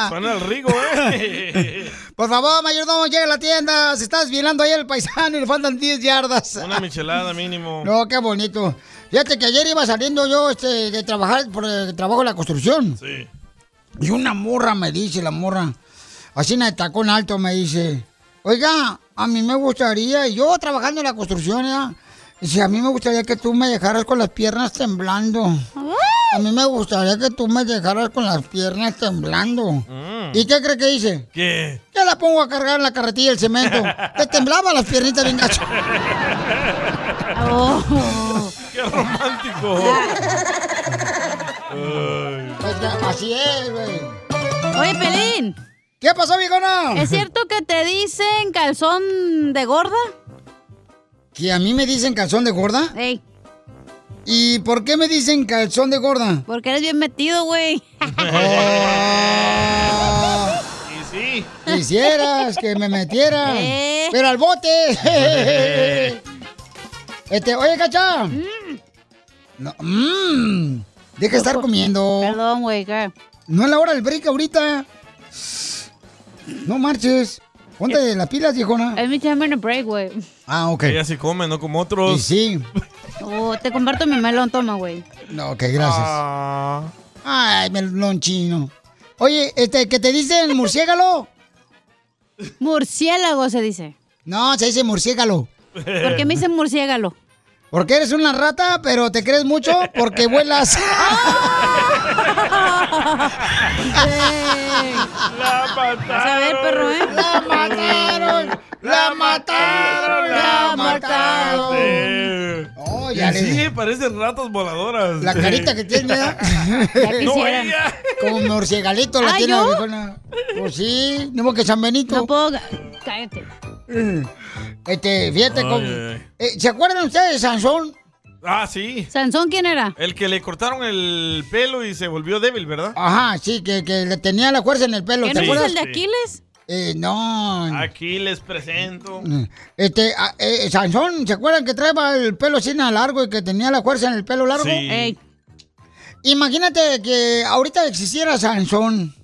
Speaker 5: Suena el rigo, ¿eh?
Speaker 4: [LAUGHS] Por favor, mayordomo, llega a la tienda. Se está desvielando ahí el paisano y le faltan 10 yardas.
Speaker 5: Una michelada mínimo.
Speaker 4: No, qué bonito. Fíjate que ayer iba saliendo yo este, de trabajar por el trabajo de la construcción.
Speaker 5: Sí.
Speaker 4: Y una morra me dice, la morra, así en el tacón alto me dice, oiga, a mí me gustaría, y yo trabajando en la construcción, ¿ya? dice, a mí me gustaría que tú me dejaras con las piernas temblando. A mí me gustaría que tú me dejaras con las piernas temblando.
Speaker 5: Mm.
Speaker 4: ¿Y qué crees que hice?
Speaker 5: ¿Qué?
Speaker 4: Ya la pongo a cargar en la carretilla el cemento. Te temblaba las piernitas bien gacho.
Speaker 5: ¡Qué romántico! Ay.
Speaker 4: Pues ya, así es, güey.
Speaker 7: Oye, Pelín.
Speaker 4: ¿Qué pasó, viejona?
Speaker 7: ¿Es cierto que te dicen calzón de gorda?
Speaker 4: ¿Que a mí me dicen calzón de gorda?
Speaker 7: Ey.
Speaker 4: ¿Y por qué me dicen calzón de gorda?
Speaker 7: Porque eres bien metido, güey.
Speaker 5: Y sí.
Speaker 16: [LAUGHS]
Speaker 4: Quisieras que me
Speaker 7: [LAUGHS]
Speaker 4: metieran.
Speaker 16: Eh.
Speaker 4: Pero al bote. este, oye, cacha.
Speaker 7: Mm.
Speaker 4: No, mm, deja de estar comiendo.
Speaker 7: Perdón, güey. ¿qué?
Speaker 4: No es la hora del break ahorita. No marches. Ponte las pilas, viejona.
Speaker 7: Eh. Es mi time in a break, güey.
Speaker 4: Ah, ok.
Speaker 5: Ella sí come, no como otros.
Speaker 4: Y sí.
Speaker 7: Oh, te comparto mi melón, toma, güey.
Speaker 4: No, ok, gracias.
Speaker 5: Ah.
Speaker 4: Ay, melón chino. Oye, este, ¿qué te dicen murciégalo?
Speaker 7: Murciélago se dice.
Speaker 4: No, se dice murciégalo.
Speaker 7: ¿Por qué me dicen murciégalo?
Speaker 4: Porque eres una rata, pero te crees mucho porque
Speaker 7: [LAUGHS]
Speaker 4: vuelas.
Speaker 16: La mataron.
Speaker 7: Vas a ver, perro, ¿eh?
Speaker 4: La mataron. La mataron. La mataron.
Speaker 5: Oh,
Speaker 4: ya le-
Speaker 5: sí, parecen ratas voladoras.
Speaker 4: La carita que tiene, ¿eh?
Speaker 5: [LAUGHS]
Speaker 4: ¿verdad?
Speaker 5: No, ella.
Speaker 4: Como murciégalito la
Speaker 7: ¿Ah,
Speaker 4: tiene
Speaker 7: yo?
Speaker 4: la viejona. Pues sí, no que San Benito. No
Speaker 7: puedo. Cállate.
Speaker 4: Este, fíjate
Speaker 5: Ay,
Speaker 4: cómo.
Speaker 5: ay.
Speaker 4: Eh, ¿Se acuerdan ustedes de Sansón?
Speaker 5: Ah, sí.
Speaker 7: ¿Sansón quién era?
Speaker 5: El que le cortaron el pelo y se volvió débil, ¿verdad?
Speaker 4: Ajá, sí, que, que le tenía la fuerza en el pelo.
Speaker 5: ¿Que
Speaker 4: ¿Te
Speaker 5: no es
Speaker 4: acuerdas?
Speaker 5: el de
Speaker 7: Aquiles?
Speaker 4: Eh, no.
Speaker 5: Aquí les presento.
Speaker 4: Este, a- eh, Sansón, ¿se acuerdan que traía el pelo así nada largo y que tenía la fuerza en el pelo largo?
Speaker 5: Sí. Ey.
Speaker 4: Imagínate que ahorita existiera Sansón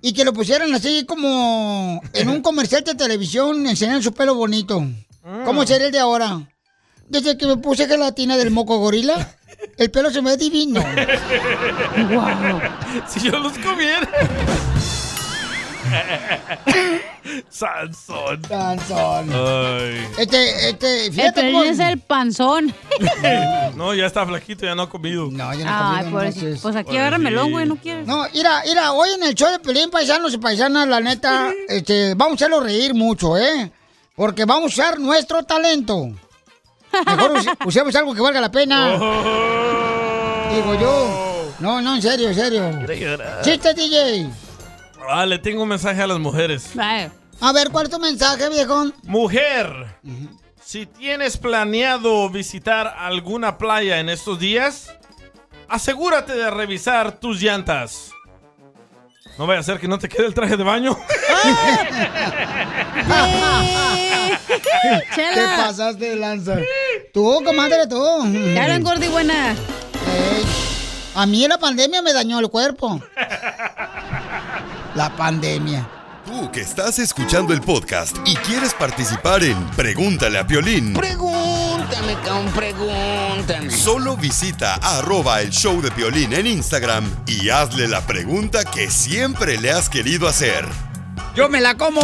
Speaker 4: y que lo pusieran así como en un comercial de televisión, enseñan su pelo bonito.
Speaker 5: Ah.
Speaker 4: ¿Cómo sería el de ahora? Desde que me puse gelatina del moco gorila, el pelo se me ve divino.
Speaker 5: Si yo los comiera. Sansón.
Speaker 4: Sansón.
Speaker 5: Ay.
Speaker 4: Este, este,
Speaker 7: El
Speaker 4: fíjate
Speaker 7: Pelín
Speaker 4: cómo-
Speaker 7: es el panzón.
Speaker 5: No, ya está flaquito, ya no ha comido.
Speaker 4: No, ya
Speaker 7: Ay, pobrecito. Pues aquí agarra melón, güey, no quieres.
Speaker 4: No, mira, mira, hoy en el show de Pelín, paisanos y paisanas, la
Speaker 7: [LAUGHS]
Speaker 4: neta, este, vamos a hacerlo reír mucho, ¿eh? Porque vamos a usar nuestro talento. Mejor
Speaker 7: [LAUGHS]
Speaker 4: us- usemos algo que valga la pena.
Speaker 7: Oh.
Speaker 4: Digo yo. No, no, en serio, en serio. Chiste, DJ.
Speaker 5: Ah, le tengo un mensaje a las mujeres.
Speaker 4: A ver, ¿cuál es tu mensaje, viejón?
Speaker 5: Mujer, si tienes planeado visitar alguna playa en estos días, asegúrate de revisar tus llantas. No vaya a ser que no te quede el traje de baño.
Speaker 4: Te pasaste de lanza. Tú, comadre, tú.
Speaker 7: Te hablan, gordi, buena.
Speaker 4: A mí la pandemia me dañó el cuerpo. La pandemia.
Speaker 9: Tú que estás escuchando el podcast y quieres participar en Pregúntale a Piolín,
Speaker 1: Pregúntame, con pregúntame.
Speaker 9: solo visita arroba el show de Piolín en Instagram y hazle la pregunta que siempre le has querido hacer.
Speaker 4: Yo me la como.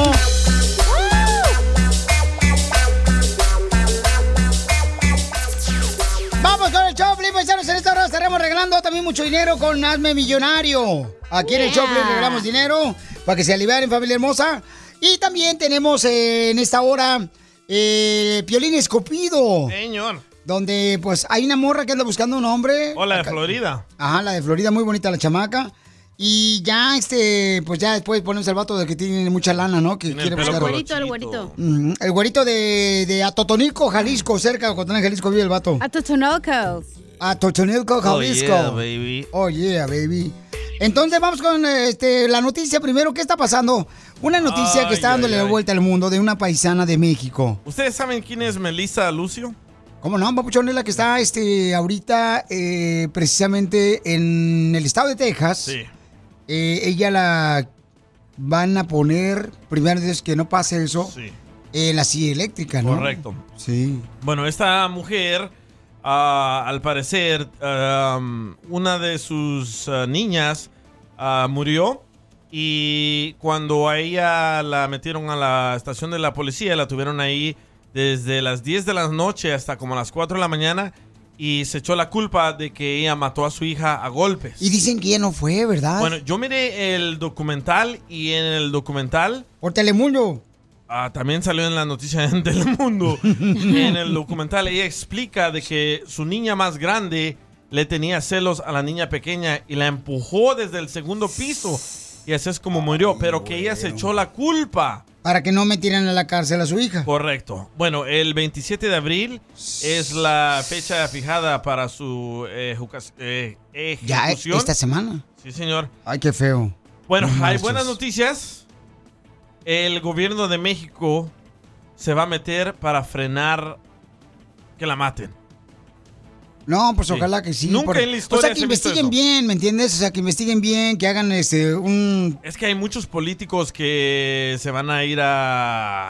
Speaker 4: Vamos con el show, Felipe Paisanos. En esta hora estaremos regalando también mucho dinero con Hazme Millonario. Aquí en el
Speaker 16: Yeah.
Speaker 4: show Felipe, regalamos dinero para que se liberen, familia hermosa. Y también tenemos eh, en esta hora eh, Piolín Escopido.
Speaker 5: Señor.
Speaker 4: Donde pues hay una morra que anda buscando un hombre.
Speaker 5: Hola de
Speaker 4: Acá-
Speaker 5: Florida.
Speaker 4: Ajá, la de Florida, muy bonita la chamaca. Y ya, este, pues ya después ponemos al vato de que tiene mucha lana, ¿no? Que quiere
Speaker 7: El
Speaker 4: buscar.
Speaker 7: güerito, el güerito.
Speaker 4: Ujú, El güerito de, de Atotonico, Jalisco, cerca de Ocotlán, Jalisco, vive el vato.
Speaker 7: A Totonoco.
Speaker 4: Atotonico, Jalisco.
Speaker 5: Oh, baby.
Speaker 4: Oh, yeah, baby. Entonces vamos con este, la noticia primero. ¿Qué está pasando? Una noticia que está
Speaker 5: Ay,
Speaker 4: dándole
Speaker 5: ay,
Speaker 4: la
Speaker 5: ay.
Speaker 4: vuelta al mundo de una paisana de México.
Speaker 5: ¿Ustedes saben quién es Melissa Lucio?
Speaker 4: ¿Cómo no, papuchón? Es la que está este, ahorita eh, precisamente en el estado de Texas. Eh, ella la van a poner, primero Dios que no pase eso, en la silla eléctrica, ¿no?
Speaker 5: Correcto.
Speaker 4: Sí.
Speaker 5: Bueno, esta mujer, ah, al parecer, ah, um, una de sus ah, niñas ah, murió y cuando a ella la metieron a la estación de la policía, la tuvieron ahí desde las 10 de la noche hasta como las 4 de la mañana y se echó la culpa de que ella mató a su hija a golpes.
Speaker 4: Y dicen que ya no fue, ¿verdad?
Speaker 5: Bueno, yo miré el documental y en el documental
Speaker 4: Por Telemundo.
Speaker 5: Ah, también salió en la noticia [LAUGHS] en Telemundo. en el documental ella explica de que su niña más grande le tenía celos a la niña pequeña y la empujó desde el segundo piso. Y así es como murió, pero que ella se echó la culpa.
Speaker 4: Para que no metieran a la cárcel a su hija.
Speaker 5: Correcto. Bueno, el 27 de abril es la fecha fijada para su eh, juca- eh,
Speaker 4: Ya, eh,
Speaker 5: ejecución.
Speaker 4: esta semana.
Speaker 5: Sí, señor.
Speaker 4: Ay, qué feo.
Speaker 5: Bueno,
Speaker 4: No
Speaker 5: hay
Speaker 4: marches.
Speaker 5: buenas noticias. El gobierno de México se va a meter para frenar que la maten.
Speaker 4: No, pues
Speaker 5: Sí.
Speaker 4: ojalá que sí.
Speaker 5: Nunca
Speaker 4: porque-
Speaker 5: en la historia
Speaker 4: O sea, que
Speaker 5: se ha visto
Speaker 4: investiguen
Speaker 5: eso.
Speaker 4: bien, ¿me entiendes? O sea, que investiguen bien, que hagan este un...
Speaker 5: Es que hay muchos políticos que se van a ir a,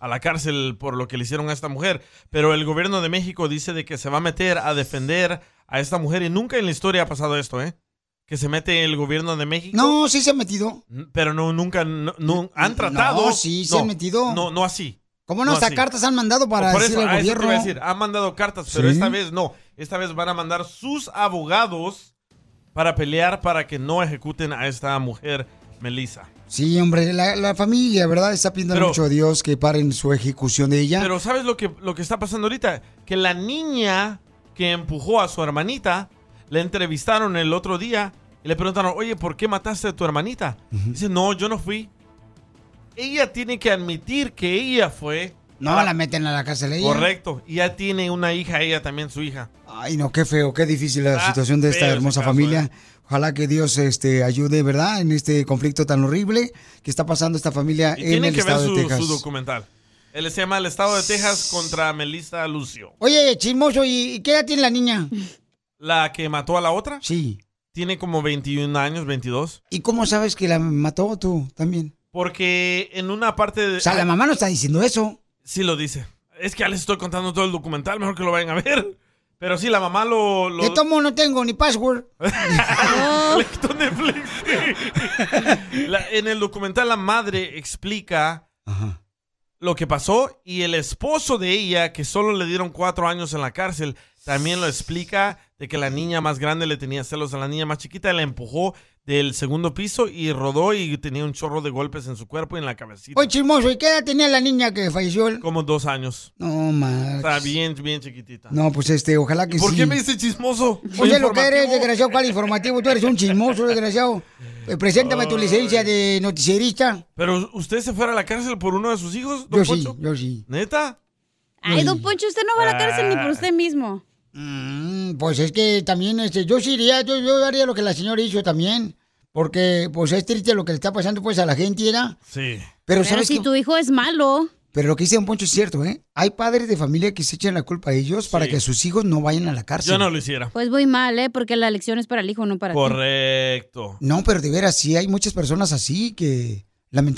Speaker 5: a la cárcel por lo que le hicieron a esta mujer, pero el gobierno de México dice de que se va a meter a defender a esta mujer y nunca en la historia ha pasado esto, ¿eh? Que se mete el gobierno de México.
Speaker 4: No, sí se ha metido.
Speaker 5: Pero no, nunca, no, no- han tratado.
Speaker 4: No, sí, se han metido.
Speaker 5: No, no así.
Speaker 4: ¿Cómo no? Hasta
Speaker 5: así.
Speaker 4: cartas han mandado para
Speaker 5: Por eso,
Speaker 4: decirle
Speaker 5: a
Speaker 4: al
Speaker 5: eso te
Speaker 4: gobierno.
Speaker 5: iba a decir, han mandado cartas, pero
Speaker 4: Sí.
Speaker 5: esta vez no. Esta vez van a mandar sus abogados para pelear para que no ejecuten a esta mujer, Melissa.
Speaker 4: Sí, hombre, la, la familia, ¿verdad? Está pidiendo
Speaker 5: Pero-
Speaker 4: mucho a Dios que paren su ejecución de ella.
Speaker 5: Pero ¿sabes lo que, lo que está pasando ahorita? Que la niña que empujó a su hermanita, la entrevistaron el otro día y le preguntaron, oye, ¿por qué mataste a tu hermanita? Dice, no, yo no fui. Ella tiene que admitir que ella fue.
Speaker 4: no,
Speaker 5: para-
Speaker 4: la meten a la cárcel ella.
Speaker 5: Correcto. Y ya tiene una hija, ella también su hija.
Speaker 4: Ay, no, qué feo, qué difícil la
Speaker 5: Está
Speaker 4: situación de esta
Speaker 5: Ah, feo ese
Speaker 4: hermosa
Speaker 5: caso, ¿eh?
Speaker 4: familia. Ojalá que Dios este, ayude, ¿verdad? En este conflicto tan horrible que está pasando esta familia
Speaker 5: Y
Speaker 4: en
Speaker 5: tienen
Speaker 4: el
Speaker 5: que ver
Speaker 4: estado
Speaker 5: su,
Speaker 4: de
Speaker 5: su
Speaker 4: Texas.
Speaker 5: documental. Él se llama El Estado de Texas contra Melissa Lucio.
Speaker 4: Oye, chismoso, ¿y qué edad tiene la niña?
Speaker 5: La que mató a la otra.
Speaker 4: Sí.
Speaker 5: Tiene como 21 años, 22.
Speaker 4: ¿Y cómo sabes que la mató tú también?
Speaker 5: Porque en una parte de... eh,
Speaker 4: O sea, la mamá no está diciendo eso.
Speaker 5: Sí lo dice. Es que ya les estoy contando todo el documental, mejor que lo vayan a ver. Pero sí, la mamá lo... lo-
Speaker 4: De tomo no tengo ni password.
Speaker 5: [LAUGHS] la- en el documental la madre explica lo que pasó y el esposo de ella, que solo le dieron cuatro años en la cárcel, también lo explica de que la niña más grande le tenía celos a la niña más chiquita, la empujó del segundo piso y rodó y tenía un chorro de golpes en su cuerpo y en la cabecita.
Speaker 4: Oye, chismoso, ¿y qué edad tenía la niña que falleció?
Speaker 5: Como dos años.
Speaker 4: No, ma.
Speaker 5: Está bien, bien chiquitita.
Speaker 4: No, pues este, ojalá que
Speaker 5: ¿Por
Speaker 4: sí.
Speaker 5: qué me dice chismoso?
Speaker 4: Oye, lo que eres, desgraciado, ¿cuál informativo? Tú eres un chismoso, desgraciado. Eh, preséntame tu licencia de noticierista.
Speaker 5: Pero usted se fuera a la cárcel por uno de sus hijos, don
Speaker 4: Yo sí,
Speaker 5: Poncho?
Speaker 4: yo sí.
Speaker 5: ¿Neta?
Speaker 7: Ay, don Poncho, usted no va a la cárcel ni por
Speaker 5: Ah.
Speaker 7: usted mismo.
Speaker 4: Mm, Pues es que también, este, yo sí iría, yo, yo haría lo que la señora hizo también. Porque, pues es triste lo que le está pasando, pues, a la gente, ¿verdad?
Speaker 5: Sí.
Speaker 4: Pero, ¿sabes
Speaker 7: si
Speaker 4: qué?
Speaker 7: tu hijo es malo,
Speaker 4: Pero lo que dice Don Poncho es cierto, ¿eh? Hay padres de familia que se echan la culpa a ellos para que sus hijos no vayan a la cárcel.
Speaker 5: Yo no lo hiciera.
Speaker 7: pues voy mal, ¿eh? Porque la lección es para el hijo, no para ti.
Speaker 5: Correcto.
Speaker 4: No, pero de veras, sí hay muchas personas así que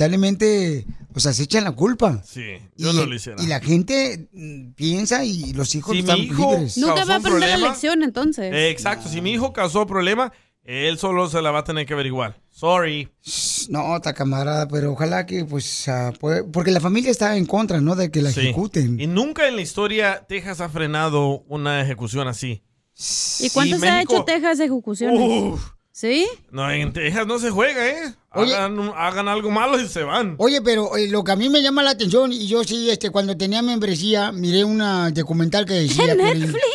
Speaker 4: lamentablemente, o sea, se echan la culpa.
Speaker 5: Sí, yo no lo hiciera. Eh,
Speaker 4: Y la gente mm, piensa y los hijos
Speaker 5: Si mi
Speaker 4: están
Speaker 5: hijo
Speaker 4: libres.
Speaker 7: Nunca
Speaker 5: causó
Speaker 7: va a
Speaker 5: un
Speaker 7: aprender la
Speaker 5: problema.
Speaker 7: lección, entonces.
Speaker 5: Eh, exacto, si mi hijo causó problema, él solo se la va a tener que averiguar. Sorry.
Speaker 4: No, ta camarada, pero ojalá que, pues, ah, pues, porque la familia está en contra, ¿no? De que la
Speaker 5: Sí.
Speaker 4: ejecuten.
Speaker 5: Y nunca en la historia Texas ha frenado una ejecución así.
Speaker 7: ¿Y cuánto se ha
Speaker 5: México-
Speaker 7: hecho Texas de ejecuciones?
Speaker 5: Uf.
Speaker 7: ¿Sí?
Speaker 5: No, en Texas no se juega, ¿eh? Hagan, un- hagan algo malo y se
Speaker 7: [LAUGHS]
Speaker 5: van.
Speaker 4: Oye, pero eh, lo que a mí me llama la atención, y yo sí, este, cuando tenía membresía, miré una documental que decía... Piolín.
Speaker 5: [LAUGHS]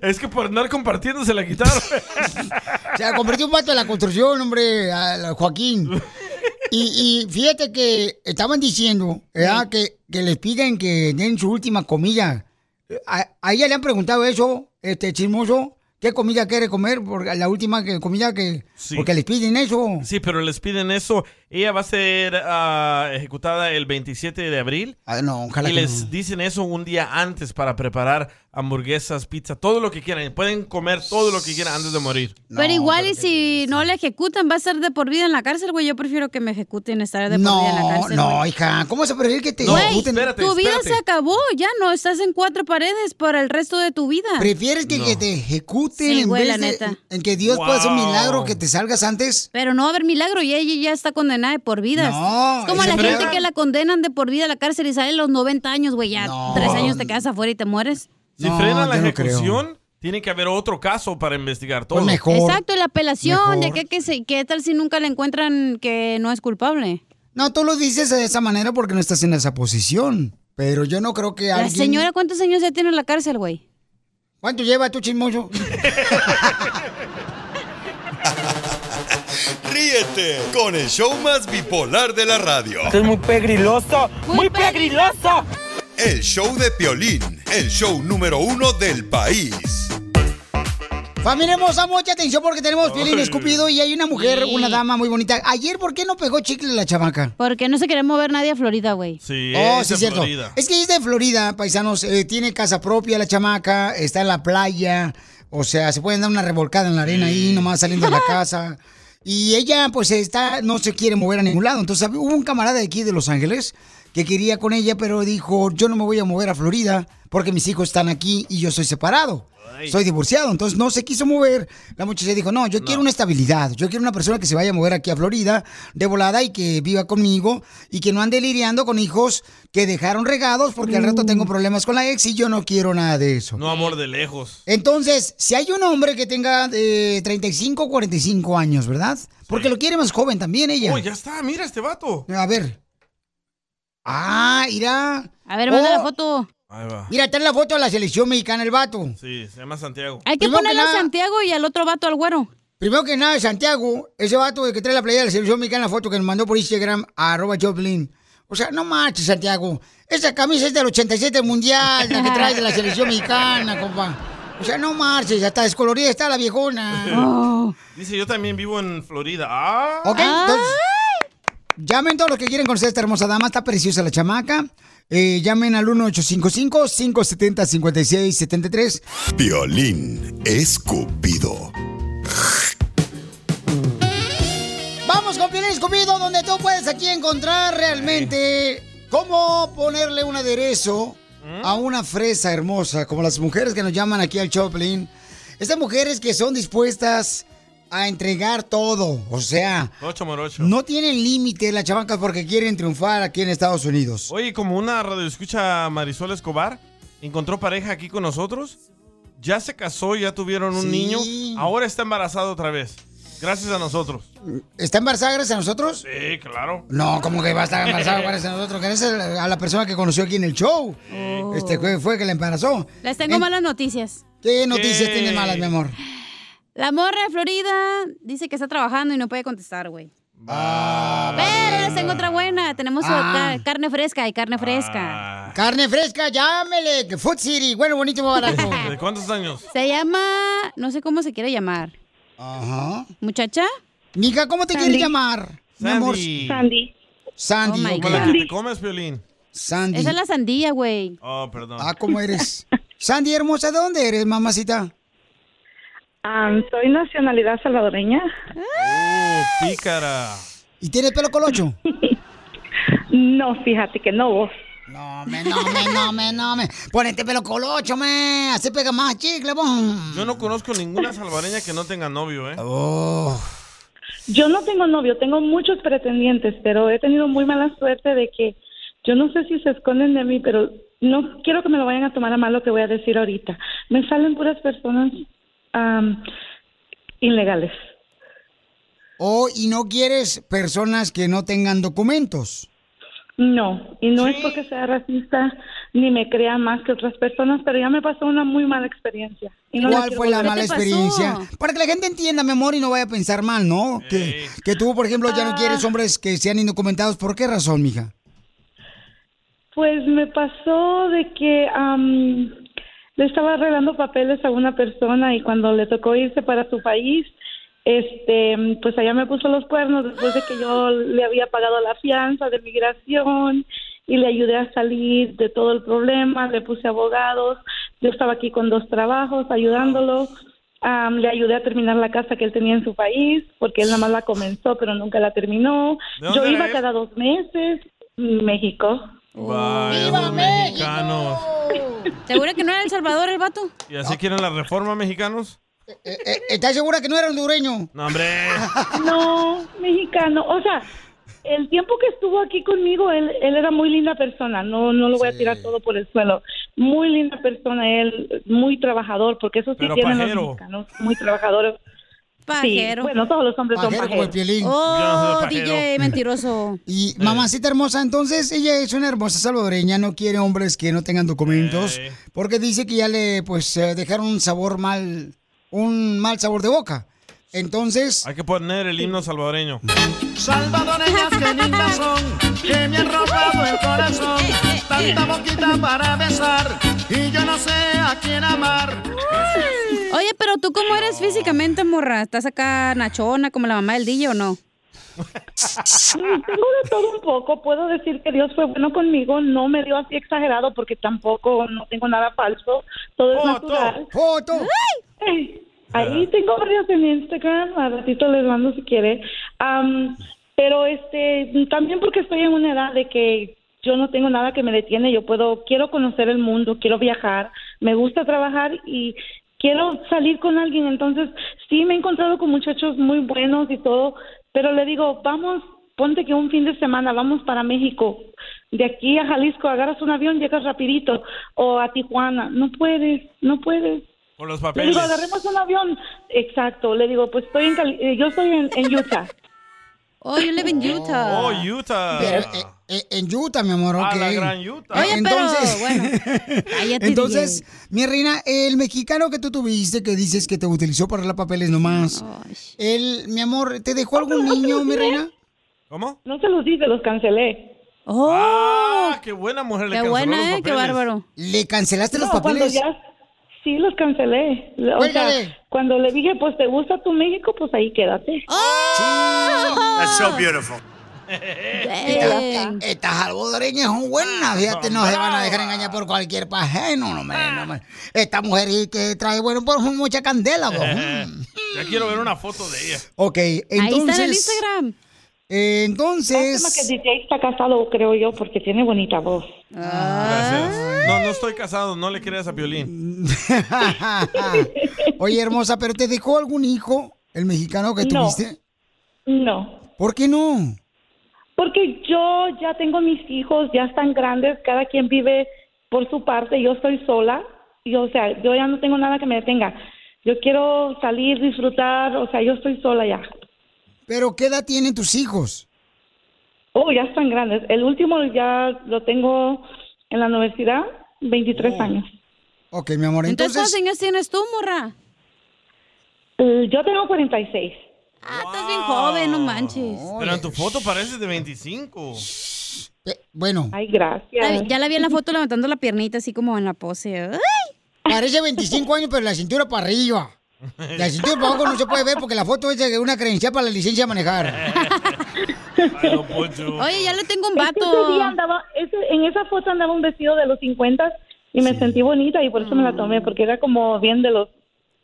Speaker 5: Es que por andar compartiendo se la quitaron.
Speaker 4: Se la convirtió un vato de la construcción, hombre, a Joaquín. Y, y fíjate que estaban diciendo ¿verdad? que, que les piden que den su última comida. A, a ella le han preguntado eso, este chismoso, qué comida quiere comer, porque la última que- comida que...
Speaker 5: Sí.
Speaker 4: Porque les piden eso.
Speaker 5: Sí, pero les piden eso. Ella va a ser ah, ejecutada el 27 de abril.
Speaker 4: Ah, no, ojalá
Speaker 5: Y
Speaker 4: que
Speaker 5: les dicen eso un día antes para preparar hamburguesas, pizza, todo lo que quieran. Pueden comer todo lo que quieran antes de morir.
Speaker 7: pero igual, y si no la ejecutan, va a estar de por vida en la cárcel, güey. Yo prefiero que me ejecuten estar de por vida en la
Speaker 4: No,
Speaker 7: cárcel.
Speaker 4: no,
Speaker 7: güey.
Speaker 4: hija, ¿cómo se prefiere que te
Speaker 7: Güey,
Speaker 4: ejecuten?
Speaker 7: tu vida se acabó, ya no estás en cuatro paredes para el resto de tu vida.
Speaker 4: ¿Prefieres que, que te ejecuten
Speaker 7: Sí,
Speaker 4: en
Speaker 7: güey,
Speaker 4: vez
Speaker 7: la
Speaker 4: de-
Speaker 7: neta.
Speaker 4: en que Dios pueda hacer un
Speaker 7: Wow.
Speaker 4: milagro que te salgas antes?
Speaker 7: Pero no va a haber milagro, ya ella ya está condenada de por vida.
Speaker 4: No,
Speaker 7: es como
Speaker 4: esa
Speaker 7: la
Speaker 4: mera-
Speaker 7: gente que la condenan de por vida a la cárcel y sale a los 90 años, güey, ya tres años te quedas afuera y te mueres.
Speaker 5: Si
Speaker 4: No,
Speaker 5: frena la
Speaker 4: yo no creo. Pues
Speaker 5: ejecución, tiene que haber otro caso para investigar todo.
Speaker 7: Exacto, y la apelación
Speaker 5: Mejor.
Speaker 7: de que, que se- qué tal si nunca le encuentran que no es culpable.
Speaker 4: No, tú lo dices de esa manera porque no estás en esa posición. Pero yo no creo que
Speaker 7: La
Speaker 4: alguien...
Speaker 7: señora, ¿cuántos años ya tiene en la cárcel, güey?
Speaker 4: ¿Cuánto lleva tu chismoso?
Speaker 9: Ríete con el show más bipolar de la radio.
Speaker 26: es muy pegriloso, muy pegriloso.
Speaker 9: El show de Piolín, el show número uno del país.
Speaker 4: Familia hermosa, mucha atención porque tenemos Piolín
Speaker 9: Ay.
Speaker 4: escupido y hay una mujer,
Speaker 7: Sí.
Speaker 4: una dama muy bonita. Ayer, ¿por qué no pegó chicle la chamaca?
Speaker 7: Porque no se quiere mover nadie a Florida, güey.
Speaker 5: Sí,
Speaker 4: Oh,
Speaker 5: es
Speaker 4: sí,
Speaker 5: de
Speaker 4: cierto.
Speaker 5: Florida.
Speaker 4: Es que ella es de Florida, paisanos. eh, tiene casa propia la chamaca, está en la playa. O sea, se pueden dar una revolcada en la arena ahí, nomás saliendo
Speaker 5: [LAUGHS]
Speaker 4: de la casa. Y ella, pues, está, no se quiere mover a ningún lado. Entonces, hab- hubo un camarada de aquí de Los Ángeles que quería con ella, pero dijo, yo no me voy a mover a Florida porque mis hijos están aquí y yo soy separado. Soy divorciado, entonces no se quiso mover. La muchacha dijo, no, yo quiero una estabilidad. Yo quiero una persona que se vaya a mover aquí a Florida de volada y que viva conmigo y que no ande liriando con hijos que dejaron regados porque al
Speaker 5: Mm.
Speaker 4: rato tengo problemas con la ex y yo no quiero nada de eso.
Speaker 5: No amor de lejos.
Speaker 4: Entonces, si hay un hombre que tenga eh, 35 o 45 años, ¿verdad? Porque lo quiere más joven también ella.
Speaker 5: Oh, ya está, mira este vato.
Speaker 4: A ver. Ah, irá.
Speaker 7: A ver, manda la foto.
Speaker 5: Ahí va.
Speaker 4: Mira, está en la foto de la selección mexicana el vato.
Speaker 5: Sí, se llama Santiago.
Speaker 7: Hay que
Speaker 4: Primero que
Speaker 7: ponerle a
Speaker 4: nada-
Speaker 7: Santiago y al otro vato al güero.
Speaker 4: Primero que nada, Santiago, ese vato que trae la playa de la selección mexicana, la foto que nos mandó por Instagram, arroba Joplin. O sea, no marches, Santiago. Esa camisa es del 87 Mundial, la que trae de la
Speaker 7: [LAUGHS]
Speaker 4: selección mexicana, compa. O sea, no marches, hasta descolorida está la viejona.
Speaker 7: Oh.
Speaker 5: Dice, yo también vivo en Florida. Ah.
Speaker 4: Ok, entonces. Llamen todos los que quieren conocer a esta hermosa dama, está preciosa la chamaca. Eh, llamen al 1855-570-5673.
Speaker 9: Piolín escupido.
Speaker 4: Vamos con Piolín Escobido, donde tú puedes aquí encontrar realmente cómo ponerle un aderezo a una fresa hermosa, como las mujeres que nos llaman aquí al Choplin. Estas mujeres que son dispuestas a entregar todo, o sea,
Speaker 5: Ocho morocho.
Speaker 4: no tienen límite las chamacas porque quieren triunfar aquí en Estados Unidos.
Speaker 5: Oye, como una radioescucha Marisol Escobar encontró pareja aquí con nosotros. Ya se casó, ya tuvieron un
Speaker 4: Sí.
Speaker 5: niño. Ahora está embarazada otra vez. Gracias a nosotros.
Speaker 4: ¿Está embarazada gracias a nosotros?
Speaker 5: Sí, claro.
Speaker 4: No, ¿cómo que va a estar
Speaker 5: [LAUGHS]
Speaker 4: embarazada gracias a nosotros? Gracias a la persona que conoció aquí en el show. Este fue, fue que la embarazó.
Speaker 7: Oh. Les tengo
Speaker 4: En-
Speaker 7: malas noticias.
Speaker 4: ¿Qué noticias tiene malas, mi amor?
Speaker 7: La morra de Florida dice que está trabajando y no puede contestar, güey. Pero les tengo otra buena. Tenemos
Speaker 4: Ah.
Speaker 7: ca- carne fresca y carne fresca.
Speaker 5: Ah.
Speaker 4: Carne fresca, llámele. que Food City, bueno, bonito, muy barato.
Speaker 5: ¿De cuántos años?
Speaker 7: [LAUGHS] Se llama, no sé cómo se quiere llamar.
Speaker 4: Ajá.
Speaker 7: Muchacha.
Speaker 4: Mija, ¿cómo te
Speaker 7: Sandy.
Speaker 4: quieres llamar? Mi amor.
Speaker 5: Sandy.
Speaker 4: Sandy,
Speaker 7: Oh, my
Speaker 4: ok.
Speaker 5: Como la que te comes, Piolín.
Speaker 4: Sandy.
Speaker 7: Esa es la sandía, güey.
Speaker 5: Oh, perdón.
Speaker 4: Ah, ¿cómo
Speaker 5: [LAUGHS]
Speaker 11: [LAUGHS]
Speaker 4: eres? Sandy, hermosa, ¿de dónde eres, mamacita?
Speaker 11: Am, soy nacionalidad salvadoreña.
Speaker 5: Oh, pícara.
Speaker 4: ¿Y tienes pelo colocho?
Speaker 11: [LAUGHS] No, fíjate que no vos.
Speaker 4: No, me, no, me, no, me, no, me. Ponete pelo colocho, me. Así pega más chicle, bon.
Speaker 5: Yo no conozco ninguna salvareña que no tenga novio, ¿eh?
Speaker 4: Oh.
Speaker 11: Yo no tengo novio, tengo muchos pretendientes, pero he tenido muy mala suerte de que yo no sé si se esconden de mí, pero no quiero que me lo vayan a tomar a mal lo que voy a decir ahorita. Me salen puras personas am, ilegales.
Speaker 4: O, Oh, y no quieres personas que no tengan documentos.
Speaker 11: No, y no es porque sea racista ni me crea más que otras personas, pero ya me pasó una muy mala experiencia. y no
Speaker 4: ¿Cuál
Speaker 11: quiero
Speaker 4: fue la
Speaker 11: volver a
Speaker 4: mala
Speaker 11: pasar.
Speaker 4: experiencia? Para que la gente entienda, mi amor, y no vaya a pensar mal, ¿no? Que, que tú, por ejemplo,
Speaker 11: Ah.
Speaker 4: ya no quieres hombres que sean indocumentados. ¿Por qué razón, mija?
Speaker 11: Pues me pasó de que am, le estaba arreglando papeles a una persona y cuando le tocó irse para su país, este, pues allá me puso los cuernos después de que yo le había pagado la fianza de migración y le ayudé a salir de todo el problema, le puse abogados, yo estaba aquí con dos trabajos ayudándolo, am, le ayudé a terminar la casa que él tenía en su país, porque él nada más la comenzó pero nunca la terminó.
Speaker 5: ¿De dónde
Speaker 11: Yo
Speaker 5: era
Speaker 11: iba
Speaker 5: él?
Speaker 11: cada dos meses, México.
Speaker 5: Vaya, los mexicanos.
Speaker 7: ¿Segura que no era El Salvador el vato?
Speaker 5: ¿Y así quieren la reforma, mexicanos?
Speaker 4: Eh, ¿Estás segura que no era hondureño?
Speaker 5: No, hombre.
Speaker 11: No, mexicano. O sea, el tiempo que estuvo aquí conmigo, él, él era muy linda persona, no, no lo voy a tirar todo por el suelo. Muy linda persona, él, muy trabajador, porque eso sí
Speaker 5: Pero
Speaker 11: tienen
Speaker 5: pajero.
Speaker 11: los mexicanos, muy trabajadores. Sí,
Speaker 7: Pajero.
Speaker 11: bueno, todos los hombres son
Speaker 7: Pajero como el
Speaker 11: pajeros.
Speaker 7: Piolín. Oh, Yo no soy pajero. Eh. DJ,
Speaker 11: mentiroso.
Speaker 4: pues, [LAUGHS] Y mamacita hermosa, entonces ella es una hermosa salvadoreña, no quiere hombres que no tengan documentos,
Speaker 7: Eh.
Speaker 4: porque dice que ya le pues eh, dejaron un sabor mal, un mal sabor de boca.
Speaker 11: Pues.
Speaker 4: Entonces,
Speaker 5: Hay que poner el himno salvadoreño.
Speaker 16: Salvadoreñas que lindas son, que me han robado el corazón. Tanta boquita para besar, y yo no sé a quién amar.
Speaker 7: Oye, pero tú cómo eres físicamente, morra? ¿Estás acá nachona como la mamá del DJ o no?
Speaker 11: Mm, Tengo de todo un poco. Puedo decir que Dios fue bueno conmigo. No me dio así exagerado porque tampoco no tengo nada falso. Todo es natural. Ay, Ahí tengo varios en Instagram. A ratito les mando si quiere. Am, pero este también porque estoy en una edad de que yo no tengo nada que me detiene. Yo puedo, quiero conocer el mundo, quiero viajar, me gusta trabajar y quiero salir con alguien. Entonces, sí me he encontrado con muchachos muy buenos y todo, pero le digo, vamos, ponte que un fin de semana vamos para México. De aquí a Jalisco agarras un avión, llegas rapidito o a Tijuana. No puedes, no puedes.
Speaker 5: Con los
Speaker 11: Le
Speaker 5: papeles.
Speaker 11: digo, agarremos un avión. Exacto, le digo, pues estoy en Cali- eh, yo estoy en, en Utah.
Speaker 7: Oh, you live in Utah.
Speaker 5: Oh, Utah.
Speaker 4: Pero, eh, eh, en Utah, mi amor, ok.
Speaker 5: Ah, la gran Utah.
Speaker 7: Oye, pero,
Speaker 4: [LAUGHS]
Speaker 7: bueno,
Speaker 4: entonces, mi reina, el mexicano que tú tuviste, que dices que te utilizó para la papeles nomás, él, mi amor, ¿te dejó algún niño, mi reina?
Speaker 5: ¿Cómo?
Speaker 11: No se los dije, los cancelé.
Speaker 7: Oh,
Speaker 5: Ah, qué buena mujer le
Speaker 11: ¡Uh! Qué
Speaker 5: canceló
Speaker 11: buena,
Speaker 5: los
Speaker 11: ¿eh? Qué
Speaker 5: papeles.
Speaker 11: bárbaro.
Speaker 4: ¿Le cancelaste
Speaker 11: No, cuando ya- sí, los cancelé. O sea,
Speaker 4: Cuélgale.
Speaker 11: cuando le dije, pues te gusta tu México, pues ahí quédate.
Speaker 7: ¡Oh!
Speaker 12: That's
Speaker 7: Ah.
Speaker 12: so beautiful.
Speaker 4: Esta- Estas salvadoreñas son
Speaker 5: Ah,
Speaker 4: buenas, fíjate, no se van a dejar engañar por cualquier pajeno, no, hombre, no, hombre.
Speaker 5: Ah.
Speaker 4: Esta mujer y que trae, bueno, por mucha
Speaker 5: [LAUGHS]
Speaker 4: candela, vos. mm.
Speaker 5: Eh, [LAUGHS] ya quiero ver una foto de ella.
Speaker 4: Ok, entonces...
Speaker 7: Instagram.
Speaker 4: entonces...
Speaker 11: Lástima que DJ está casado, creo yo, porque tiene bonita voz.
Speaker 7: Ah.
Speaker 5: Gracias. No, no estoy casado, no le creas a Piolín.
Speaker 4: [LAUGHS] Oye, hermosa, ¿pero te dejó algún hijo, el mexicano que
Speaker 11: No.
Speaker 4: tuviste?
Speaker 11: No.
Speaker 4: ¿Por qué no?
Speaker 11: Porque yo ya tengo mis hijos, ya están grandes, cada quien vive por su parte, yo estoy sola, y, o sea, yo ya no tengo nada que me detenga. Yo quiero salir, disfrutar, o sea, yo estoy sola ya.
Speaker 4: ¿Pero qué edad tienen tus hijos?
Speaker 11: Oh, ya están grandes. El último ya lo tengo en la universidad, 23 años.
Speaker 4: Ok, mi amor,
Speaker 7: entonces,
Speaker 4: Oh. entonces...
Speaker 7: ¿cuántos años tienes tú, morra?
Speaker 11: Eh, Yo tengo 46.
Speaker 7: Estás bien joven, no manches.
Speaker 5: Pero en tu foto pareces de 25.
Speaker 11: Eh,
Speaker 4: bueno.
Speaker 11: Ay, gracias.
Speaker 7: Ya, la vi en la foto levantando la piernita así como en la pose. ¡Ay!
Speaker 4: Parece 25 años, pero la cintura para arriba. La cintura para abajo no se puede ver porque la foto es de una credencial para la licencia de manejar.
Speaker 11: [LAUGHS]
Speaker 7: Oye, ya le tengo un
Speaker 11: vato. ese día andaba, ese- en esa foto andaba un vestido de los 50 y me sentí bonita y por eso me la tomé, porque era como bien de los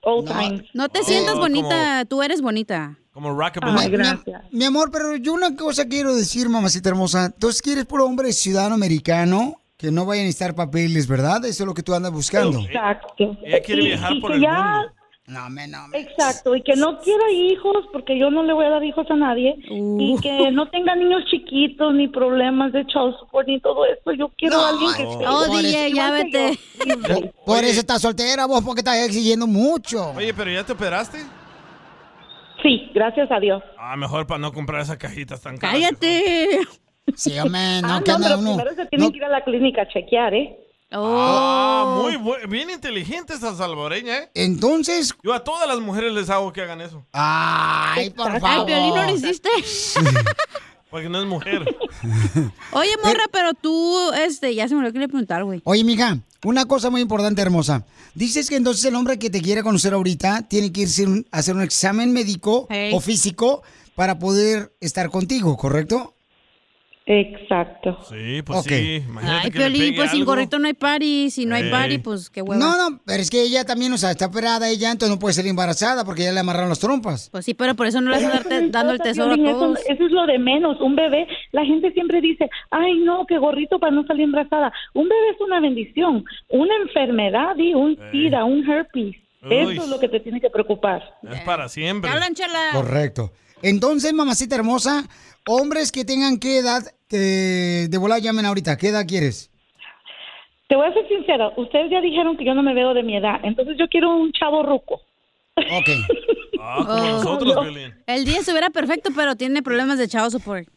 Speaker 11: old times.
Speaker 7: No te
Speaker 11: Oh,
Speaker 7: sientas
Speaker 11: como-
Speaker 7: bonita, tú eres bonita.
Speaker 5: Como rockabilly.
Speaker 4: Mi- mi- Mi, amor, pero yo una cosa quiero decir, mamacita hermosa. Tú quieres puro hombre ciudadano americano que no vaya a necesitar papeles, ¿verdad? Eso es lo que tú andas buscando.
Speaker 11: Exacto.
Speaker 5: Ella quiere
Speaker 11: Y-
Speaker 5: viajar
Speaker 11: y
Speaker 5: por
Speaker 11: que
Speaker 5: el
Speaker 11: ya-
Speaker 5: mundo.
Speaker 4: No, me, no,
Speaker 11: Exacto, y que no quiera hijos, porque yo no le voy a dar hijos a nadie,
Speaker 7: Uh.
Speaker 11: y que no tenga niños chiquitos, ni problemas de child support, ni todo eso. Yo quiero a alguien que... esté
Speaker 7: Oh,
Speaker 11: igual
Speaker 7: DJ, ya
Speaker 11: que yo.
Speaker 7: vete.
Speaker 4: Por eso estás soltera vos, porque estás exigiendo mucho.
Speaker 5: Oye, pero ya te operaste.
Speaker 11: Sí, gracias a Dios.
Speaker 5: Ah, mejor para no comprar esas cajitas tan caras.
Speaker 7: ¡Cállate!
Speaker 4: Sí, hombre,
Speaker 11: Ah, no, pero primero se tienen que ir a la clínica a chequear, ¿eh?
Speaker 7: Oh.
Speaker 5: Ah, muy buen- bien inteligente esa salvadoreña, ¿eh?
Speaker 4: Entonces.
Speaker 5: Yo a todas las mujeres les hago que hagan eso.
Speaker 4: Ay,
Speaker 7: Al Piolín no lo hiciste.
Speaker 5: Porque no es mujer.
Speaker 7: Oye, morra, pero tú, este, ya se me lo quería preguntar, güey.
Speaker 4: Oye, mija, una cosa muy importante, hermosa. Dices que entonces el hombre que te quiere conocer ahorita tiene que irse un- a hacer un examen médico
Speaker 11: Hey.
Speaker 4: o físico para poder estar contigo, ¿correcto?
Speaker 11: Exacto.
Speaker 5: Sí, pues
Speaker 4: Ok.
Speaker 5: sí. Imagínate
Speaker 7: Ay,
Speaker 5: que le
Speaker 7: Piolín,
Speaker 5: pegue
Speaker 7: pues
Speaker 5: algo.
Speaker 7: incorrecto no hay party. Si no hay
Speaker 5: Ey.
Speaker 7: party, pues qué hueva.
Speaker 4: No, no, pero es que ella también, o sea, está operada ella, entonces no puede ser embarazada porque ya le amarraron las trompas.
Speaker 7: Pues sí, pero por eso no le vas a
Speaker 11: Pero
Speaker 7: dar
Speaker 11: eso no
Speaker 7: te- dando el
Speaker 11: importa,
Speaker 7: tesoro a
Speaker 11: Piolín, eso-
Speaker 7: todos.
Speaker 11: Eso, es lo de menos. Un bebé, la gente siempre dice, ay, no, qué gorrito para no salir embarazada. Un bebé es una bendición. Una enfermedad y un SIDA, un herpes.
Speaker 5: Uy.
Speaker 11: Eso es lo que te tiene que preocupar.
Speaker 5: Es para siempre.
Speaker 7: Hablan, chela.
Speaker 4: Correcto. Entonces, mamacita hermosa, hombres que tengan qué edad, eh, de volar llamen ahorita, ¿qué edad quieres?
Speaker 11: Te voy a ser sincera, ustedes ya dijeron que yo no me veo de mi edad, entonces yo quiero un chavo ruco.
Speaker 4: Ok.
Speaker 5: Ah, como
Speaker 7: Oh.
Speaker 5: nosotros,
Speaker 7: No.
Speaker 5: Piolín.
Speaker 7: El 10 estuviera perfecto, pero tiene problemas de chavo support.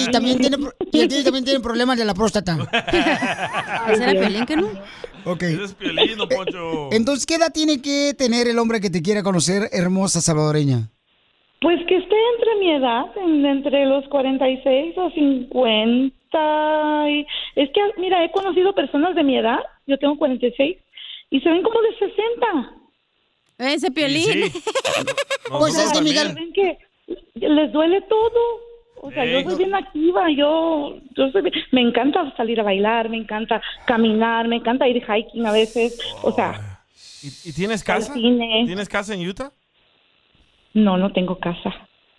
Speaker 4: Y también tiene, pro- y el tío también tiene problemas de la próstata.
Speaker 7: ¿Será Piolín que no?
Speaker 4: Ok.
Speaker 5: Es Piolín, don Poncho.
Speaker 4: Entonces, ¿qué edad tiene que tener el hombre que te quiera conocer, hermosa salvadoreña?
Speaker 11: Pues que esté entre mi edad, en- entre los 46 a 50. y- es que, mira, he conocido personas de mi edad, yo tengo 46, y se ven como de 60.
Speaker 7: Ese piolín.
Speaker 4: Pues es que, mija-
Speaker 11: Ven que les duele todo. O sea, yo soy bien activa, yo, yo soy bien- me encanta salir a bailar, me encanta caminar, me encanta ir hiking a veces. O sea,
Speaker 5: ¿Y, y tienes casa? ¿Tienes casa en Utah?
Speaker 11: no, no tengo casa.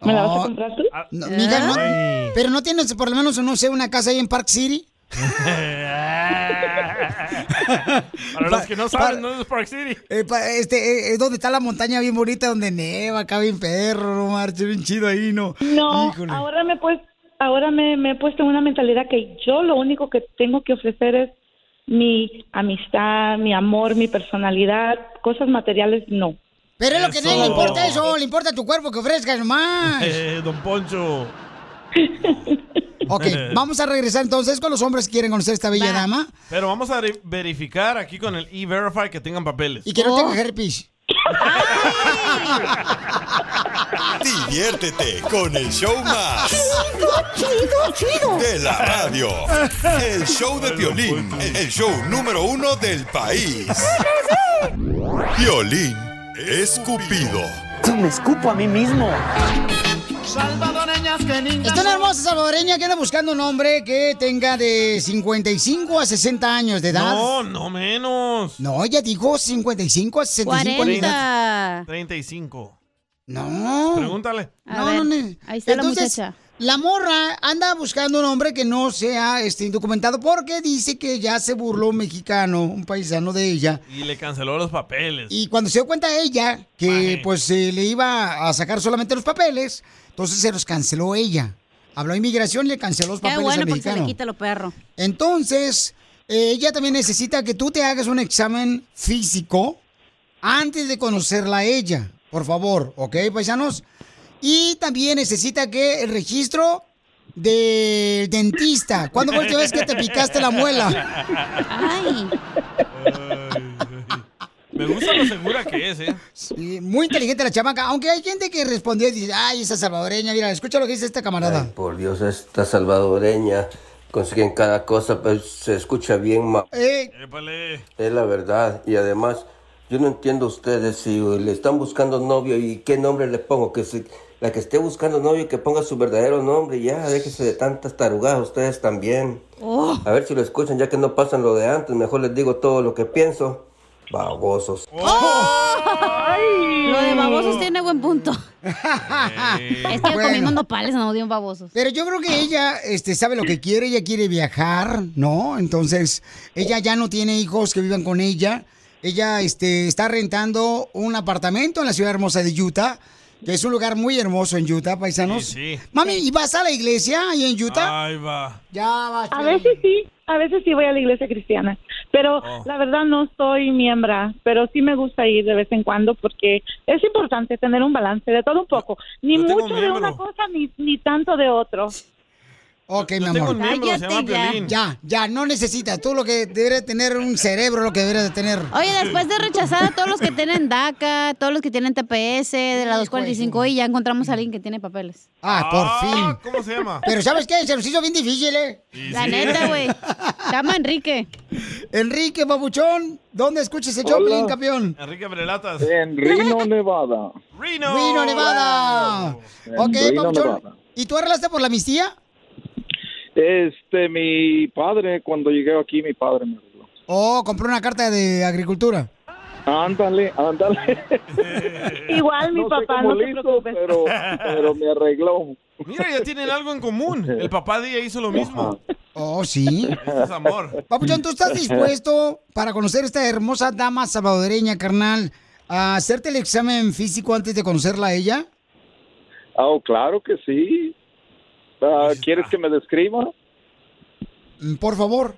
Speaker 11: ¿Me la vas a comprar tú?
Speaker 5: Ah,
Speaker 4: No, mija, no-
Speaker 5: eh,
Speaker 4: pero no tienes por lo menos, no sé, una casa ahí en Park City.
Speaker 5: Para los que no
Speaker 4: Para-
Speaker 5: saben, no es Park City.
Speaker 4: Eh, pa- este, eh, es donde está la montaña bien bonita, donde neva, acá bien perro, no marche, bien chido ahí, ¿no?
Speaker 11: No,
Speaker 4: Híjole.
Speaker 11: ahora me pues, ahora me, me he puesto en una mentalidad que yo lo único que tengo que ofrecer es mi amistad, mi amor, mi personalidad, cosas materiales no.
Speaker 4: Pero es lo que no le
Speaker 5: Eso.
Speaker 4: importa eso, le importa tu cuerpo que ofrezcas más.
Speaker 5: Eh, don Poncho.
Speaker 4: [LAUGHS]
Speaker 5: Eh,
Speaker 4: ok, vamos a regresar entonces con los hombres que quieren conocer esta bella dama
Speaker 5: Pero vamos a re- verificar aquí con el E-Verify que tengan papeles.
Speaker 4: y que
Speaker 7: Oh.
Speaker 11: Oh.
Speaker 4: no tenga herpes.
Speaker 9: Diviértete con el show
Speaker 4: Ah.
Speaker 9: más. De la radio. El show de violín. El show número uno del país. Violín escupido.
Speaker 4: Me escupo a mí mismo.
Speaker 16: Salvadoreñas que ninjas
Speaker 4: Está una
Speaker 16: son.
Speaker 4: hermosa salvadoreña que anda buscando un hombre que tenga de 55 a 60 años de edad.
Speaker 5: No, no menos.
Speaker 4: No, ella dijo 55 a 65 años de edad.
Speaker 5: 35.
Speaker 4: No.
Speaker 5: Pregúntale.
Speaker 4: No, no, no.
Speaker 7: ahí está la
Speaker 4: Entonces,
Speaker 7: muchacha.
Speaker 4: La morra anda buscando un hombre que no sea este, indocumentado porque dice que ya se burló un mexicano, un paisano de ella.
Speaker 5: Y le canceló los papeles.
Speaker 4: Y cuando se dio cuenta ella que pues eh, le iba a sacar solamente los papeles, entonces se los canceló ella. Habló a inmigración y le canceló los
Speaker 7: Qué
Speaker 4: papeles
Speaker 7: bueno
Speaker 4: al
Speaker 7: porque se le
Speaker 4: mexicano.
Speaker 7: quita los perros.
Speaker 4: Entonces, eh, ella también necesita que tú te hagas un examen físico antes de conocerla a ella, por favor, ¿ok, paisanos? Y también necesita que el registro del dentista. ¿Cuándo fue la última vez que te picaste la
Speaker 8: [LAUGHS]
Speaker 4: muela?
Speaker 7: Ay.
Speaker 5: Me gusta lo segura que es, ¿eh?
Speaker 4: Sí, muy inteligente la chamaca, aunque hay gente que respondió y dice, ay, esa salvadoreña, mira, escucha lo que dice esta camarada.
Speaker 13: Por Dios, esta salvadoreña consiguen cada cosa, pero se escucha bien, ma.
Speaker 4: Eh,
Speaker 13: Es la verdad. Y además, yo no entiendo ustedes si le están buscando novio y qué nombre le pongo. Que se- la que esté buscando novio que ponga su verdadero nombre. Ya, déjese de tantas tarugadas ustedes también.
Speaker 7: Oh.
Speaker 13: A ver si lo escuchan, ya que no pasan lo de antes. Mejor les digo todo lo que pienso. Babosos.
Speaker 7: ¡Oh! Lo de babosos tiene buen punto. es que
Speaker 4: Bueno.
Speaker 7: comimos nopales, no de babosos.
Speaker 4: Pero yo creo que ella este, sabe lo que quiere, ella quiere viajar, ¿no? Entonces, ella ya no tiene hijos que vivan con ella. Ella este, está rentando un apartamento en la ciudad hermosa de Utah, que es un lugar muy hermoso en Utah, paisanos.
Speaker 5: Sí, sí.
Speaker 4: Mami, ¿y vas a la iglesia ahí en Utah?
Speaker 11: Ah,
Speaker 5: Ahí va.
Speaker 4: Ya va.
Speaker 11: A veces sí, a veces sí voy a la iglesia cristiana, pero
Speaker 4: Oh.
Speaker 11: la verdad no soy miembro, pero sí me gusta ir de vez en cuando porque es importante tener un balance de todo un poco, ni mucho de una cosa ni, ni tanto de otro.
Speaker 4: Ok, mi
Speaker 11: tengo
Speaker 4: amor.
Speaker 11: un miembro, se llama Cállate ya. Piolín.
Speaker 4: ya, ya, no necesitas. Tú lo que deberías tener un cerebro, lo que deberías de tener.
Speaker 7: Oye, después de rechazar a todos los que tienen DACA, todos los que tienen TPS, de la 245 y ya encontramos a alguien que tiene papeles.
Speaker 4: Ah, por fin.
Speaker 5: ¿Cómo se llama?
Speaker 4: Pero ¿sabes qué? Se nos hizo bien difícil, ¿eh?
Speaker 7: La neta, güey. Llama Enrique.
Speaker 4: Enrique, babuchón, ¿dónde escuchas el
Speaker 5: Hola.
Speaker 4: Choplin, campeón?
Speaker 5: Enrique Brelatas.
Speaker 24: En Reno, Nevada.
Speaker 5: Reno.
Speaker 4: Reno, Nevada.
Speaker 24: En
Speaker 4: Ok,
Speaker 24: Reno,
Speaker 4: babuchón.
Speaker 24: Nevada.
Speaker 4: ¿Y tú arreglaste por la amnistía?
Speaker 24: Este, mi padre, cuando llegué aquí, mi padre me dijo,
Speaker 4: ¿O Oh, compró una carta de agricultura?
Speaker 24: ándale, ándale.
Speaker 11: [LAUGHS] Igual mi
Speaker 24: No sé
Speaker 11: papá,
Speaker 24: cómo
Speaker 11: no
Speaker 24: le
Speaker 11: te
Speaker 24: hizo,
Speaker 11: preocupes.
Speaker 24: pero, pero me arregló.
Speaker 5: Mira, ya tienen algo en común. El papá de ella hizo lo mismo.
Speaker 4: Oh, sí.
Speaker 5: Ese es amor.
Speaker 4: Papuchón, ¿tú
Speaker 24: [LAUGHS]
Speaker 4: estás dispuesto para conocer a esta hermosa dama salvadoreña, carnal, a hacerte el examen físico antes de conocerla a ella?
Speaker 21: [LAUGHS] Oh, claro que sí. Ah, ¿Quieres que me describa?
Speaker 4: Mm, Por favor.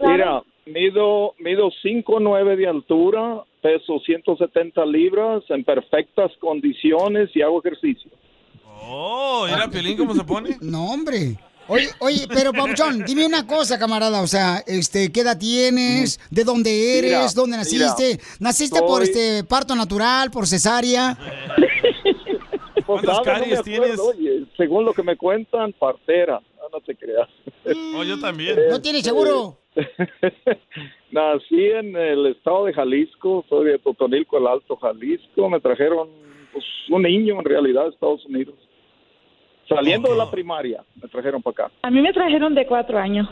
Speaker 21: Mira, mido, mido 5'9 de altura, peso 170 libras, en perfectas condiciones y hago ejercicio.
Speaker 5: Oh, ¿era Piolín cómo se pone?
Speaker 4: No, hombre. Oye, oye, pero Pabuchón, dime una cosa, camarada. O sea, este, ¿qué edad tienes? ¿De dónde eres?
Speaker 21: Mira,
Speaker 4: ¿Dónde naciste?
Speaker 21: mira,
Speaker 4: ¿Naciste por
Speaker 21: soy-
Speaker 4: este parto natural, por cesárea?
Speaker 21: Pues,
Speaker 5: ¿Cuántas
Speaker 21: ¿sabes? No me
Speaker 5: caries
Speaker 21: acuerdo,
Speaker 5: tienes?
Speaker 21: oye, según lo que me cuentan, partera. No, no te creas. Eh,
Speaker 5: Oh, yo también.
Speaker 4: ¿No tienes seguro?
Speaker 21: [LAUGHS] Nací en el estado de Jalisco, soy de Totonilco, el Alto Jalisco. Me trajeron pues, un niño en realidad de Estados Unidos. Saliendo de la primaria, me trajeron para acá.
Speaker 11: A mí me trajeron de cuatro años.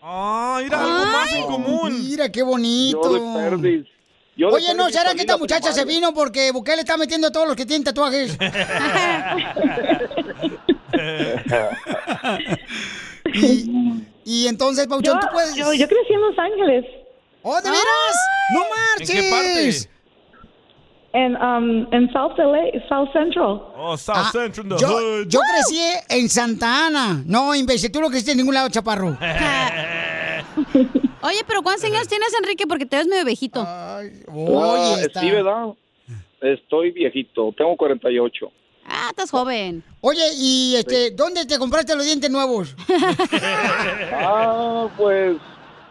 Speaker 4: Oh,
Speaker 5: Ah, mira,
Speaker 21: algo más
Speaker 4: en común. Mira, qué bonito.
Speaker 21: Yo de Perdis. Yo de pues,
Speaker 4: Oye, ¿no
Speaker 21: Perdis
Speaker 4: será
Speaker 21: salí
Speaker 4: que esta
Speaker 21: de la
Speaker 4: muchacha se
Speaker 21: primaria.
Speaker 4: vino porque Bukele está metiendo a todos los que tienen
Speaker 21: [LAUGHS]
Speaker 4: tatuajes? y, y entonces, Pauchón, tú puedes...
Speaker 11: yo- yo crecí en Los Ángeles.
Speaker 4: ¡Oh, de veras! ¡No
Speaker 5: ¿En
Speaker 4: marches!
Speaker 5: qué parte?
Speaker 11: En, um, en South LA, South Central.
Speaker 5: Oh, South
Speaker 4: Ah,
Speaker 5: Central in the
Speaker 4: Yo,
Speaker 5: hood.
Speaker 4: yo crecí en Santa Ana. No, imbécil, tú no creciste en ningún lado,
Speaker 21: [LAUGHS]
Speaker 4: chaparro.
Speaker 5: Eh,
Speaker 7: Oye, pero ¿cuántos años tienes, Enrique? Porque te ves medio viejito.
Speaker 21: Ah,
Speaker 7: Oye, está.
Speaker 21: sí, ¿verdad? Estoy viejito, tengo 48.
Speaker 7: Ah, estás joven.
Speaker 4: Oye, ¿y este, dónde te compraste los dientes nuevos?
Speaker 21: Ah, pues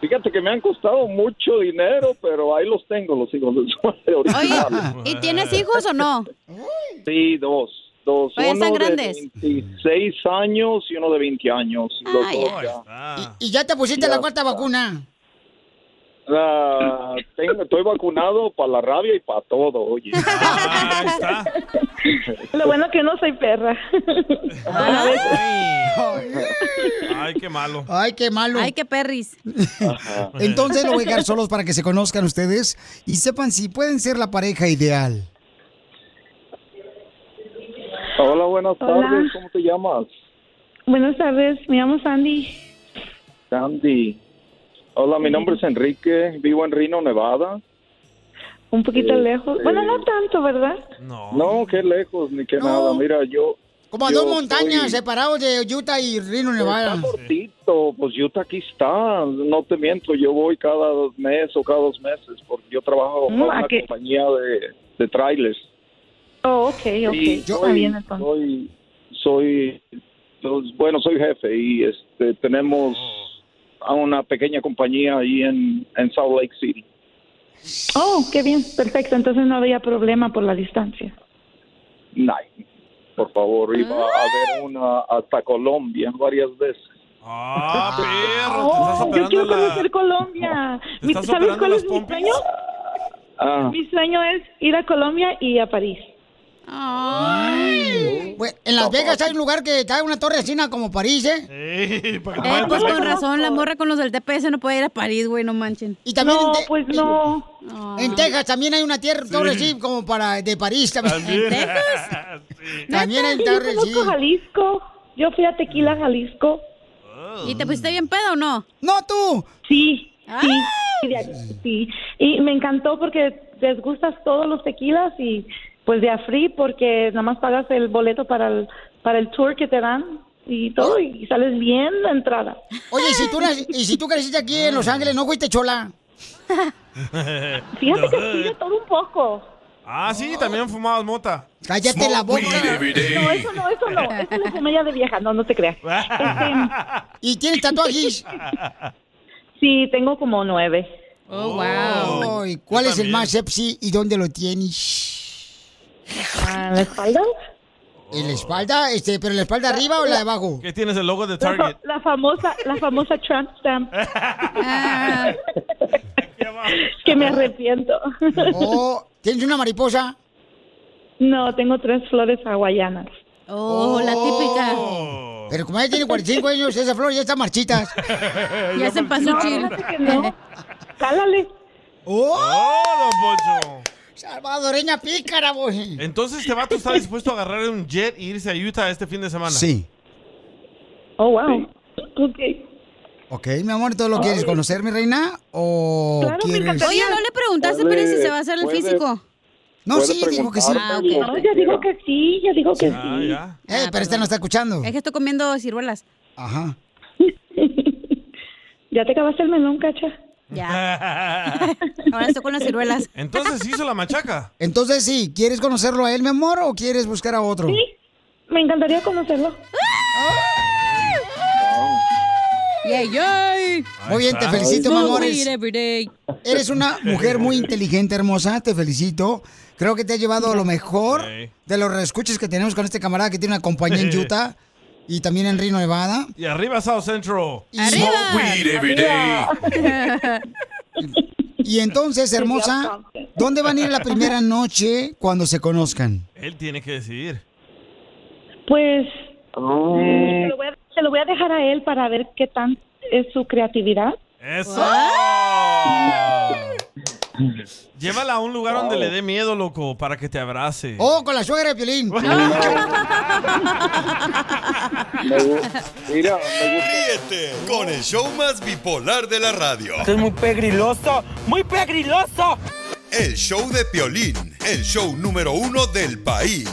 Speaker 21: fíjate que me han costado mucho dinero, pero ahí los tengo, los hijos de su madre originales.
Speaker 7: ¿Y tienes hijos o no?
Speaker 21: Sí, dos. Dos.
Speaker 7: Oye,
Speaker 21: uno
Speaker 7: ¿están
Speaker 21: de
Speaker 7: grandes?
Speaker 21: 26 años y uno de 20 años. y los dos ya.
Speaker 4: Y ya te pusiste
Speaker 21: Ya
Speaker 4: la cuarta vacuna.
Speaker 21: Ah, tengo- estoy vacunado para la rabia y para todo, oye.
Speaker 7: Ah,
Speaker 11: Lo bueno que no soy perra. [LAUGHS]
Speaker 7: Ah.
Speaker 5: [LAUGHS] Ay, qué malo.
Speaker 4: Ay, qué malo.
Speaker 7: Ay, qué perris.
Speaker 4: [LAUGHS] Entonces lo voy a dejar solos para que se conozcan ustedes y sepan si pueden ser la pareja ideal.
Speaker 21: Hola, buenas
Speaker 11: Hola.
Speaker 21: tardes. ¿Cómo te llamas?
Speaker 11: Buenas tardes, me llamo Sandy.
Speaker 21: Sandy. Hola, mi nombre es Enrique. Vivo en Reno, Nevada.
Speaker 11: Un poquito
Speaker 21: Eh,
Speaker 11: lejos. Bueno, no tanto, ¿verdad?
Speaker 21: No. qué lejos, ni qué
Speaker 4: No.
Speaker 21: nada. Mira, yo.
Speaker 4: Como a
Speaker 21: yo
Speaker 4: dos montañas
Speaker 21: soy-
Speaker 4: separados de Utah y Reno, Nevada.
Speaker 21: Tito, pues yo aquí está, no te miento, yo voy cada dos meses o cada dos meses porque yo trabajo
Speaker 11: Mm,
Speaker 21: para
Speaker 11: ¿a
Speaker 21: una
Speaker 11: qué?
Speaker 21: compañía de, de trailers.
Speaker 11: Oh, ok, ok.
Speaker 21: Sí,
Speaker 11: Está bien, entonces.
Speaker 21: soy, soy, pues, bueno, soy jefe y este tenemos a una pequeña compañía ahí en, en Salt Lake City.
Speaker 11: Oh, qué bien, perfecto. Entonces no había problema por la distancia.
Speaker 21: No, por favor, iba
Speaker 11: Ah.
Speaker 21: a ver una hasta Colombia varias veces.
Speaker 5: Ah, perro, te estás
Speaker 11: Oh, yo
Speaker 5: operando
Speaker 11: quiero
Speaker 5: la-
Speaker 11: conocer Colombia.
Speaker 5: te
Speaker 11: Mi-
Speaker 5: estás
Speaker 11: ¿Sabes
Speaker 5: operando
Speaker 11: cuál
Speaker 5: las
Speaker 11: es mi
Speaker 5: pompis.
Speaker 11: sueño?
Speaker 21: Ah.
Speaker 11: Mi sueño es ir a Colombia y a París.
Speaker 4: Bueno, en Las Vegas hay un lugar que trae una torre china como París, ¿eh?
Speaker 7: Eh, pues con razón, la morra con los del TPS no puede ir a París, güey, no manchen.
Speaker 4: Y también en Te-
Speaker 7: Ah.
Speaker 4: En Texas también hay una tierra torre sí, como para de París también.
Speaker 11: ¿En Texas?
Speaker 4: También hay
Speaker 11: Sí, yo
Speaker 4: torres sí.
Speaker 11: conozco Jalisco. Yo fui a Tequila, Jalisco.
Speaker 7: ¿Y te pusiste bien pedo o no?
Speaker 4: No, tú.
Speaker 11: Sí, sí, y de aquí, sí. Y me encantó porque les gustas todos los tequilas y pues de a free porque nada más pagas el boleto para el, para el tour que te dan y todo y sales bien la entrada.
Speaker 4: Oye, ¿y si tú, nac- y si tú creciste aquí en Los Ángeles, ¿no fuiste chola?
Speaker 11: Fíjate que sí, de todo un poco.
Speaker 5: Ah, sí, también fumabas mota.
Speaker 4: Cállate la boca.
Speaker 11: No, eso no, eso no. Es una comedia de vieja. No, no te
Speaker 7: [LAUGHS]
Speaker 11: creas.
Speaker 4: ¿Y tienes tatuajes?
Speaker 11: Sí, tengo como nueve.
Speaker 7: Oh, wow.
Speaker 4: Ay, ¿Cuál es el más sexy y dónde lo tienes?
Speaker 11: ¿En la espalda?
Speaker 4: ¿En la espalda? Este, ¿Pero en la espalda arriba o la de abajo?
Speaker 5: ¿Qué tienes el logo de
Speaker 11: La,
Speaker 5: Target?
Speaker 11: fa- la famosa, la famosa Trump stamp. que me arrepiento.
Speaker 4: Oh, ¿Tienes una mariposa?
Speaker 11: No, tengo tres flores hawaianas.
Speaker 7: Oh, la típica.
Speaker 4: Oh. Pero como ella tiene 45 años, esa flor ya está marchita.
Speaker 7: [LAUGHS] Ya se pasó
Speaker 11: No,
Speaker 7: chill.
Speaker 11: fíjate que no. Cálale.
Speaker 5: ¡Oh, don Poncho!
Speaker 4: Salvadoreña pícara, vos.
Speaker 5: Entonces, este vato está dispuesto a agarrar un jet e irse a Utah este fin de semana.
Speaker 4: Sí.
Speaker 11: Oh, wow. Ok.
Speaker 4: Ok, mi amor, ¿tú lo quieres conocer, mi reina? ¿O
Speaker 11: Claro, me
Speaker 4: Oh, quieres...?
Speaker 11: encantaría.
Speaker 7: Oye, no le preguntaste,
Speaker 4: Puede-
Speaker 7: pero si se va a hacer el
Speaker 4: puede-
Speaker 7: físico.
Speaker 4: No,
Speaker 21: Puede
Speaker 4: sí, dijo que sí.
Speaker 21: preguntar, puede lo
Speaker 7: yo digo
Speaker 21: quiera.
Speaker 7: que sí, yo digo
Speaker 21: que Ah, sí. ya.
Speaker 4: Eh, pero este no está escuchando.
Speaker 7: Es que estoy comiendo ciruelas.
Speaker 4: Ajá.
Speaker 7: ¿Ya te acabaste el melón, cacha? Ya. Ahora estoy con las ciruelas.
Speaker 5: Entonces hizo la machaca.
Speaker 4: Entonces sí, ¿quieres conocerlo a él, mi amor, o quieres buscar a otro? Sí,
Speaker 8: me encantaría conocerlo.
Speaker 4: Yay, yay. Muy bien, te
Speaker 8: está.
Speaker 4: felicito, mi
Speaker 8: Smoke
Speaker 4: amor.
Speaker 8: weed every
Speaker 4: Eres una [LAUGHS] mujer muy inteligente, hermosa, te felicito. Creo que te ha llevado lo mejor de los reescuches que tenemos con este camarada que tiene una compañía en Utah y también en Reno, Nevada.
Speaker 5: Y arriba South Central.
Speaker 4: Arriba.
Speaker 5: Smoke weed every day.
Speaker 4: Y entonces, hermosa, ¿dónde van a ir la primera noche cuando se conozcan?
Speaker 5: Él tiene que decidir.
Speaker 8: Pues
Speaker 7: Eh.
Speaker 8: mm, se, lo voy a, se lo voy a dejar a él para ver qué tan es su creatividad.
Speaker 5: Eso. Llévala a un lugar donde le dé miedo, loco, para que te abrace.
Speaker 4: ¡Oh, con la suegra de Piolín!
Speaker 17: Ah.
Speaker 9: Ríete con el show más bipolar de la radio.
Speaker 17: Esto es muy pegriloso, muy pegriloso.
Speaker 9: El show de Piolín, el show número uno del país.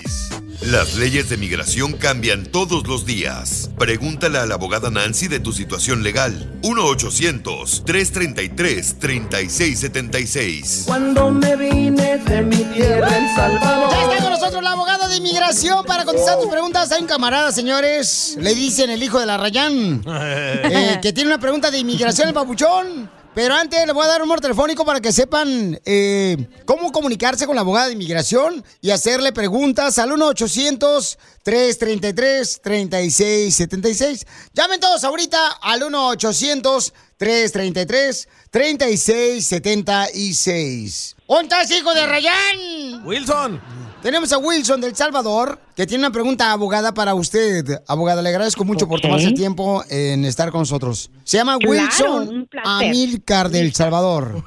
Speaker 9: Las leyes de migración cambian todos los días. Pregúntale a la abogada Nancy de tu situación legal. 1-800-333-3676.
Speaker 17: Cuando me vine de mi tierra, El Salvador.
Speaker 4: Ya está con nosotros la abogada de inmigración para contestar tus preguntas. Hay un camarada, señores, le dicen el hijo de la Rayán, eh, que tiene una pregunta de inmigración, el papuchón. Pero antes le voy a dar un número telefónico para que sepan eh, cómo comunicarse con la abogada de inmigración y hacerle preguntas al 1-800-333-3676. Llamen todos ahorita al 1-800-333-3676. ¿Dónde estás, hijo de Rayán?
Speaker 5: Wilson.
Speaker 4: Tenemos a Wilson del Salvador, que tiene una pregunta abogada para usted. Abogada, le agradezco mucho por
Speaker 1: ¿Eh?
Speaker 4: tomarse el tiempo en estar con nosotros. Se llama
Speaker 17: Claro, un
Speaker 4: Wilson
Speaker 17: placer.
Speaker 4: Amilcar del Salvador.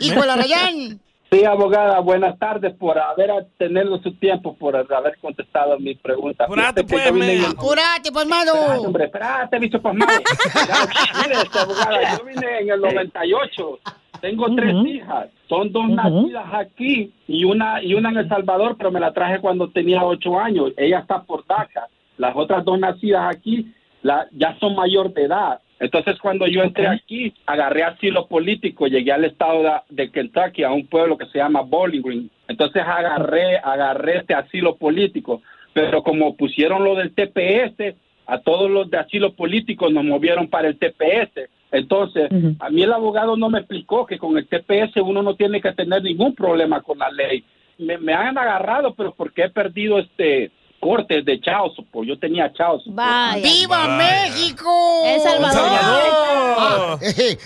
Speaker 4: ¡Hijo de la Rayán!
Speaker 19: Sí, abogada, buenas tardes por haber tenido su tiempo, por haber contestado mi pregunta. Fíjate
Speaker 8: pues,
Speaker 19: que yo vine bien-
Speaker 4: ¡Apúrate, pues, malo!
Speaker 19: Espérate, Ah, hombre, espérate, pues, bicho pasmado. Mire, este,
Speaker 8: [LAUGHS]
Speaker 19: abogada, yo vine en el 98. Tengo tres hijas. Son dos nacidas aquí y una y una en El Salvador, pero me la traje cuando tenía ocho años. Ella está por DACA. Las otras dos nacidas aquí la, ya son mayor de edad. Entonces, cuando yo entré
Speaker 17: Ok.
Speaker 19: aquí, agarré asilo político, llegué al estado de, de Kentucky, a un pueblo que se llama Bowling Green. Entonces, agarré, agarré este asilo político. Pero como pusieron lo del TPS, a todos los de asilo político nos movieron para el TPS. Entonces, a mí el abogado no me explicó que con el TPS uno no tiene que tener ningún problema con la ley. Me, me han agarrado, pero porque he perdido este cortes de child support. Yo tenía child support.
Speaker 4: ¡Viva
Speaker 19: Vaya.
Speaker 4: México!
Speaker 19: ¡El Salvador! ¡El Salvador!
Speaker 4: Ah, eh,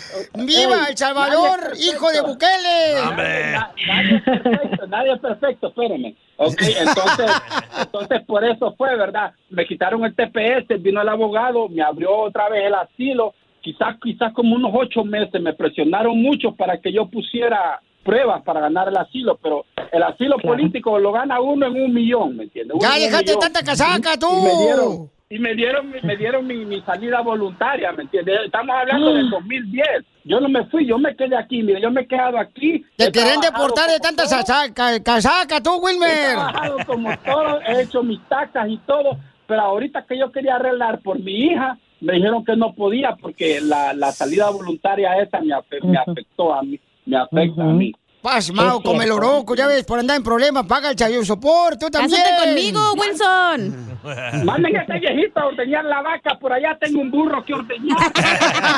Speaker 4: ¡Viva El Salvador, hijo de Bukele!
Speaker 19: perfecto, nadie es perfecto, espérenme. Ok, entonces, entonces por eso fue, ¿verdad? Me quitaron el TPS, vino el abogado, me abrió otra vez el asilo, quizás quizás como unos ocho meses, me presionaron mucho para que yo pusiera pruebas para ganar el asilo, pero el asilo político lo gana uno en un millón, ¿me entiendes? Uno
Speaker 4: ¡Ya
Speaker 19: en un
Speaker 4: déjate
Speaker 19: millón.
Speaker 4: tanta casaca, tú!
Speaker 19: Y me dieron, y me dieron, me dieron mi, mi salida voluntaria, ¿me entiendes? Estamos hablando
Speaker 4: Mm.
Speaker 19: del 2010. Yo no me fui, yo me quedé aquí, mire, yo me he quedado aquí.
Speaker 4: Te
Speaker 19: he
Speaker 4: quieren
Speaker 19: trabajado
Speaker 4: deportar de
Speaker 19: como
Speaker 4: tantas
Speaker 19: todo,
Speaker 4: asa- ca- casacas, tú,
Speaker 19: He
Speaker 4: Wilmer.
Speaker 19: trabajado como todo, he hecho mis tacas y todo, pero ahorita que yo quería arreglar por mi hija, me dijeron que no podía porque la, la salida voluntaria esa me, afe- me afectó a mí, me afecta a mí.
Speaker 4: Pasmao,
Speaker 19: Es
Speaker 4: come el
Speaker 19: cierto.
Speaker 4: oroco, ya ves, por andar en problemas, paga el chayo sopor, tú también.
Speaker 19: Cásate conmigo,
Speaker 7: Wilson!
Speaker 19: Manden a esta [LAUGHS] viejita a ordeñar la vaca, por allá tengo un burro que ordeñar.
Speaker 4: [LAUGHS]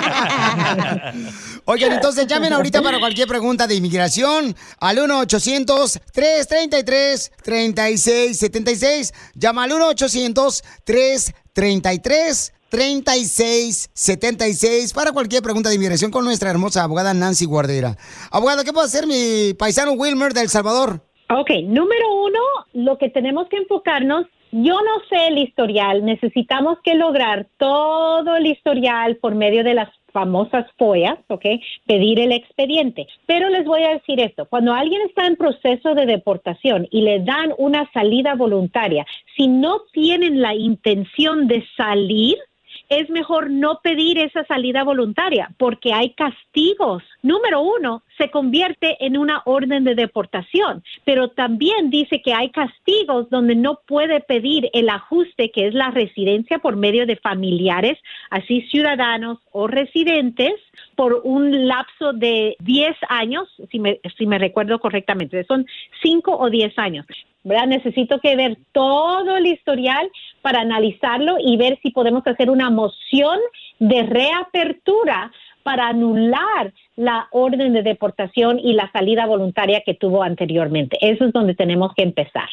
Speaker 4: Oigan, entonces llamen ahorita para cualquier pregunta de inmigración al 1-800-333-3676. Llama al 1-800-333-3676 para cualquier pregunta de inmigración con nuestra hermosa abogada Nancy Guardera. Abogado, ¿qué puede hacer mi paisano Wilmer del Salvador?
Speaker 22: Ok, número uno, lo que tenemos que enfocarnos, yo no sé el historial, necesitamos que lograr todo el historial por medio de las famosas FOIAs, ¿ok? Pedir el expediente. Pero les voy a decir esto, cuando alguien está en proceso de deportación y le dan una salida voluntaria, si no tienen la intención de salir, es mejor no pedir esa salida voluntaria porque hay castigos. Número uno, se convierte en una orden de deportación, pero también dice que hay castigos donde no puede pedir el ajuste que es la residencia por medio de familiares, así ciudadanos o residentes por un lapso de 10 años, si me, si me recuerdo correctamente, son 5 o 10 años. ¿verdad? Necesito que ver todo el historial para analizarlo y ver si podemos hacer una moción de reapertura para anular la orden de deportación y la salida voluntaria que tuvo anteriormente. Eso es donde tenemos que empezar.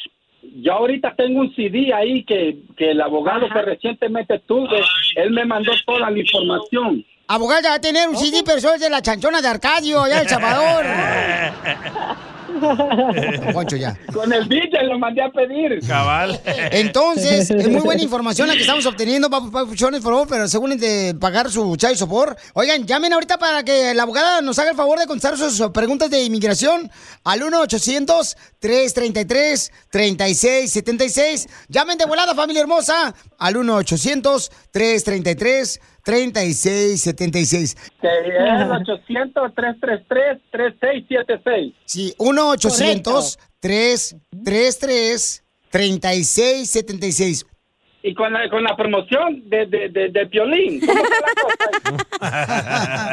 Speaker 19: Yo ahorita tengo un CD ahí que, que el abogado que recientemente tuve, él me mandó toda la información.
Speaker 4: Abogada, va a tener un CD, pero soy de la chanchona de Arcadio, allá en El Salvador. [LAUGHS]
Speaker 19: [LAUGHS]
Speaker 4: Don Poncho, ya.
Speaker 19: Con el DJ lo mandé a pedir.
Speaker 5: Cabal.
Speaker 4: Entonces, es muy
Speaker 19: [LAUGHS]
Speaker 4: buena información la que estamos obteniendo, papu- papuchones, por favor, pero según de pagar su chai sopor. Oigan, llamen ahorita para que la abogada nos haga el favor de contestar sus preguntas de inmigración al 1-800-333-3676. Llamen de volada, familia hermosa, al 1-800-333-3676.
Speaker 19: Que Eh, es el 800-333-3676.
Speaker 4: Sí, 1-800-333-3676.
Speaker 19: Y con la, con la promoción de, de, de, de Piolín. ¿Cómo está la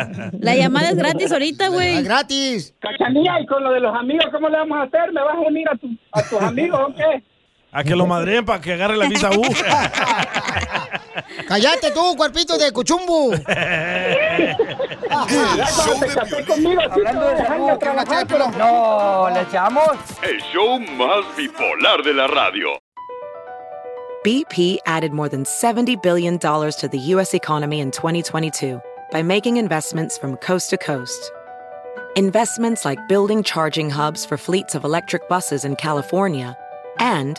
Speaker 19: cosa?
Speaker 27: La llamada es gratis ahorita, güey.
Speaker 4: Gratis.
Speaker 19: Cachanilla, y con lo de los amigos, ¿cómo le vamos a hacer? ¿Me vas a unir a, tu, a tus amigos o qué?
Speaker 5: A que lo madreen para que agarre la visa U.
Speaker 4: Cállate tú, cuerpito de Ah, cuchumbu.
Speaker 19: Ya cuando te casé conmigo, sí te voy a dejar de trabajar, pero...
Speaker 28: No, ¿le echamos?
Speaker 9: El show más bipolar de la radio.
Speaker 23: BP added more than $70 billion to the U.S. economy in 2022 by making investments from coast to coast. Investments like building charging hubs for fleets of electric buses in California and